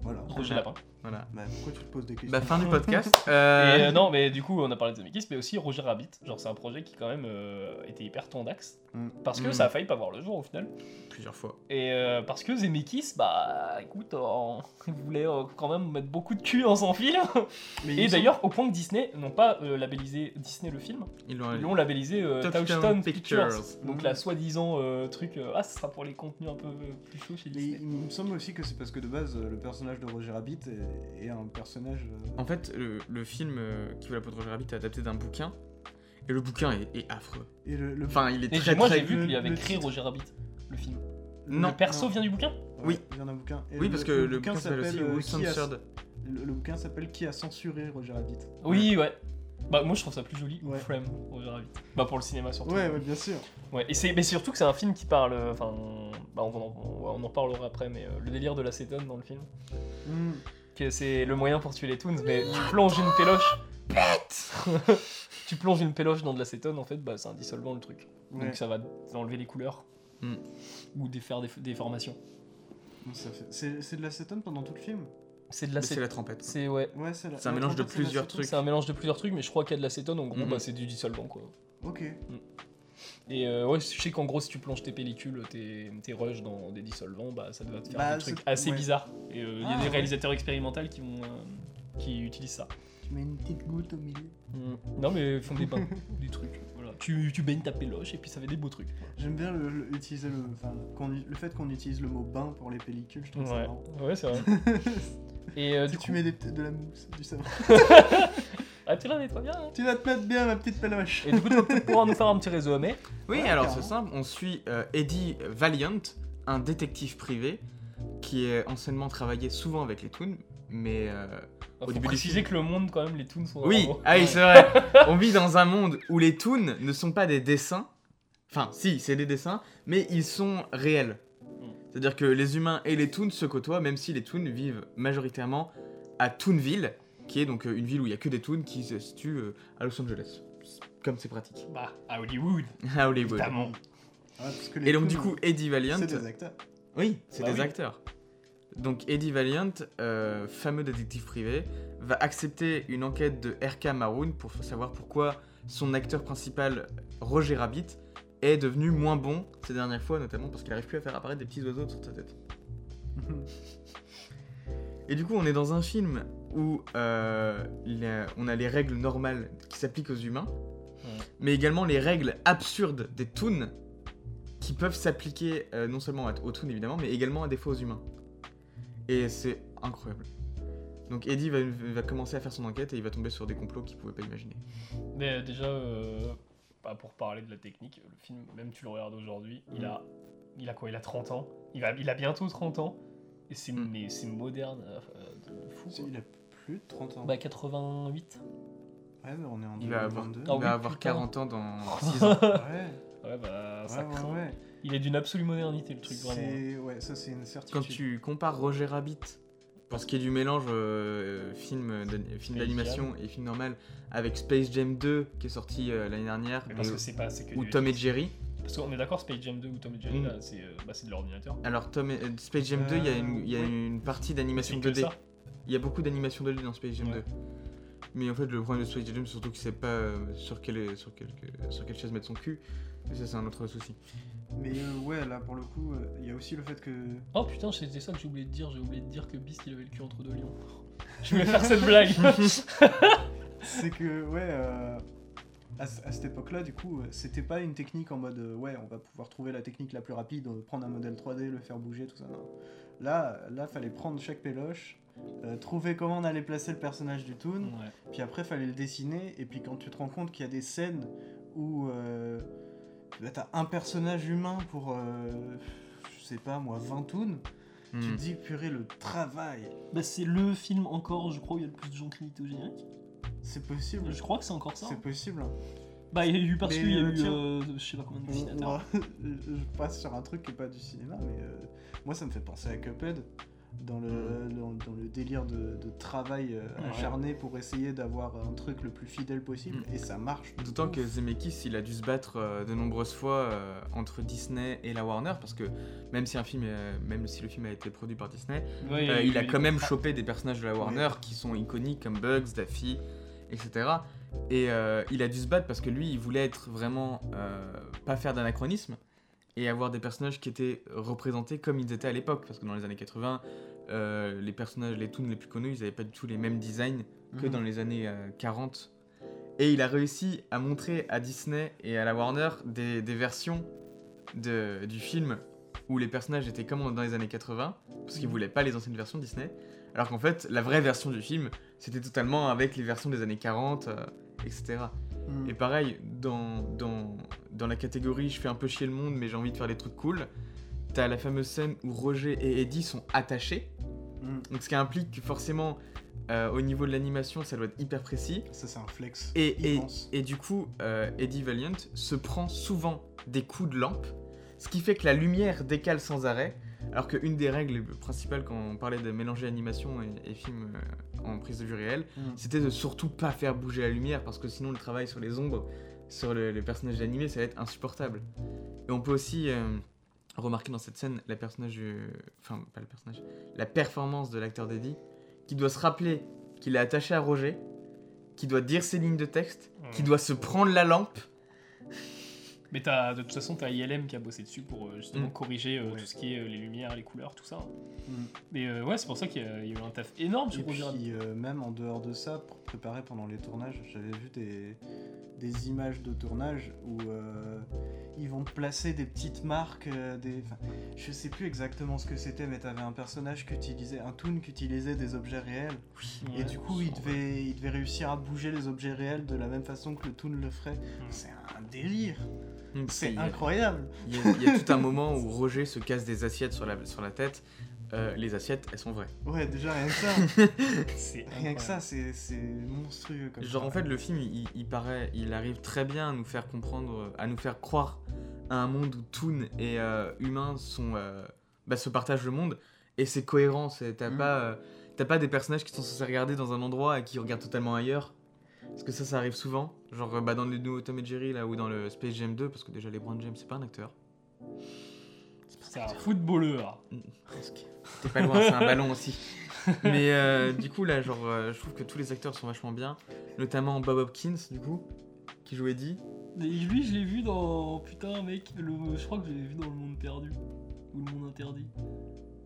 [SPEAKER 3] voilà.
[SPEAKER 2] Roger Lapin.
[SPEAKER 1] Voilà.
[SPEAKER 3] Bah, pourquoi tu te poses des questions
[SPEAKER 1] Bah, fin du podcast. Euh,
[SPEAKER 2] Et euh, non, mais du coup, on a parlé de Zemeckis, mais aussi Roger Rabbit. Genre, c'est un projet qui, quand même, euh, était hyper tondax.
[SPEAKER 3] Mm.
[SPEAKER 2] Parce que
[SPEAKER 1] Mm.
[SPEAKER 2] ça a failli pas voir le jour au final.
[SPEAKER 1] Plusieurs fois.
[SPEAKER 2] Et euh, parce que Zemeckis, bah écoute, euh, il voulait euh, quand même mettre beaucoup de cul dans son film.
[SPEAKER 3] Mais
[SPEAKER 2] Et
[SPEAKER 3] ils sont-
[SPEAKER 2] d'ailleurs, au point que Disney n'ont pas euh, labellisé Disney le film,
[SPEAKER 1] Ils l'ont
[SPEAKER 2] ils l'ont labellisé euh,
[SPEAKER 1] Touchstone
[SPEAKER 2] Touchstone Pictures.
[SPEAKER 1] Pictures.
[SPEAKER 2] Donc,
[SPEAKER 3] Mm.
[SPEAKER 2] la soi-disant euh, truc, euh, ah, ce sera pour les contenus un peu euh, plus chauds chez
[SPEAKER 3] Mais
[SPEAKER 2] Disney.
[SPEAKER 3] il me semble aussi que c'est parce que de base, euh, le personnage de Roger Rabbit est, est un personnage. euh,
[SPEAKER 1] En fait, le, le film euh, qui veut la peau de Roger Rabbit est adapté d'un bouquin. Et le bouquin est, est affreux.
[SPEAKER 3] Et le, le-
[SPEAKER 1] Enfin, il est
[SPEAKER 2] Et
[SPEAKER 1] très
[SPEAKER 2] moi,
[SPEAKER 1] très.
[SPEAKER 2] j'ai vu
[SPEAKER 3] le-
[SPEAKER 2] qu'il avait
[SPEAKER 3] le
[SPEAKER 2] créé
[SPEAKER 3] titre.
[SPEAKER 2] Roger Rabbit, le film.
[SPEAKER 1] Non.
[SPEAKER 2] le perso
[SPEAKER 3] non.
[SPEAKER 2] vient du bouquin
[SPEAKER 1] Oui.
[SPEAKER 3] Il y en a un bouquin. Et
[SPEAKER 1] Oui, parce que le bouquin s'appelle
[SPEAKER 3] s'appelle
[SPEAKER 1] aussi
[SPEAKER 3] euh,
[SPEAKER 1] Who
[SPEAKER 3] Qui a-
[SPEAKER 1] Censored.
[SPEAKER 3] Le, le bouquin s'appelle Qui a censuré Roger Rabbit
[SPEAKER 2] Oui, ouais. Bah, moi je trouve ça plus joli, ou
[SPEAKER 3] Ouais.
[SPEAKER 2] Frame, Roger Rabbit. Bah, pour le cinéma surtout.
[SPEAKER 3] Ouais, ouais, bien sûr.
[SPEAKER 2] Ouais, et c'est mais surtout que c'est un film qui parle. euh, Enfin, bah, on, va en- on, va- on en parlera après, mais euh, le délire de l'acétone dans le film.
[SPEAKER 3] Hmm.
[SPEAKER 2] Que c'est le moyen pour tuer les toons, mais tu plonges une péloche. tu plonges une péloche dans de l'acétone, en fait, bah, c'est un dissolvant le truc.
[SPEAKER 3] Ouais.
[SPEAKER 2] Donc ça va enlever les couleurs.
[SPEAKER 1] Mm.
[SPEAKER 2] Ou défaire des, des formations.
[SPEAKER 3] Bon, ça fait- C'est c'est de l'acétone pendant tout le film
[SPEAKER 2] C'est de
[SPEAKER 1] Mais C'est
[SPEAKER 2] l'acétone.
[SPEAKER 1] la trompette. quoi.
[SPEAKER 2] C'est ouais.
[SPEAKER 3] Ouais, c'est la-
[SPEAKER 1] C'est un
[SPEAKER 3] ouais,
[SPEAKER 1] mélange
[SPEAKER 3] en
[SPEAKER 1] de
[SPEAKER 3] fait, c'est de
[SPEAKER 1] plusieurs
[SPEAKER 3] l'acétone.
[SPEAKER 2] C'est un mélange de plusieurs trucs, mais je crois qu'il y a de l'acétone, en gros,
[SPEAKER 1] Mhm.
[SPEAKER 2] bah, c'est du dissolvant quoi.
[SPEAKER 3] Ok.
[SPEAKER 2] Et euh, ouais, je sais qu'en gros, si tu plonges tes pellicules, tes, tes rushs dans des dissolvants, bah ça doit te faire
[SPEAKER 3] Bah,
[SPEAKER 2] des trucs
[SPEAKER 3] c'est-
[SPEAKER 2] assez
[SPEAKER 3] ouais.
[SPEAKER 2] bizarres. Et euh, il y a
[SPEAKER 3] Ah,
[SPEAKER 2] des
[SPEAKER 3] ouais.
[SPEAKER 2] réalisateurs expérimentaux qui, vont, euh, qui utilisent ça.
[SPEAKER 3] Tu mets une petite goutte au milieu.
[SPEAKER 2] Non, mais ils font des bains, des trucs. Voilà. Tu, tu baignes ta péloche et puis ça fait des beaux trucs.
[SPEAKER 3] J'aime bien le, le- utiliser le, enfin, qu'on- le fait qu'on utilise le mot bain pour les pellicules, je trouve ça
[SPEAKER 2] Ouais,
[SPEAKER 3] marrant.
[SPEAKER 2] ouais c'est vrai. Et euh,
[SPEAKER 3] Si
[SPEAKER 2] du
[SPEAKER 3] tu
[SPEAKER 2] coup,
[SPEAKER 3] mets des petites- de la mousse, du savon.
[SPEAKER 2] ah, t'es là, mais toi bien. hein.
[SPEAKER 3] tu vas te mettre bien, ma petite peloche.
[SPEAKER 2] Et du coup, tu vas peut-être pouvoir nous faire un petit résumé.
[SPEAKER 1] Oui,
[SPEAKER 3] Ouais,
[SPEAKER 1] alors
[SPEAKER 3] carrément.
[SPEAKER 1] c'est simple, on suit euh, Eddie Valiant, un détective privé qui est anciennement travaillé souvent avec les Toons, mais... euh,
[SPEAKER 2] Bah,
[SPEAKER 1] Au
[SPEAKER 2] faut
[SPEAKER 1] début du
[SPEAKER 2] préciser que le monde, quand même, les toons sont.
[SPEAKER 1] Oui,
[SPEAKER 2] vraiment-
[SPEAKER 1] ah oui, c'est vrai. On vit dans un monde où les toons ne sont pas des dessins. Enfin, si, c'est des dessins, mais ils sont réels.
[SPEAKER 3] Hmm.
[SPEAKER 1] C'est-à-dire que les humains et les toons se côtoient, même si les toons vivent majoritairement à Toonville, qui est donc euh, une ville où il n'y a que des toons qui se situe euh, à Los Angeles. Comme c'est pratique.
[SPEAKER 2] Bah, à Hollywood,
[SPEAKER 1] À Hollywood.
[SPEAKER 2] évidemment.
[SPEAKER 3] Ah, parce que les
[SPEAKER 1] Et donc du
[SPEAKER 3] clowns,
[SPEAKER 1] coup, Eddie Valiant.
[SPEAKER 3] c'est des acteurs.
[SPEAKER 1] Oui, c'est
[SPEAKER 2] Bah
[SPEAKER 1] des
[SPEAKER 2] oui.
[SPEAKER 1] acteurs. Donc Eddie Valiant, euh, fameux détective privé, va accepter une enquête de RK Maroon pour savoir pourquoi son acteur principal, Roger Rabbit, est devenu moins bon ces dernières fois, notamment parce qu'il n'arrive plus à faire apparaître des petits oiseaux sur sa tête. Et du coup, on est dans un film où euh, les- on a les règles normales qui s'appliquent aux humains,
[SPEAKER 2] Ouais.
[SPEAKER 1] mais également les règles absurdes des toons qui peuvent s'appliquer euh, non seulement à- aux toons évidemment, mais également à des faux humains. Et c'est incroyable. Donc Eddie va, va commencer à faire son enquête et il va tomber sur des complots qu'il pouvait pas imaginer.
[SPEAKER 2] Mais euh, déjà, euh, bah, pour parler de la technique, le film, même tu le regardes aujourd'hui, il a, il a quoi Il a 30 ans. Il, va, il a bientôt 30 ans. Et c'est,
[SPEAKER 1] Mm.
[SPEAKER 2] mais c'est moderne, euh, de, de fou. quoi.
[SPEAKER 3] Il a plus de 30 ans.
[SPEAKER 2] Bah 88.
[SPEAKER 3] Ouais, mais on est en
[SPEAKER 1] Il va avoir,
[SPEAKER 3] 2022.
[SPEAKER 1] il
[SPEAKER 2] Ah oui, Oh.
[SPEAKER 1] va avoir
[SPEAKER 2] putain.
[SPEAKER 1] 40 ans dans
[SPEAKER 2] ouais,
[SPEAKER 1] 6 ans.
[SPEAKER 3] Ouais,
[SPEAKER 2] bah ça
[SPEAKER 3] ouais,
[SPEAKER 2] craint.
[SPEAKER 3] ouais, ouais.
[SPEAKER 2] Il est d'une absolue modernité le truc vraiment.
[SPEAKER 3] C'est- Ouais, ça c'est une certitude.
[SPEAKER 1] Quand tu compares Roger Rabbit, pour ce qui est du mélange euh, film de- film
[SPEAKER 2] Space
[SPEAKER 1] d'animation et film normal, avec Space Jam 2 qui est sorti euh, l'année dernière,
[SPEAKER 2] Mais parce
[SPEAKER 1] et-
[SPEAKER 2] que c'est pas c'est que
[SPEAKER 1] ou
[SPEAKER 2] du-
[SPEAKER 1] Tom et Jerry.
[SPEAKER 2] Parce qu'on est d'accord, Space Jam 2 ou Tom et Jerry,
[SPEAKER 1] Mm.
[SPEAKER 2] là, c'est, euh, bah, c'est de l'ordinateur.
[SPEAKER 1] Alors Tom et- euh, Space Jam 2, il y a une, il y a
[SPEAKER 3] Euh, oui.
[SPEAKER 1] une partie d'animation
[SPEAKER 2] C'est que
[SPEAKER 1] 2D.
[SPEAKER 2] ça.
[SPEAKER 1] Il y a beaucoup d'animation 2D dans Space Jam
[SPEAKER 2] Ouais.
[SPEAKER 1] 2. Mais en fait, le problème de Space Jam, c'est surtout qu'il sait pas euh, sur quelle, sur, quelle, que- sur quelle chaise mettre son cul. Mais ça, c'est un autre souci.
[SPEAKER 3] Mais euh, ouais, là pour le coup, euh, il y a aussi le fait que.
[SPEAKER 2] Oh putain, c'était ça que j'ai oublié de dire. J'ai oublié de dire que Beast il avait le cul entre deux lions. Je voulais faire cette blague.
[SPEAKER 3] C'est que, ouais, euh, à, c- à cette époque-là, du coup, euh, c'était pas une technique en mode euh, ouais, on va pouvoir trouver la technique la plus rapide, euh, prendre un modèle 3D, le faire bouger, tout ça. Non. Là, là, fallait prendre chaque péloche, euh, trouver comment on allait placer le personnage du Toon,
[SPEAKER 2] Ouais.
[SPEAKER 3] puis après, fallait le dessiner. Et puis quand tu te rends compte qu'il y a des scènes où euh, bah, t'as un personnage humain pour, euh, je sais pas moi, 20 Toons, tu te
[SPEAKER 1] Hmm.
[SPEAKER 3] dis, purée, le travail,
[SPEAKER 2] Bah, c'est le film encore, je crois, où il y a le plus de gens qui imitent au générique.
[SPEAKER 3] c'est possible.
[SPEAKER 2] Je crois que c'est encore ça.
[SPEAKER 3] C'est possible.
[SPEAKER 2] Bah, il y a eu parce
[SPEAKER 3] Mais
[SPEAKER 2] qu'il y a
[SPEAKER 3] le
[SPEAKER 2] eu,
[SPEAKER 3] tien-
[SPEAKER 2] euh, je sais pas combien de dessinateurs.
[SPEAKER 3] Moi, je passe sur un truc qui est pas du cinéma, mais euh, moi ça me fait penser à Cuphead dans le, dans, dans le délire de, de travail euh,
[SPEAKER 2] Ouais.
[SPEAKER 3] acharné pour essayer d'avoir un truc le plus fidèle possible et ça marche. de
[SPEAKER 1] D'autant
[SPEAKER 3] ouf.
[SPEAKER 1] que Zemeckis, il a dû se battre euh, de nombreuses fois euh, entre Disney et la Warner, parce que même si, un film, euh, même si le film a été produit par Disney,
[SPEAKER 2] Ouais,
[SPEAKER 1] euh,
[SPEAKER 2] y
[SPEAKER 1] il a
[SPEAKER 2] eu
[SPEAKER 1] quand
[SPEAKER 2] des
[SPEAKER 1] même
[SPEAKER 2] contrats.
[SPEAKER 1] chopé des personnages de la Warner qui sont iconiques comme Bugs, Daffy, etc. Et euh, il a dû se battre parce que lui, il voulait être vraiment euh, pas faire d'anachronisme et avoir des personnages qui étaient représentés comme ils étaient à l'époque, parce que dans les années 80, euh, les personnages, les toons les plus connus, ils n'avaient pas du tout les mêmes designs que
[SPEAKER 3] Mhm.
[SPEAKER 1] dans les années euh, 40. Et il a réussi à montrer à Disney et à la Warner des, des versions de- du film où les personnages étaient comme dans les années 80, parce qu'ils
[SPEAKER 3] Mhm.
[SPEAKER 1] voulaient pas les anciennes versions Disney, alors qu'en fait, la vraie version du film, c'était totalement avec les versions des années 40, euh, etc.
[SPEAKER 3] Mm.
[SPEAKER 1] Et pareil, dans, dans, dans la catégorie je fais un peu chier le monde mais j'ai envie de faire des trucs cool, T'as la fameuse scène où Roger et Eddie sont attachés.
[SPEAKER 3] Mm.
[SPEAKER 1] Donc ce qui implique que forcément, euh, au niveau de l'animation, ça doit être hyper précis.
[SPEAKER 3] Ça, c'est un flex.
[SPEAKER 1] Et-
[SPEAKER 3] immense.
[SPEAKER 1] Et du coup, euh, Eddie Valiant se prend souvent des coups de lampe, ce qui fait que la lumière décale sans arrêt. Alors qu'une des règles principales quand on parlait de mélanger animation et, et film euh, en prise de vue réelle,
[SPEAKER 3] Mm.
[SPEAKER 1] c'était de surtout pas faire bouger la lumière parce que sinon le travail sur les ombres, sur le- les personnages animés, ça va être insupportable. Et on peut aussi euh, remarquer dans cette scène la personnage, euh, enfin pas le personnage, la performance de l'acteur d'Eddie qui doit se rappeler qu'il est attaché à Roger, qui doit dire ses lignes de texte, qui doit se prendre la lampe.
[SPEAKER 2] Mais t'as- de toute façon, t'as ILM qui a bossé dessus pour euh, justement
[SPEAKER 1] Mm.
[SPEAKER 2] corriger euh,
[SPEAKER 3] Ouais.
[SPEAKER 2] tout ce qui est euh, les lumières, les couleurs, tout ça.
[SPEAKER 3] Mm.
[SPEAKER 2] Mais euh, ouais, c'est pour ça qu'il y, a il y a eu un taf énorme
[SPEAKER 3] Et
[SPEAKER 2] sur
[SPEAKER 3] puis,
[SPEAKER 2] Roger Rabbit.
[SPEAKER 3] euh, même en dehors de ça, pour préparer pendant les tournages, j'avais vu des, des images de tournage où euh, ils vont placer des petites marques, euh, des, enfin, je sais plus exactement ce que c'était, mais t'avais un personnage qui utilisait, un toon qui utilisait des objets réels, et
[SPEAKER 2] Ouais,
[SPEAKER 3] du coup
[SPEAKER 2] c'est
[SPEAKER 3] il
[SPEAKER 2] vrai.
[SPEAKER 3] devait, il devait réussir à bouger les objets réels de la même façon que le toon le ferait. C'est un délire, c'est
[SPEAKER 1] Il y a-
[SPEAKER 3] incroyable.
[SPEAKER 1] Il y, a- il y a tout un moment où Roger se casse des assiettes sur la, sur la tête. Euh, les assiettes, elles sont vraies.
[SPEAKER 3] Ouais, déjà rien que ça,
[SPEAKER 2] C'est
[SPEAKER 3] rien que ça,
[SPEAKER 2] incroyable.
[SPEAKER 3] c'est c'est monstrueux. Comme
[SPEAKER 1] Genre en fait le film il, il paraît, il arrive très bien à nous faire comprendre, euh, à nous faire croire à un monde où Toon et euh, humains sont, euh, bah, se partagent le monde et c'est cohérent. c'est- T'as
[SPEAKER 3] Mm.
[SPEAKER 1] pas, euh, t'as pas des personnages qui sont censés regarder dans un endroit et qui regardent totalement ailleurs. Parce que ça, ça arrive souvent. Genre euh, bah, dans le nouveau Tom et Jerry là ou dans le Space Jam 2 parce que déjà LeBron James c'est pas un acteur.
[SPEAKER 2] C'est un footballeur.
[SPEAKER 1] Presque. T'es pas loin, c'est un ballon aussi. Mais euh, du coup, là, genre, euh, je trouve que tous les acteurs sont vachement bien, notamment Bob Hopkins, du coup, qui joue Eddie.
[SPEAKER 2] Et lui, je l'ai vu dans. Putain, mec, le... je crois que je l'ai vu dans Le Monde Perdu. Ou Le Monde Interdit.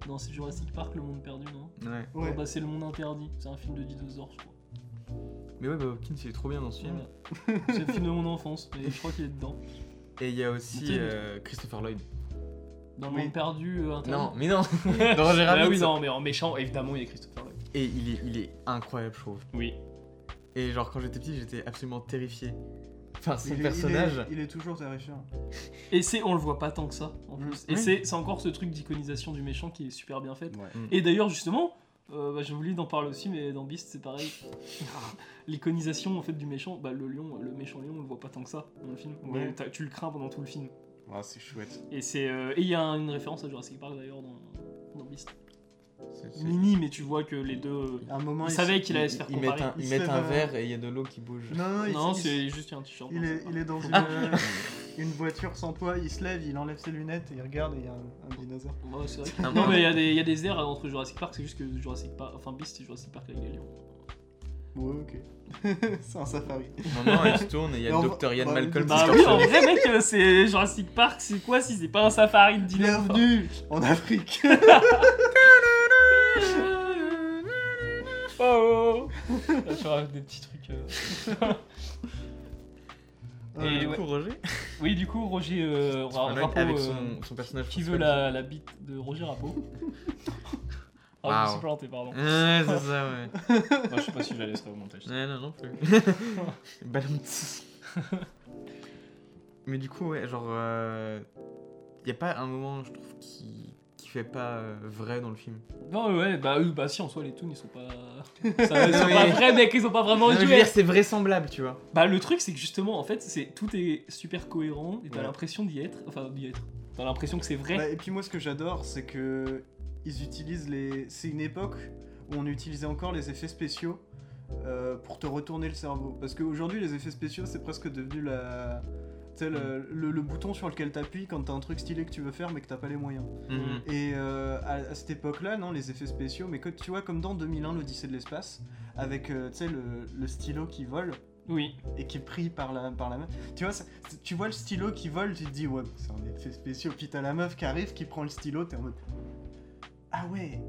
[SPEAKER 2] Non, c'est Jurassic Park, Le Monde Perdu, non
[SPEAKER 1] Ouais.
[SPEAKER 3] Ouais. Mm.
[SPEAKER 2] Non, bah, c'est Le Monde Interdit. C'est un film de dinosaures, je crois.
[SPEAKER 1] Mais ouais, Bob Hopkins, il est trop bien dans ce film.
[SPEAKER 2] Voilà. c'est le film de mon enfance, mais je crois qu'il est dedans.
[SPEAKER 1] Et il y a aussi
[SPEAKER 2] Ok.
[SPEAKER 1] euh, Christopher Lloyd.
[SPEAKER 2] Dans Le
[SPEAKER 3] Oui.
[SPEAKER 2] Monde Perdu, euh, interdit.
[SPEAKER 1] Non, mais non
[SPEAKER 2] Dans
[SPEAKER 1] Roger Rabbit.
[SPEAKER 2] oui, non, mais en méchant, évidemment, il est Christopher Lloyd.
[SPEAKER 1] Et il est, il est incroyable, je trouve.
[SPEAKER 2] Oui.
[SPEAKER 1] Et genre, quand j'étais petit, j'étais absolument terrifié par
[SPEAKER 3] Il
[SPEAKER 1] son
[SPEAKER 3] est- il est-
[SPEAKER 1] personnage.
[SPEAKER 3] il est toujours terrifiant.
[SPEAKER 2] Et c'est, on le voit pas tant que ça, en
[SPEAKER 3] Mm.
[SPEAKER 2] plus. Et
[SPEAKER 1] Oui.
[SPEAKER 2] c'est, c'est encore ce truc d'iconisation du méchant qui est super bien fait.
[SPEAKER 3] Ouais.
[SPEAKER 2] Et d'ailleurs, justement, euh, bah, j'ai oublié d'en parler aussi, mais dans Beast, c'est pareil. L'iconisation en fait du méchant, bah, le lion, le méchant lion, on le voit pas tant que ça dans le film. On-
[SPEAKER 3] Ouais.
[SPEAKER 2] t'as- Tu le crains pendant tout le film.
[SPEAKER 3] Ah, c'est chouette.
[SPEAKER 2] Et c'est, euh, et il y a un- une référence à Jurassic Park d'ailleurs dans, dans Beast.
[SPEAKER 1] C'est- c'est-
[SPEAKER 2] Mini, mais tu vois que les deux. euh,
[SPEAKER 3] À un moment,
[SPEAKER 2] Il
[SPEAKER 3] il
[SPEAKER 2] savait
[SPEAKER 3] s-
[SPEAKER 2] qu'il allait se faire
[SPEAKER 1] Ils mettent
[SPEAKER 2] comparer.
[SPEAKER 1] un, ils
[SPEAKER 3] Il se
[SPEAKER 1] mettent
[SPEAKER 3] lève
[SPEAKER 1] un
[SPEAKER 3] à-
[SPEAKER 1] verre et il y a de l'eau qui bouge.
[SPEAKER 3] Non, non, il,
[SPEAKER 2] Non,
[SPEAKER 3] il-
[SPEAKER 2] c'est juste un t-shirt.
[SPEAKER 3] il
[SPEAKER 2] hein,
[SPEAKER 3] est,
[SPEAKER 2] c'est pas-
[SPEAKER 3] il est dans une, euh, une voiture sans toit, il se lève, il enlève ses lunettes et il regarde et il y a un, un dinosaure.
[SPEAKER 2] Ouais, c'est vrai que-
[SPEAKER 1] Ah,
[SPEAKER 2] non,
[SPEAKER 1] ouais.
[SPEAKER 2] mais il y a des- il y, a des airs entre Jurassic Park, c'est juste que Jurassic Park, enfin Beast et Jurassic Park, là, il y a les lions.
[SPEAKER 3] Ouais, ok. c'est un safari.
[SPEAKER 1] Non, non, elle se tourne et il y a
[SPEAKER 3] Mais on va-
[SPEAKER 1] Dr. Ian
[SPEAKER 3] bah,
[SPEAKER 1] Malcolm.
[SPEAKER 2] Bah oui, en vrai, mec, euh, c'est Jurassic Park, c'est quoi si c'est pas un safari de dinosaures
[SPEAKER 3] Bienvenue en Afrique.
[SPEAKER 2] Oh, oh. Ah, Tu rajoutes des petits trucs. euh.
[SPEAKER 1] Et
[SPEAKER 2] Et
[SPEAKER 1] du
[SPEAKER 2] ouais.
[SPEAKER 1] coup, Roger
[SPEAKER 2] Oui, du coup, Roger euh, Ra-
[SPEAKER 1] Voilà,
[SPEAKER 2] Rapo,
[SPEAKER 1] avec
[SPEAKER 2] euh,
[SPEAKER 1] son, son personnage
[SPEAKER 2] qui veut la, la bite de Roger Rapo Ah, je me
[SPEAKER 1] Wow.
[SPEAKER 2] suis planté, pardon.
[SPEAKER 1] Ouais, c'est ça, ouais.
[SPEAKER 2] Moi, je sais pas si je la laisserai au montage.
[SPEAKER 1] Ouais, non, non plus. Balance. Mais du coup, ouais, genre. Il y a pas un moment, je trouve, qui, qui fait pas euh, vrai dans le film.
[SPEAKER 2] Non, ouais, bah, eux, bah si, en soi, les Toons, ils sont pas. Ça, ils sont
[SPEAKER 1] Oui.
[SPEAKER 2] pas vrais, mec, ils ont pas vraiment
[SPEAKER 1] Non, mais je veux
[SPEAKER 2] joué.
[SPEAKER 1] dire, c'est vraisemblable, tu vois.
[SPEAKER 2] Bah, le truc, c'est que justement, en fait, c'est tout est super cohérent et t'as
[SPEAKER 1] Ouais.
[SPEAKER 2] l'impression d'y être. Enfin, d'y être. T'as l'impression que c'est vrai.
[SPEAKER 3] Bah, et puis moi, ce que j'adore, c'est que ils utilisent les. C'est une époque où on utilisait encore les effets spéciaux euh, pour te retourner le cerveau. Parce qu'aujourd'hui, les effets spéciaux, c'est presque devenu la. tu sais, Le, le- le bouton sur lequel t'appuies quand t'as un truc stylé que tu veux faire mais que t'as pas les moyens.
[SPEAKER 1] Mhm.
[SPEAKER 3] Et euh, à, à cette époque-là, non, les effets spéciaux, mais que tu vois, comme dans 2001, l'Odyssée de l'espace, avec euh, tu sais, le, le stylo qui vole
[SPEAKER 2] Oui.
[SPEAKER 3] et qui est pris par la, par la meuf. Tu vois, ça- c'est- tu vois le stylo qui vole, tu te dis, ouais, c'est un effet spécial. Puis t'as la meuf qui arrive, qui prend le stylo, t'es en mode. Ah ouais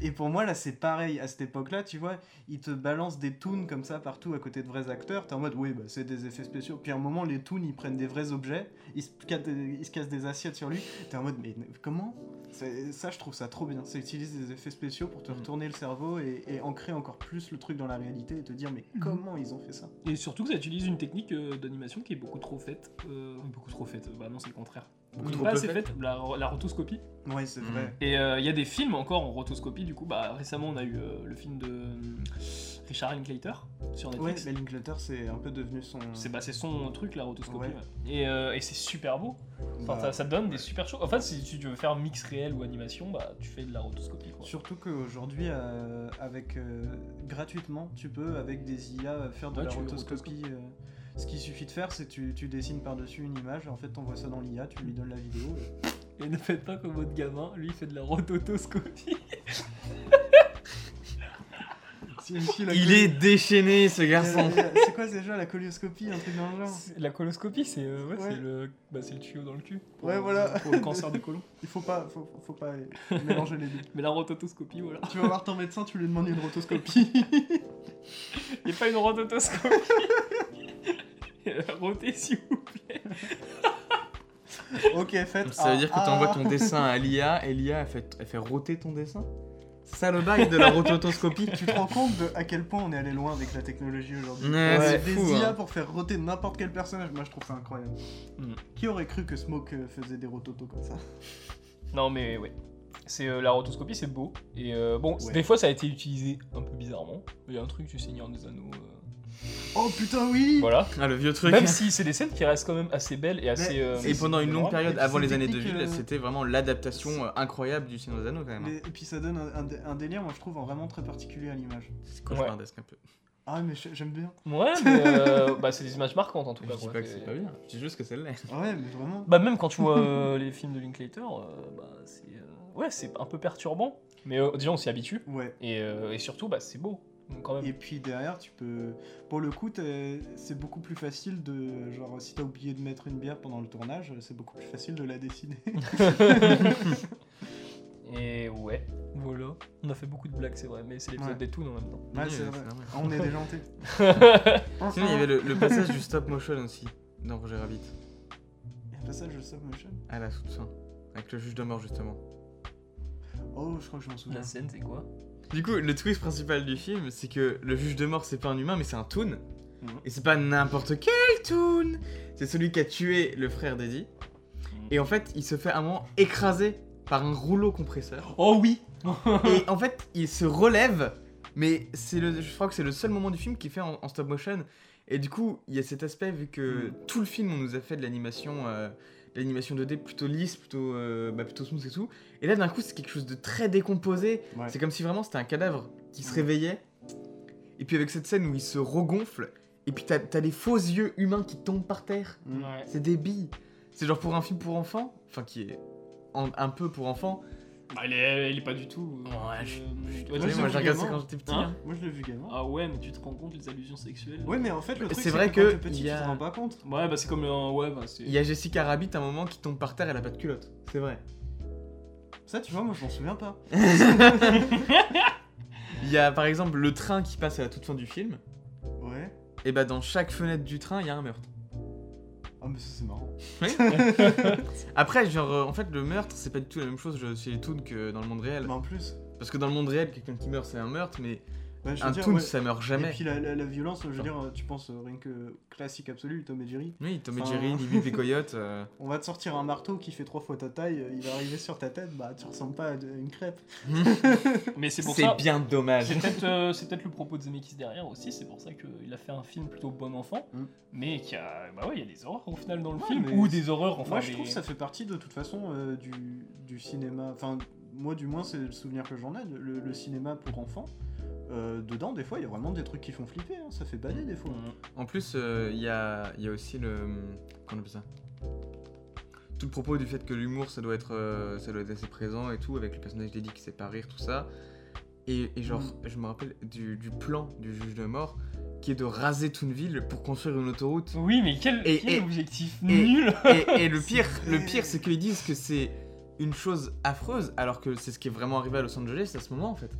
[SPEAKER 3] Et pour moi, là, c'est pareil. À cette époque-là, tu vois, ils te balancent des toons comme ça partout à côté de vrais acteurs. T'es en mode, oui, bah, c'est des effets spéciaux. Puis à un moment, les toons, ils prennent des vrais objets, ils se, ca- ils se cassent des assiettes sur lui. T'es en mode, mais comment C'est- ça, je trouve ça trop bien. Ça utilise des effets spéciaux pour te
[SPEAKER 1] Mhm.
[SPEAKER 3] retourner le cerveau et, et ancrer encore plus le truc dans la réalité et te dire, mais
[SPEAKER 2] Mhm.
[SPEAKER 3] comment ils ont fait ça
[SPEAKER 2] Et surtout que ça utilise une technique euh, d'animation qui est beaucoup trop faite. euh, beaucoup trop faite, bah non, c'est le contraire.
[SPEAKER 1] Beaucoup
[SPEAKER 2] une
[SPEAKER 1] trop
[SPEAKER 2] passe
[SPEAKER 1] peu
[SPEAKER 2] est
[SPEAKER 1] faite.
[SPEAKER 2] faite, la, la rotoscopie.
[SPEAKER 3] Ouais, c'est
[SPEAKER 1] Mhm.
[SPEAKER 3] vrai.
[SPEAKER 2] Et euh, il y a des films encore en rotoscopie, du coup, bah récemment on a eu euh, le film de euh, Richard Linklater sur
[SPEAKER 3] Ouais,
[SPEAKER 2] Netflix.
[SPEAKER 3] mais Linklater, c'est un peu devenu son.
[SPEAKER 2] C'est bah, c'est son truc, la rotoscopie.
[SPEAKER 3] Ouais.
[SPEAKER 2] ouais. Et, euh, et c'est super beau. Enfin,
[SPEAKER 3] bah,
[SPEAKER 2] ça, ça donne des super choses. Enfin, si tu veux faire mix réel ou animation, bah tu fais de la rotoscopie. Quoi.
[SPEAKER 3] Surtout qu'aujourd'hui, euh, avec euh, gratuitement, tu peux avec des IA faire de
[SPEAKER 2] Ouais,
[SPEAKER 3] la
[SPEAKER 2] tu
[SPEAKER 3] rotoscopie. euh, ce qu'il suffit de faire, c'est tu, tu dessines par-dessus une image, en fait, t'envoies ça dans l'IA, tu lui donnes la vidéo.
[SPEAKER 2] Et ne faites pas comme votre gamin, lui il fait de la rotoscopie.
[SPEAKER 3] C'est une fille, la
[SPEAKER 1] Il
[SPEAKER 3] col-
[SPEAKER 1] est déchaîné ce garçon.
[SPEAKER 3] C'est quoi déjà la colioscopie, un truc dans le genre
[SPEAKER 2] La coloscopie, c'est euh, ouais,
[SPEAKER 3] Ouais.
[SPEAKER 2] c'est le, bah, c'est le tuyau dans le cul. Pour,
[SPEAKER 3] Ouais, voilà.
[SPEAKER 2] Pour le cancer des colons.
[SPEAKER 3] Il faut pas, faut, faut pas euh, mélanger les deux.
[SPEAKER 2] Mais la rototoscopie, voilà.
[SPEAKER 3] Tu vas voir ton médecin, tu lui demandes une rotoscopie.
[SPEAKER 2] Il n'y a pas une rototoscopie. Rotez, s'il vous plaît.
[SPEAKER 3] ok, faites.
[SPEAKER 1] Ça veut dire que
[SPEAKER 3] Ah,
[SPEAKER 1] t'envoies
[SPEAKER 3] ah.
[SPEAKER 1] ton dessin à l'IA et l'IA elle fait, elle fait roter ton dessin C'est ça le bail de la rototoscopie
[SPEAKER 3] Tu te rends compte de à quel point on est allé loin avec la technologie aujourd'hui.
[SPEAKER 1] Ouais,
[SPEAKER 3] On a
[SPEAKER 1] c'est
[SPEAKER 3] des
[SPEAKER 1] fou,
[SPEAKER 3] IA
[SPEAKER 1] hein.
[SPEAKER 3] pour faire roter n'importe quel personnage. Moi, je trouve ça incroyable.
[SPEAKER 2] Mm.
[SPEAKER 3] Qui aurait cru que Smoke euh, faisait des rototos comme ça
[SPEAKER 2] Non, mais ouais. C'est euh, la rotoscopie, c'est beau. Et euh, bon,
[SPEAKER 3] Ouais.
[SPEAKER 2] des fois, ça a été utilisé un peu bizarrement. Il y a un truc du Seigneur des Anneaux. euh,
[SPEAKER 3] Oh putain, oui
[SPEAKER 2] Voilà.
[SPEAKER 1] Ah le vieux truc
[SPEAKER 2] Même si c'est des scènes qui restent quand même assez belles et assez. euh,
[SPEAKER 1] Et pendant une longue période,
[SPEAKER 3] Et puis
[SPEAKER 1] avant
[SPEAKER 3] c'est
[SPEAKER 1] les années
[SPEAKER 3] technique,
[SPEAKER 1] 2000,
[SPEAKER 3] euh,
[SPEAKER 1] c'était vraiment l'adaptation euh, incroyable du Seigneur des Anneaux quand même.
[SPEAKER 3] Mais-
[SPEAKER 1] hein.
[SPEAKER 3] Et puis ça donne un, un dé- un délire, moi je trouve, vraiment très particulier à l'image.
[SPEAKER 1] C'est cauchemardesque un peu.
[SPEAKER 3] Ah, mais je- j'aime bien.
[SPEAKER 2] Ouais, mais euh, bah, c'est des images marquantes en tout cas.
[SPEAKER 1] Je dis
[SPEAKER 2] quoi.
[SPEAKER 1] pas que
[SPEAKER 2] C'est-
[SPEAKER 1] c'est pas bien, je dis juste que c'est l'est.
[SPEAKER 3] Ah Ouais, mais vraiment.
[SPEAKER 2] Bah même quand tu vois euh, les films de Linklater, euh, bah, c'est euh, ouais c'est un peu perturbant. Mais euh, déjà on s'y habitue
[SPEAKER 3] Ouais.
[SPEAKER 2] et, euh, et surtout bah c'est beau Donc, quand même.
[SPEAKER 3] Et puis derrière, tu peux. Pour le coup, t'es- c'est beaucoup plus facile de. Genre, si t'as oublié de mettre une bière pendant le tournage, c'est beaucoup plus facile de la dessiner.
[SPEAKER 2] Et ouais. Voilà. On a fait beaucoup de blagues c'est vrai, mais c'est l'épisode
[SPEAKER 3] Ouais.
[SPEAKER 2] des Toons en même temps.
[SPEAKER 3] Ouais,
[SPEAKER 1] Oui,
[SPEAKER 3] c'est
[SPEAKER 1] c'est
[SPEAKER 3] vrai.
[SPEAKER 1] normal.
[SPEAKER 3] Ah, On est déjanté.
[SPEAKER 1] Sinon, il y avait le, le passage du stop motion aussi dans Roger Rabbit,
[SPEAKER 3] Il y a un passage de stop motion.
[SPEAKER 1] à la toute fin, avec le juge de mort justement.
[SPEAKER 3] Oh, je crois que je m'en souviens.
[SPEAKER 2] La scène c'est quoi
[SPEAKER 1] Du coup, le twist principal du film, c'est que le juge de mort, c'est pas un humain, mais c'est un toon.
[SPEAKER 3] Mhm.
[SPEAKER 1] Et c'est pas n'importe quel toon C'est celui qui a tué le frère d'Eddie. Et en fait, il se fait à un moment écraser par un rouleau compresseur.
[SPEAKER 2] Oh oui.
[SPEAKER 1] Et en fait, il se relève, mais c'est le, je crois que c'est le seul moment du film qui est fait en, en stop motion. Et du coup, il y a cet aspect, vu que tout le film, on nous a fait de l'animation euh, de l'animation 2D plutôt lisse, plutôt, euh, bah, plutôt smooth et tout. Et là, d'un coup, c'est quelque chose de très décomposé.
[SPEAKER 3] Ouais.
[SPEAKER 1] C'est comme si vraiment c'était un cadavre qui se réveillait. Et puis avec cette scène où il se regonfle, et puis t'as t'as les faux yeux humains qui tombent par terre.
[SPEAKER 3] Mm.
[SPEAKER 2] Ouais.
[SPEAKER 1] C'est des billes. C'est genre pour un film pour enfants, enfin qui est en- un peu pour enfants.
[SPEAKER 2] Bah, il, est, il est pas du tout.
[SPEAKER 1] Ouais,
[SPEAKER 2] euh,
[SPEAKER 1] je-
[SPEAKER 2] euh,
[SPEAKER 1] Vous
[SPEAKER 3] je-
[SPEAKER 2] ouais,
[SPEAKER 1] savez,
[SPEAKER 2] tu-
[SPEAKER 1] moi
[SPEAKER 3] c'est
[SPEAKER 1] j'ai regardé ça
[SPEAKER 3] vraiment-
[SPEAKER 1] quand j'étais petit.
[SPEAKER 2] Hein
[SPEAKER 3] Moi, je l'ai vu gamin.
[SPEAKER 2] Ah ouais mais tu te rends compte les allusions sexuelles.
[SPEAKER 3] Ouais, mais en fait, le
[SPEAKER 1] Bah,
[SPEAKER 3] truc,
[SPEAKER 1] c'est
[SPEAKER 3] c'est
[SPEAKER 1] vrai
[SPEAKER 3] que, quand
[SPEAKER 1] que
[SPEAKER 3] t'es petit,
[SPEAKER 1] il y a-
[SPEAKER 3] tu te rends pas compte.
[SPEAKER 2] Ouais bah c'est comme le ouais bah c'est.
[SPEAKER 1] Il y a Jessica Rabbit à un moment qui tombe par terre, elle a pas de culotte. C'est vrai.
[SPEAKER 3] Ça, tu vois, moi, je m'en souviens pas.
[SPEAKER 1] Il y a par exemple le train qui passe à la toute fin du film.
[SPEAKER 3] Ouais.
[SPEAKER 1] Et bah dans chaque fenêtre du train, il y a un meurtre.
[SPEAKER 3] Ah, mais ça, c'est marrant.
[SPEAKER 1] Après, genre euh, en fait le meurtre, c'est pas du tout la même chose je- chez les toons que dans le monde réel.
[SPEAKER 3] Mais en plus,
[SPEAKER 1] Parce que dans le monde réel, quelqu'un qui meurt, c'est un meurtre, mais
[SPEAKER 3] bah, je veux
[SPEAKER 1] un
[SPEAKER 3] dire,
[SPEAKER 1] toon,
[SPEAKER 3] ouais.
[SPEAKER 1] ça meurt
[SPEAKER 3] Et
[SPEAKER 1] jamais.
[SPEAKER 3] puis la, la- la violence, je veux dire, tu penses euh, rien que classique absolu, Tom et Jerry.
[SPEAKER 1] Oui, Tom et
[SPEAKER 3] Enfin-
[SPEAKER 1] Jerry, Libby et Coyote. euh,
[SPEAKER 3] On va te sortir un marteau qui fait trois fois ta taille, euh, il va arriver sur ta tête, bah tu ressembles pas à de- une crêpe.
[SPEAKER 2] Mais c'est pour
[SPEAKER 1] C'est
[SPEAKER 2] ça.
[SPEAKER 1] bien dommage.
[SPEAKER 2] C'est peut-être euh, c'est peut-être le propos de Zemeckis derrière aussi, c'est pour ça qu'il a fait un film plutôt bon enfant,
[SPEAKER 3] Mm.
[SPEAKER 2] mais qui a bah ouais, il y a des horreurs au final dans le
[SPEAKER 3] Ouais, mais
[SPEAKER 2] film ou des horreurs enfin
[SPEAKER 3] moi je
[SPEAKER 2] des-
[SPEAKER 3] trouve que ça fait partie de toute façon euh, du, du cinéma, enfin moi du moins c'est le souvenir que j'en ai, de- le, le cinéma pour enfants. Euh, dedans, des fois, il y a vraiment des trucs qui font flipper, hein, ça fait bader des fois.
[SPEAKER 2] Mm.
[SPEAKER 1] En plus, euh, il y, a, il y a aussi le. Comment on appelle ça Tout le propos du fait que l'humour, ça, doit être, euh, ça doit être assez présent et tout, avec le personnage d'Eddie qui sait pas rire, tout ça. Et, et genre,
[SPEAKER 3] Mm.
[SPEAKER 1] je me rappelle du, du plan du juge de mort qui est de raser toute une ville pour construire une autoroute.
[SPEAKER 2] Oui, mais quel,
[SPEAKER 1] Et-
[SPEAKER 2] quel
[SPEAKER 1] et-
[SPEAKER 2] objectif
[SPEAKER 1] et-
[SPEAKER 2] nul.
[SPEAKER 1] Et, et le pire, le
[SPEAKER 3] vrai.
[SPEAKER 1] pire, c'est qu'ils disent que c'est une chose affreuse, alors que c'est ce qui est vraiment arrivé à Los Angeles à ce moment en fait.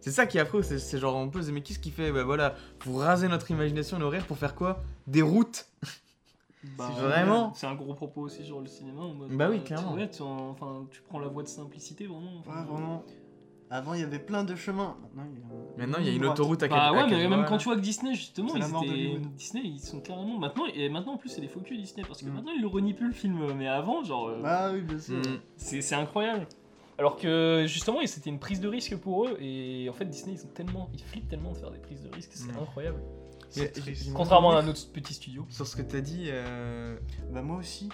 [SPEAKER 1] C'est ça qui est affreux, c'est- c'est genre un peu Zemeckis qui fait, bah voilà, vous rasez notre imagination, nos rêves pour faire quoi Des routes
[SPEAKER 3] Bah,
[SPEAKER 2] C'est
[SPEAKER 1] vraiment
[SPEAKER 2] C'est un gros propos aussi sur le cinéma en mode
[SPEAKER 1] Bah oui,
[SPEAKER 2] euh, tu-
[SPEAKER 1] clairement.
[SPEAKER 2] ouais, tu, en- enfin, euh, tu prends la voie de simplicité vraiment.
[SPEAKER 3] Ouais,
[SPEAKER 2] enfin,
[SPEAKER 3] vraiment. Avant, il y avait plein de chemins. Maintenant, il y a,
[SPEAKER 1] Maintenant, il y a une
[SPEAKER 3] droite.
[SPEAKER 1] autoroute à
[SPEAKER 2] Bah
[SPEAKER 1] quatre- à
[SPEAKER 2] ouais, mais
[SPEAKER 1] quatre
[SPEAKER 2] même
[SPEAKER 1] voies.
[SPEAKER 2] quand tu vois que Disney, justement,
[SPEAKER 3] C'est
[SPEAKER 2] ils
[SPEAKER 3] la mort
[SPEAKER 2] étaient-
[SPEAKER 3] d'Hollywood.
[SPEAKER 2] Disney, ils sont carrément. Maintenant, et maintenant, en plus, c'est des faux culs Disney parce que
[SPEAKER 1] Mm.
[SPEAKER 2] maintenant, ils le renient plus le film. Mais avant, genre, euh,
[SPEAKER 3] Ah oui, bien sûr.
[SPEAKER 1] Mhm.
[SPEAKER 2] c'est c'est incroyable. Alors que justement, et c'était une prise de risque pour eux. Et en fait, Disney, ils ont tellement. Ils flippent tellement de faire des prises de risque, c'est
[SPEAKER 1] Mm.
[SPEAKER 2] incroyable.
[SPEAKER 1] Mais
[SPEAKER 3] C'est triste.
[SPEAKER 1] j'ai-
[SPEAKER 2] Contrairement à un autre petit studio.
[SPEAKER 1] Sur ce que t'as dit, euh,
[SPEAKER 3] Bah moi aussi.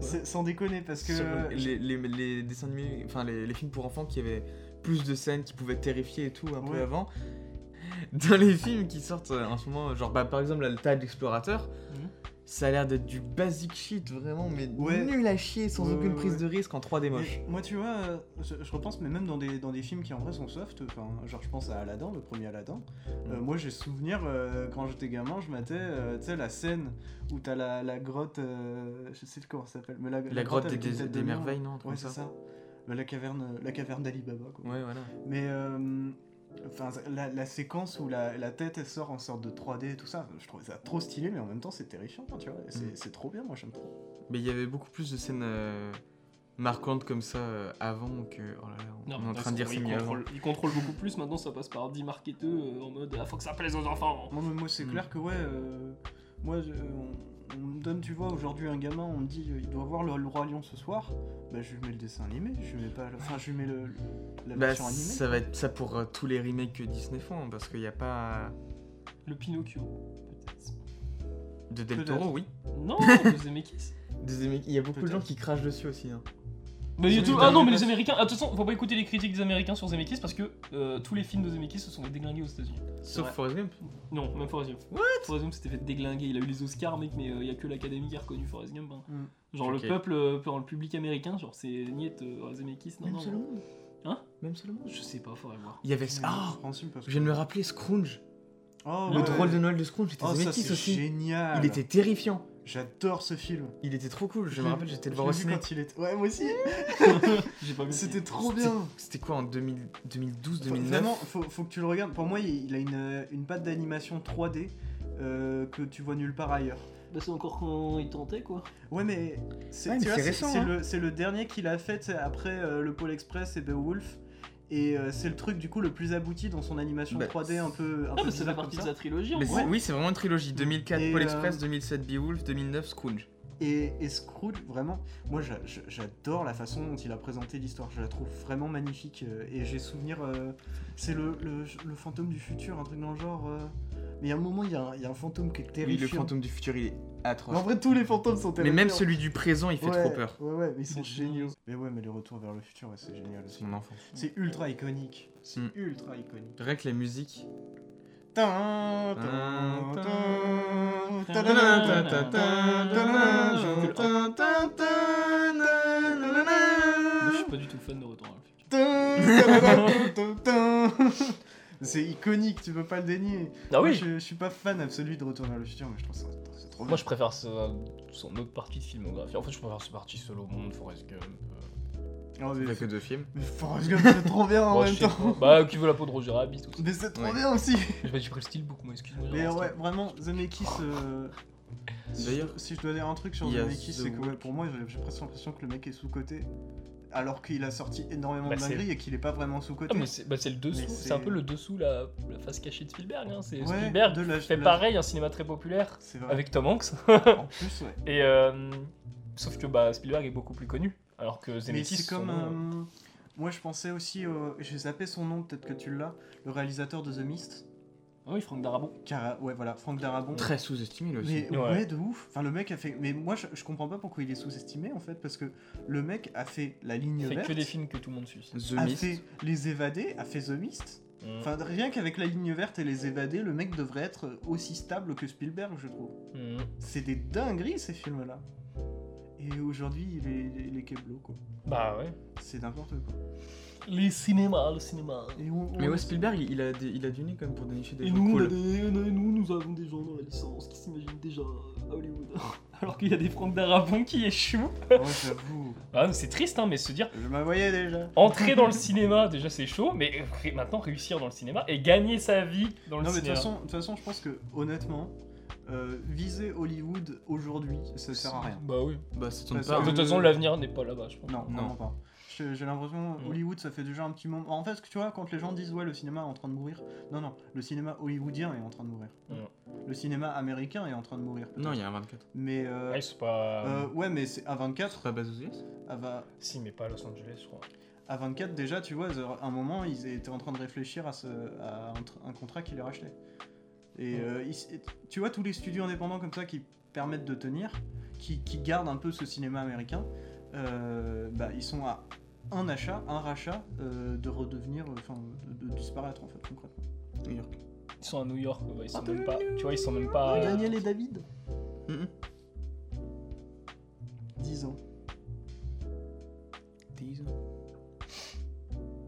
[SPEAKER 3] C'est- Sans déconner, parce que...
[SPEAKER 1] sur les, les- les dessins animés, enfin les, les films pour enfants qui avaient plus de scènes qui pouvaient terrifier et tout un peu
[SPEAKER 3] Ouais.
[SPEAKER 1] avant, dans les films qui sortent euh, en ce moment, genre bah, par exemple la taille de l'explorateur,
[SPEAKER 2] Mhm.
[SPEAKER 1] ça a l'air d'être du basic shit vraiment, mais
[SPEAKER 3] Ouais.
[SPEAKER 1] nul à chier sans
[SPEAKER 3] Ouais,
[SPEAKER 1] aucune
[SPEAKER 3] ouais,
[SPEAKER 1] prise
[SPEAKER 3] ouais.
[SPEAKER 1] de risque en 3D
[SPEAKER 3] Mais
[SPEAKER 1] moche.
[SPEAKER 3] moi, tu vois, euh, je, je repense, mais même dans des, dans des films qui en vrai sont soft, enfin, genre je pense à Aladdin, le premier Aladdin. Euh,
[SPEAKER 1] Mm.
[SPEAKER 3] moi, j'ai souvenir euh, quand j'étais gamin, je matais, euh, tu sais, la scène où t'as la, la grotte, euh, je sais plus comment ça s'appelle, mais la,
[SPEAKER 1] La, grotte des,
[SPEAKER 3] avec une
[SPEAKER 1] des-
[SPEAKER 3] tête de
[SPEAKER 1] des
[SPEAKER 3] lion.
[SPEAKER 1] merveilles, non un truc
[SPEAKER 3] Ouais, c'est
[SPEAKER 1] comme ça.
[SPEAKER 3] ça. Bah, La caverne, la caverne d'Ali Baba, quoi.
[SPEAKER 1] Ouais, voilà.
[SPEAKER 3] Mais euh, enfin, la, la séquence où la, la tête elle sort en sorte de 3D et tout ça, je trouvais ça trop stylé, mais en même temps c'est terrifiant, hein, tu vois. et C'est
[SPEAKER 1] Mm.
[SPEAKER 3] c'est trop bien, moi j'aime trop.
[SPEAKER 1] Mais il y avait beaucoup plus de scènes euh, marquantes comme ça euh, avant que. Oh là là, on, on est en train de dire c'est
[SPEAKER 2] ils
[SPEAKER 1] mieux avant.
[SPEAKER 2] contrôlent, ils contrôlent beaucoup plus. Maintenant, ça passe par 10 marketeux euh, en mode ah, faut que ça plaise aux enfants.
[SPEAKER 3] Moi, moi, moi, c'est
[SPEAKER 1] Mm.
[SPEAKER 3] clair que ouais, euh, moi je- on, on me donne, tu vois, aujourd'hui un gamin, on me dit euh, il doit voir le, le Roi Lion ce soir, bah je lui mets le dessin animé, je lui mets pas, le- enfin je lui mets le, le- la
[SPEAKER 1] Bah,
[SPEAKER 3] version animée.
[SPEAKER 1] ça va être ça pour euh, tous les remakes que Disney font, hein, parce qu'il n'y a pas.
[SPEAKER 2] Le Pinocchio, peut-être.
[SPEAKER 1] De Del
[SPEAKER 3] Peut-être.
[SPEAKER 1] Toro, oui.
[SPEAKER 2] Non, de Zemeckis.
[SPEAKER 1] Des Amé- Il y a beaucoup de gens
[SPEAKER 3] Peut-être.
[SPEAKER 1] qui crachent dessus aussi. hein.
[SPEAKER 2] Mais du
[SPEAKER 3] Oui,
[SPEAKER 2] tout,
[SPEAKER 3] t'as
[SPEAKER 2] ah non,
[SPEAKER 3] vu pas
[SPEAKER 2] mais les
[SPEAKER 3] ce-
[SPEAKER 2] Américains, attention, faut pas écouter les critiques des Américains sur Zemeckis parce que euh, tous les films de Zemeckis se sont fait déglinguer aux États-Unis.
[SPEAKER 1] Sauf
[SPEAKER 2] vrai.
[SPEAKER 1] Forrest Gump.
[SPEAKER 2] Non, même Forrest Gump. What Forrest Gump s'était fait déglinguer, il a eu les Oscars, mec, mais il y a que l'académie qui a reconnu Forrest Gump. hein.
[SPEAKER 3] Mm.
[SPEAKER 2] Genre
[SPEAKER 1] Ok.
[SPEAKER 2] le peuple, euh, genre, le public américain, genre c'est Niette, euh, Zemeckis, non, non. non.
[SPEAKER 1] monde.
[SPEAKER 2] Hein
[SPEAKER 1] Même seulement.
[SPEAKER 2] Je sais pas, faudrait voir.
[SPEAKER 1] Il y avait.
[SPEAKER 3] Mais
[SPEAKER 1] Ah
[SPEAKER 3] je prends ce film parce
[SPEAKER 1] Je
[SPEAKER 3] que-
[SPEAKER 1] viens de me rappeler Scrooge.
[SPEAKER 3] Oh,
[SPEAKER 1] Le
[SPEAKER 3] ouais.
[SPEAKER 1] drôle de Noël de Scrooge, c'était
[SPEAKER 3] Oh, ça
[SPEAKER 1] Zemeckis
[SPEAKER 3] c'est
[SPEAKER 1] aussi.
[SPEAKER 3] génial.
[SPEAKER 1] Il était terrifiant.
[SPEAKER 3] J'adore ce film.
[SPEAKER 1] Il était trop cool. Je me
[SPEAKER 3] l'ai-
[SPEAKER 1] rappelle, j'étais le
[SPEAKER 3] je
[SPEAKER 1] voir au
[SPEAKER 3] l'ai vu
[SPEAKER 1] ciné.
[SPEAKER 3] quand il était- Ouais, moi aussi.
[SPEAKER 2] J'ai pas vu.
[SPEAKER 3] C'était trop bien.
[SPEAKER 1] C'était quoi en 2000 2012,
[SPEAKER 3] Faut- Vraiment,
[SPEAKER 1] 2009
[SPEAKER 3] faut, faut que tu le regardes. Pour moi, il il a une, une patte d'animation 3D euh, que tu vois nulle part ailleurs.
[SPEAKER 2] Bah, c'est encore quand il tentait quoi.
[SPEAKER 3] Ouais, mais c'est
[SPEAKER 1] Ouais, mais
[SPEAKER 3] tu vois,
[SPEAKER 1] c'est
[SPEAKER 3] c'est-
[SPEAKER 1] récent,
[SPEAKER 3] c'est
[SPEAKER 1] hein.
[SPEAKER 3] le, c'est le dernier qu'il a fait tu sais, après euh, le Pôle Express et Beowulf. Et euh, c'est le truc du coup le plus abouti dans son animation
[SPEAKER 1] Bah,
[SPEAKER 3] 3D un peu. Un peu
[SPEAKER 2] Ah, bah, c'est la
[SPEAKER 3] bizarre
[SPEAKER 2] partie de
[SPEAKER 3] comme
[SPEAKER 2] sa
[SPEAKER 3] ça.
[SPEAKER 2] trilogie en
[SPEAKER 1] Mais
[SPEAKER 2] gros.
[SPEAKER 1] c'est- Bah, Oui, c'est vraiment une trilogie. 2004
[SPEAKER 3] Et,
[SPEAKER 1] Paul
[SPEAKER 3] euh,
[SPEAKER 1] Express, 2007 Beowulf, 2009 Scrooge.
[SPEAKER 3] Et, et Scrooge, vraiment, moi j'a- j'a- j'adore la façon dont il a présenté l'histoire. Je la trouve vraiment magnifique. euh, Et j'ai souvenir, euh, c'est le, le, le fantôme du futur, un truc dans le genre. euh. Mais il y a un moment, il y, a un- il y a un fantôme qui est
[SPEAKER 1] Oui,
[SPEAKER 3] terrifiant.
[SPEAKER 1] le fantôme du futur, il est atroce.
[SPEAKER 3] Mais en vrai, tous les fantômes sont
[SPEAKER 1] Mais
[SPEAKER 3] terrifiants.
[SPEAKER 1] même celui du présent, il fait
[SPEAKER 3] Ouais,
[SPEAKER 1] trop peur.
[SPEAKER 3] Ouais, ouais, mais ils sont
[SPEAKER 2] C'est génial.
[SPEAKER 3] géniaux. Mais ouais, mais les retours vers le futur, ouais, c'est génial aussi.
[SPEAKER 1] C'est mon enfant.
[SPEAKER 3] C'est ultra iconique. C'est
[SPEAKER 1] Mm.
[SPEAKER 3] ultra iconique.
[SPEAKER 1] Rien que la musique.
[SPEAKER 3] Tin, tin, tin, tin, tin, tin, tin, tin, tin, tin, tin, tin,
[SPEAKER 2] Moi, je suis
[SPEAKER 3] tin,
[SPEAKER 2] pas du tout fan de Retour à le futur.
[SPEAKER 3] tin, tin, tin. C'est iconique, tu peux pas le dénier.
[SPEAKER 2] Ah
[SPEAKER 3] Moi, je, je suis pas fan absolu de Retour vers le futur, mais je trouve ça c'est trop bien.
[SPEAKER 2] Moi, je préfère ce- son autre partie de filmographie. En fait, je préfère ce partie solo monde, Forrest Gump. euh,
[SPEAKER 3] Ah,
[SPEAKER 1] Il y
[SPEAKER 3] mais,
[SPEAKER 1] a que deux films.
[SPEAKER 3] mais Forrest Gump, c'est trop bien en
[SPEAKER 2] Roger,
[SPEAKER 3] même temps.
[SPEAKER 2] Bah, qui veut la peau de Roger Rabbit tout ça.
[SPEAKER 3] Mais c'est trop
[SPEAKER 1] Ouais.
[SPEAKER 3] bien aussi.
[SPEAKER 2] J'ai pas- j'ai pris le style beaucoup, moi, excuse-moi. j'ai
[SPEAKER 3] Mais
[SPEAKER 2] un
[SPEAKER 3] ouais,
[SPEAKER 2] style.
[SPEAKER 3] vraiment, Zemeckis. euh, si je-
[SPEAKER 1] D'ailleurs,
[SPEAKER 3] si je dois dire un truc sur
[SPEAKER 1] il y a
[SPEAKER 3] Zemeckis,
[SPEAKER 1] The
[SPEAKER 3] c'est que ouais,
[SPEAKER 1] Walk.
[SPEAKER 3] pour moi, j'ai- j'ai presque l'impression que le mec est sous-côté. Alors qu'il a sorti énormément
[SPEAKER 2] Bah,
[SPEAKER 3] de
[SPEAKER 2] c'est-
[SPEAKER 3] dingueries et qu'il est pas vraiment sous-côté.
[SPEAKER 2] Ah, mais c'est bah, c'est le dessous,
[SPEAKER 3] Mais
[SPEAKER 2] c'est
[SPEAKER 3] c'est-
[SPEAKER 2] un peu le dessous, la, la face cachée de Spielberg. Hein. C'est
[SPEAKER 3] Ouais,
[SPEAKER 2] Spielberg
[SPEAKER 3] de la-
[SPEAKER 2] fait
[SPEAKER 3] la-
[SPEAKER 2] pareil, un cinéma très populaire
[SPEAKER 3] C'est vrai.
[SPEAKER 2] avec Tom Hanks.
[SPEAKER 3] En plus, ouais.
[SPEAKER 2] Et euh, sauf que bah, Spielberg est beaucoup plus connu, alors que
[SPEAKER 3] Mais
[SPEAKER 2] Zemeckis.
[SPEAKER 3] c'est
[SPEAKER 2] son
[SPEAKER 3] comme.
[SPEAKER 2] nom,
[SPEAKER 3] euh, Moi, je pensais aussi. euh, J'ai zappé son nom, peut-être que tu l'as. Le réalisateur de The Mist.
[SPEAKER 2] Ah oui, Franck Darabont.
[SPEAKER 3] Car... Ouais, voilà, Franck Darabont.
[SPEAKER 1] très sous-estimé lui aussi.
[SPEAKER 3] Mais
[SPEAKER 2] Ouais.
[SPEAKER 3] ouais. de ouf. Enfin, le mec a fait. Mais moi, je, je comprends pas pourquoi il est sous-estimé en fait, parce que le mec a fait la ligne
[SPEAKER 2] Il fait
[SPEAKER 3] verte,
[SPEAKER 2] que des films que tout le monde suce.
[SPEAKER 1] The
[SPEAKER 3] a
[SPEAKER 1] Mist.
[SPEAKER 3] fait les évadés, a fait The Mist.
[SPEAKER 2] Mm.
[SPEAKER 3] Enfin, rien qu'avec la ligne verte et les évadés, le mec devrait être aussi stable que Spielberg, je trouve.
[SPEAKER 2] Mm.
[SPEAKER 3] C'est des dingueries ces films-là. Et aujourd'hui, il est, il est keblo, quoi.
[SPEAKER 2] Bah ouais.
[SPEAKER 3] C'est n'importe quoi.
[SPEAKER 2] Les cinémas, le cinéma.
[SPEAKER 3] Et on- on-
[SPEAKER 1] Mais ouais, Spielberg, il a, des- il a du nez quand même pour dénicher des
[SPEAKER 2] Et
[SPEAKER 1] gens
[SPEAKER 2] nous, on a
[SPEAKER 1] cool.
[SPEAKER 2] des- et nous, nous avons des gens dans la licence qui s'imaginent déjà à Hollywood. Alors qu'il y a des Franck Darabont qui échouent.
[SPEAKER 3] Ouais, Oh, j'avoue.
[SPEAKER 2] Ah, mais c'est triste, hein, mais se dire,
[SPEAKER 3] Je me voyais déjà.
[SPEAKER 2] entrer dans le cinéma, déjà c'est chaud, mais ré- maintenant réussir dans le cinéma et gagner sa vie dans le
[SPEAKER 3] Non, mais de toute
[SPEAKER 2] cinéma.
[SPEAKER 3] façon, de toute façon, je pense que, honnêtement, euh, viser Hollywood aujourd'hui, ça sert à rien.
[SPEAKER 2] Bah oui.
[SPEAKER 1] Bah, ça tourne
[SPEAKER 3] Parce
[SPEAKER 1] pas.
[SPEAKER 2] De
[SPEAKER 1] hein.
[SPEAKER 3] que-
[SPEAKER 2] toute façon, l'avenir n'est pas là-bas, je pense.
[SPEAKER 3] Non,
[SPEAKER 1] Non.
[SPEAKER 3] non, pas. J'ai j'ai l'impression
[SPEAKER 2] Mm.
[SPEAKER 3] Hollywood, ça fait déjà un petit moment. En fait, tu vois, quand les gens disent ouais, le cinéma est en train de mourir, non, non, le cinéma hollywoodien est en train de mourir.
[SPEAKER 2] Mm.
[SPEAKER 3] Le cinéma américain est en train de mourir. peut-être.
[SPEAKER 1] Non, il y a un 24.
[SPEAKER 3] Mais euh,
[SPEAKER 2] Ah, ils sont pas.
[SPEAKER 3] euh, ouais, mais c'est à 24,
[SPEAKER 1] C'est pas Baz Luhrmann
[SPEAKER 3] à, va-
[SPEAKER 2] Si, mais pas à Los Angeles, je crois.
[SPEAKER 3] à 24 déjà, tu vois, à un moment, ils étaient en train de réfléchir à, ce, à un, tr- un contrat qui les rachetait. Et
[SPEAKER 2] Mm.
[SPEAKER 3] euh, ils- tu vois, tous les studios indépendants comme ça qui permettent de tenir, qui, qui gardent un peu ce cinéma américain, euh, bah, ils sont à un achat, un rachat euh, de redevenir, euh, enfin, de, de disparaître en fait concrètement.
[SPEAKER 1] New York.
[SPEAKER 2] Ils sont à New York, ouais, ils sont
[SPEAKER 3] Ah,
[SPEAKER 2] même pas.
[SPEAKER 3] New
[SPEAKER 2] Tu vois, ils sont même pas.
[SPEAKER 3] Daniel et David
[SPEAKER 1] Mhm.
[SPEAKER 3] 10 ans.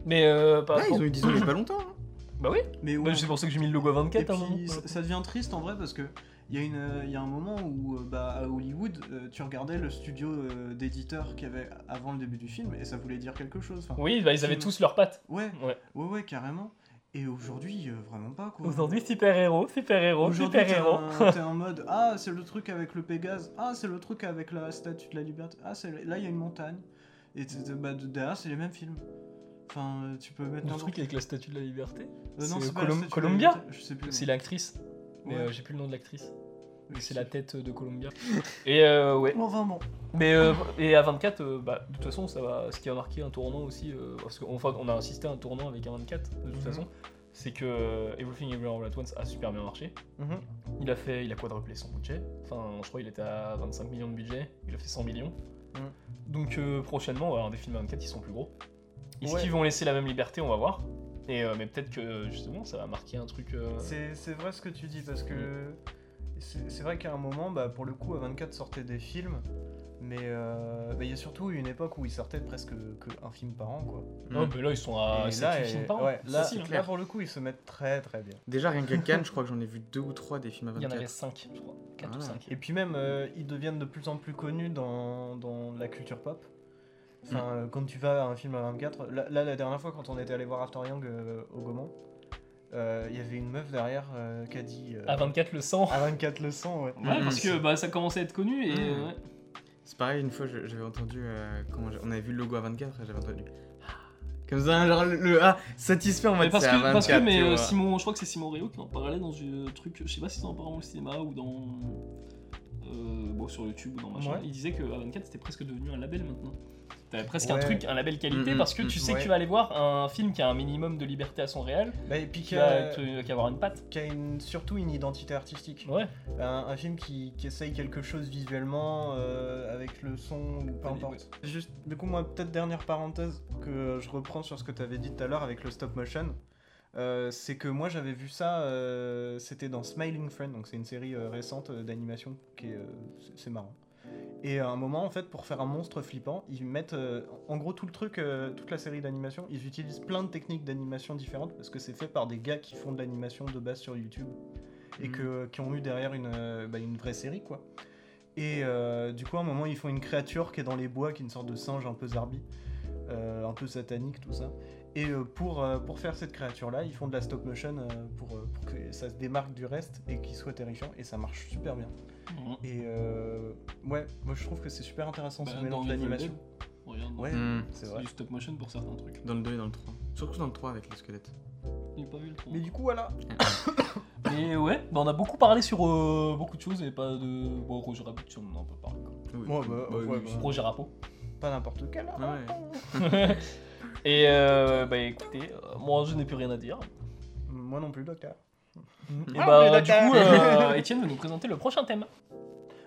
[SPEAKER 2] Mais euh, par
[SPEAKER 1] Ouais, ils
[SPEAKER 2] rapport-
[SPEAKER 1] ont eu 10 ans il y a pas longtemps. hein.
[SPEAKER 2] Bah oui,
[SPEAKER 3] Mais
[SPEAKER 2] bah,
[SPEAKER 3] ouais,
[SPEAKER 2] c'est pour ça que j'ai mis le logo hein. à
[SPEAKER 3] Et
[SPEAKER 2] 24 à un moment.
[SPEAKER 3] puis, ça- ça devient triste en vrai parce que il y, a une, euh, y a un moment où euh, bah, à Hollywood, euh, tu regardais le studio euh, d'éditeur qu'il y avait avant le début du film et ça voulait dire quelque chose. Enfin,
[SPEAKER 2] Oui, bah, ils avaient tous leurs pattes.
[SPEAKER 3] ouais,
[SPEAKER 2] Ouais.
[SPEAKER 3] ouais, ouais, carrément. Et aujourd'hui, euh, vraiment pas quoi.
[SPEAKER 2] Aujourd'hui, super-héros, super-héros,
[SPEAKER 3] Aujourd'hui, t'es
[SPEAKER 2] super-héros.
[SPEAKER 3] un- t'es en mode Ah, c'est le truc avec le Pégase, ah, c'est le truc avec la statue de la liberté, ah, c'est là, il y a une montagne. Et t'es- t'es- bah, de- derrière, c'est les mêmes films. Enfin, euh, tu peux mettre
[SPEAKER 2] Le
[SPEAKER 3] n'importe
[SPEAKER 2] truc avec la statue de la liberté
[SPEAKER 3] Euh, non,
[SPEAKER 2] c'est
[SPEAKER 3] pas la
[SPEAKER 2] Colom-
[SPEAKER 3] statue de la
[SPEAKER 2] Columbia
[SPEAKER 3] liberté, Je sais plus.
[SPEAKER 2] C'est l'actrice, mais
[SPEAKER 3] Ouais.
[SPEAKER 2] euh, j'ai plus le nom de l'actrice.
[SPEAKER 3] Je
[SPEAKER 2] C'est
[SPEAKER 3] sais
[SPEAKER 2] la
[SPEAKER 3] plus.
[SPEAKER 2] tête de Columbia. Et euh, ouais.
[SPEAKER 3] Bon, enfin, bon.
[SPEAKER 2] Mais euh, et à 24, euh, bah, de toute façon, ça va. Ce qui a marqué un tournant aussi, euh, parce qu'on enfin, on a insisté à un tournant avec un 24, de toute
[SPEAKER 3] Mhm.
[SPEAKER 2] façon, c'est que euh, Everything Everywhere All At Once a super bien marché.
[SPEAKER 3] Mhm.
[SPEAKER 2] Il a fait, il a quadruplé son budget. Enfin, je crois qu'il était à 25 millions de budget. Il a fait 100 millions.
[SPEAKER 3] Mhm.
[SPEAKER 2] Donc euh, prochainement, on va avoir des films à 24 qui sont plus gros. Est-ce
[SPEAKER 3] Ouais.
[SPEAKER 2] qu'ils vont laisser la même liberté On va voir. Et euh, mais peut-être que justement, ça va marquer un truc. euh,
[SPEAKER 3] C'est c'est vrai ce que tu dis parce que c'est c'est vrai qu'à un moment, bah, pour le coup, à 24 sortaient des films, mais euh, bah, il y a surtout eu une époque où ils sortaient presque que un film par an quoi.
[SPEAKER 2] Non,
[SPEAKER 1] Mhm.
[SPEAKER 2] mais Oh, bah là, ils sont à
[SPEAKER 3] Et
[SPEAKER 2] 7
[SPEAKER 3] là,
[SPEAKER 2] films
[SPEAKER 3] et-
[SPEAKER 2] par an.
[SPEAKER 3] ouais, là,
[SPEAKER 2] Facile, hein.
[SPEAKER 3] là,
[SPEAKER 1] clair.
[SPEAKER 3] pour le coup, ils se mettent très très bien.
[SPEAKER 1] Déjà, rien qu'à Cannes, je crois que j'en ai vu deux ou trois des films à
[SPEAKER 2] Il y en avait
[SPEAKER 1] 24.
[SPEAKER 2] 5, je crois. 4 ou
[SPEAKER 1] Voilà.
[SPEAKER 2] 5.
[SPEAKER 3] Et puis même, euh, ils deviennent de plus en plus connus dans, dans la culture pop. Enfin,
[SPEAKER 2] Mm.
[SPEAKER 3] euh, quand tu vas à un film à 24, là, là, la dernière fois quand on était allé voir After Young euh, au Gaumont, euh, il y avait une meuf derrière euh, qui a dit euh,
[SPEAKER 2] À 24, le sang.
[SPEAKER 3] à 24 le sang, ouais.
[SPEAKER 2] Ouais,
[SPEAKER 1] Mhm.
[SPEAKER 2] parce que bah, ça commençait à être connu et.
[SPEAKER 1] Mhm.
[SPEAKER 3] Mm.
[SPEAKER 2] euh, ouais.
[SPEAKER 1] C'est pareil, une fois, je- j'avais entendu. euh, comment j'ai- on avait vu le logo à 24 et j'avais entendu. Ah Comme ça, genre le, le A satisfait en
[SPEAKER 2] Mais
[SPEAKER 1] mode
[SPEAKER 2] parce,
[SPEAKER 1] c'est à
[SPEAKER 2] que,
[SPEAKER 1] 24.
[SPEAKER 2] parce que, mais
[SPEAKER 1] tu
[SPEAKER 2] euh,
[SPEAKER 1] vois.
[SPEAKER 2] Simon, je crois que c'est Simon Réau qui en parlait dans un truc, je sais pas si c'est en parlant au cinéma ou dans. euh, bon, sur YouTube ou dans machin.
[SPEAKER 3] Ouais.
[SPEAKER 2] Il disait que à 24 c'était presque devenu un label maintenant. T'avais presque un
[SPEAKER 3] Ouais.
[SPEAKER 2] truc, un label qualité
[SPEAKER 1] Mhm,
[SPEAKER 2] parce que tu
[SPEAKER 1] mhm,
[SPEAKER 2] sais que
[SPEAKER 3] ouais.
[SPEAKER 2] tu vas aller voir un film qui a un minimum de liberté à son réel,
[SPEAKER 3] Bah, et puis
[SPEAKER 2] qui
[SPEAKER 3] qu'il y
[SPEAKER 2] va,
[SPEAKER 3] a-
[SPEAKER 2] être- qui va avoir une patte.
[SPEAKER 3] qui a une- surtout une identité artistique.
[SPEAKER 2] Ouais.
[SPEAKER 3] Un, un film qui, qui essaye quelque chose visuellement, euh, avec le son ou peu
[SPEAKER 2] Ouais,
[SPEAKER 3] importe. Juste, du coup, moi, peut-être dernière parenthèse que je reprends sur ce que tu avais dit tout à l'heure avec le stop motion. Euh, c'est que moi j'avais vu ça, euh, c'était dans Smiling Friend, donc c'est une série euh, récente euh, d'animation qui est, euh, c'est- c'est marrant. Et à un moment en fait pour faire un monstre flippant, ils mettent, euh, en gros tout le truc, euh, toute la série d'animation, ils utilisent plein de techniques d'animation différentes parce que c'est fait par des gars qui font de l'animation de base sur YouTube et
[SPEAKER 1] Mhm.
[SPEAKER 3] que, qui ont eu derrière une, euh, bah, une vraie série quoi. Et euh, du coup, à un moment, ils font une créature qui est dans les bois, qui est une sorte de singe un peu zarbi, euh, un peu satanique, tout ça. Et euh, pour, euh, pour faire cette créature-là, ils font de la stop motion euh, pour, euh, pour que ça se démarque du reste et qu'il soit terrifiant. Et ça marche super bien.
[SPEAKER 2] Mhm.
[SPEAKER 3] Et euh, ouais, moi je trouve que c'est super intéressant
[SPEAKER 2] Bah,
[SPEAKER 3] ce
[SPEAKER 2] dans
[SPEAKER 3] mélange
[SPEAKER 2] Evil
[SPEAKER 3] d'animation.
[SPEAKER 2] Dead, regarde,
[SPEAKER 3] Ouais,
[SPEAKER 1] Hmm.
[SPEAKER 3] c'est
[SPEAKER 2] c'est
[SPEAKER 3] vrai.
[SPEAKER 2] du stop motion pour certains trucs.
[SPEAKER 1] Dans le 2 et dans le 3. Surtout dans le 3 avec les squelettes.
[SPEAKER 2] J'ai pas vu le tournoi.
[SPEAKER 3] Mais du coup, voilà.
[SPEAKER 2] Mais ouais, bah on a beaucoup parlé sur euh, beaucoup de choses et pas de. Bon, Roger Rabbit, on en a pas parlé. quoi.
[SPEAKER 1] Oui.
[SPEAKER 3] Ouais, bah, ouais,
[SPEAKER 1] oui,
[SPEAKER 3] bah.
[SPEAKER 1] oui.
[SPEAKER 2] Roger Rapo.
[SPEAKER 3] Pas n'importe quel. hein.
[SPEAKER 1] Ouais.
[SPEAKER 2] et euh, bah écoutez, euh, moi je n'ai plus rien à dire.
[SPEAKER 3] Moi non plus, docteur.
[SPEAKER 2] Et
[SPEAKER 3] Ah,
[SPEAKER 2] bah
[SPEAKER 3] on est
[SPEAKER 2] du
[SPEAKER 3] d'accord.
[SPEAKER 2] coup, euh, Étienne va nous présenter le prochain thème.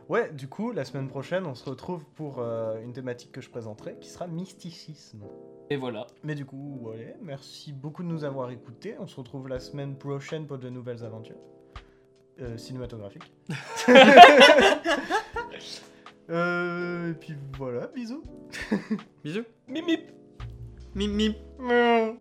[SPEAKER 3] Ouais, du coup, la semaine prochaine, on se retrouve pour euh, une thématique que je présenterai qui sera mysticisme.
[SPEAKER 2] Et voilà.
[SPEAKER 3] Mais du coup, ouais, merci beaucoup de nous avoir écoutés. On se retrouve la semaine prochaine pour de nouvelles aventures Euh, cinématographiques. Euh, et puis voilà, bisous.
[SPEAKER 1] Bisous.
[SPEAKER 2] Mimi
[SPEAKER 1] Mim mim.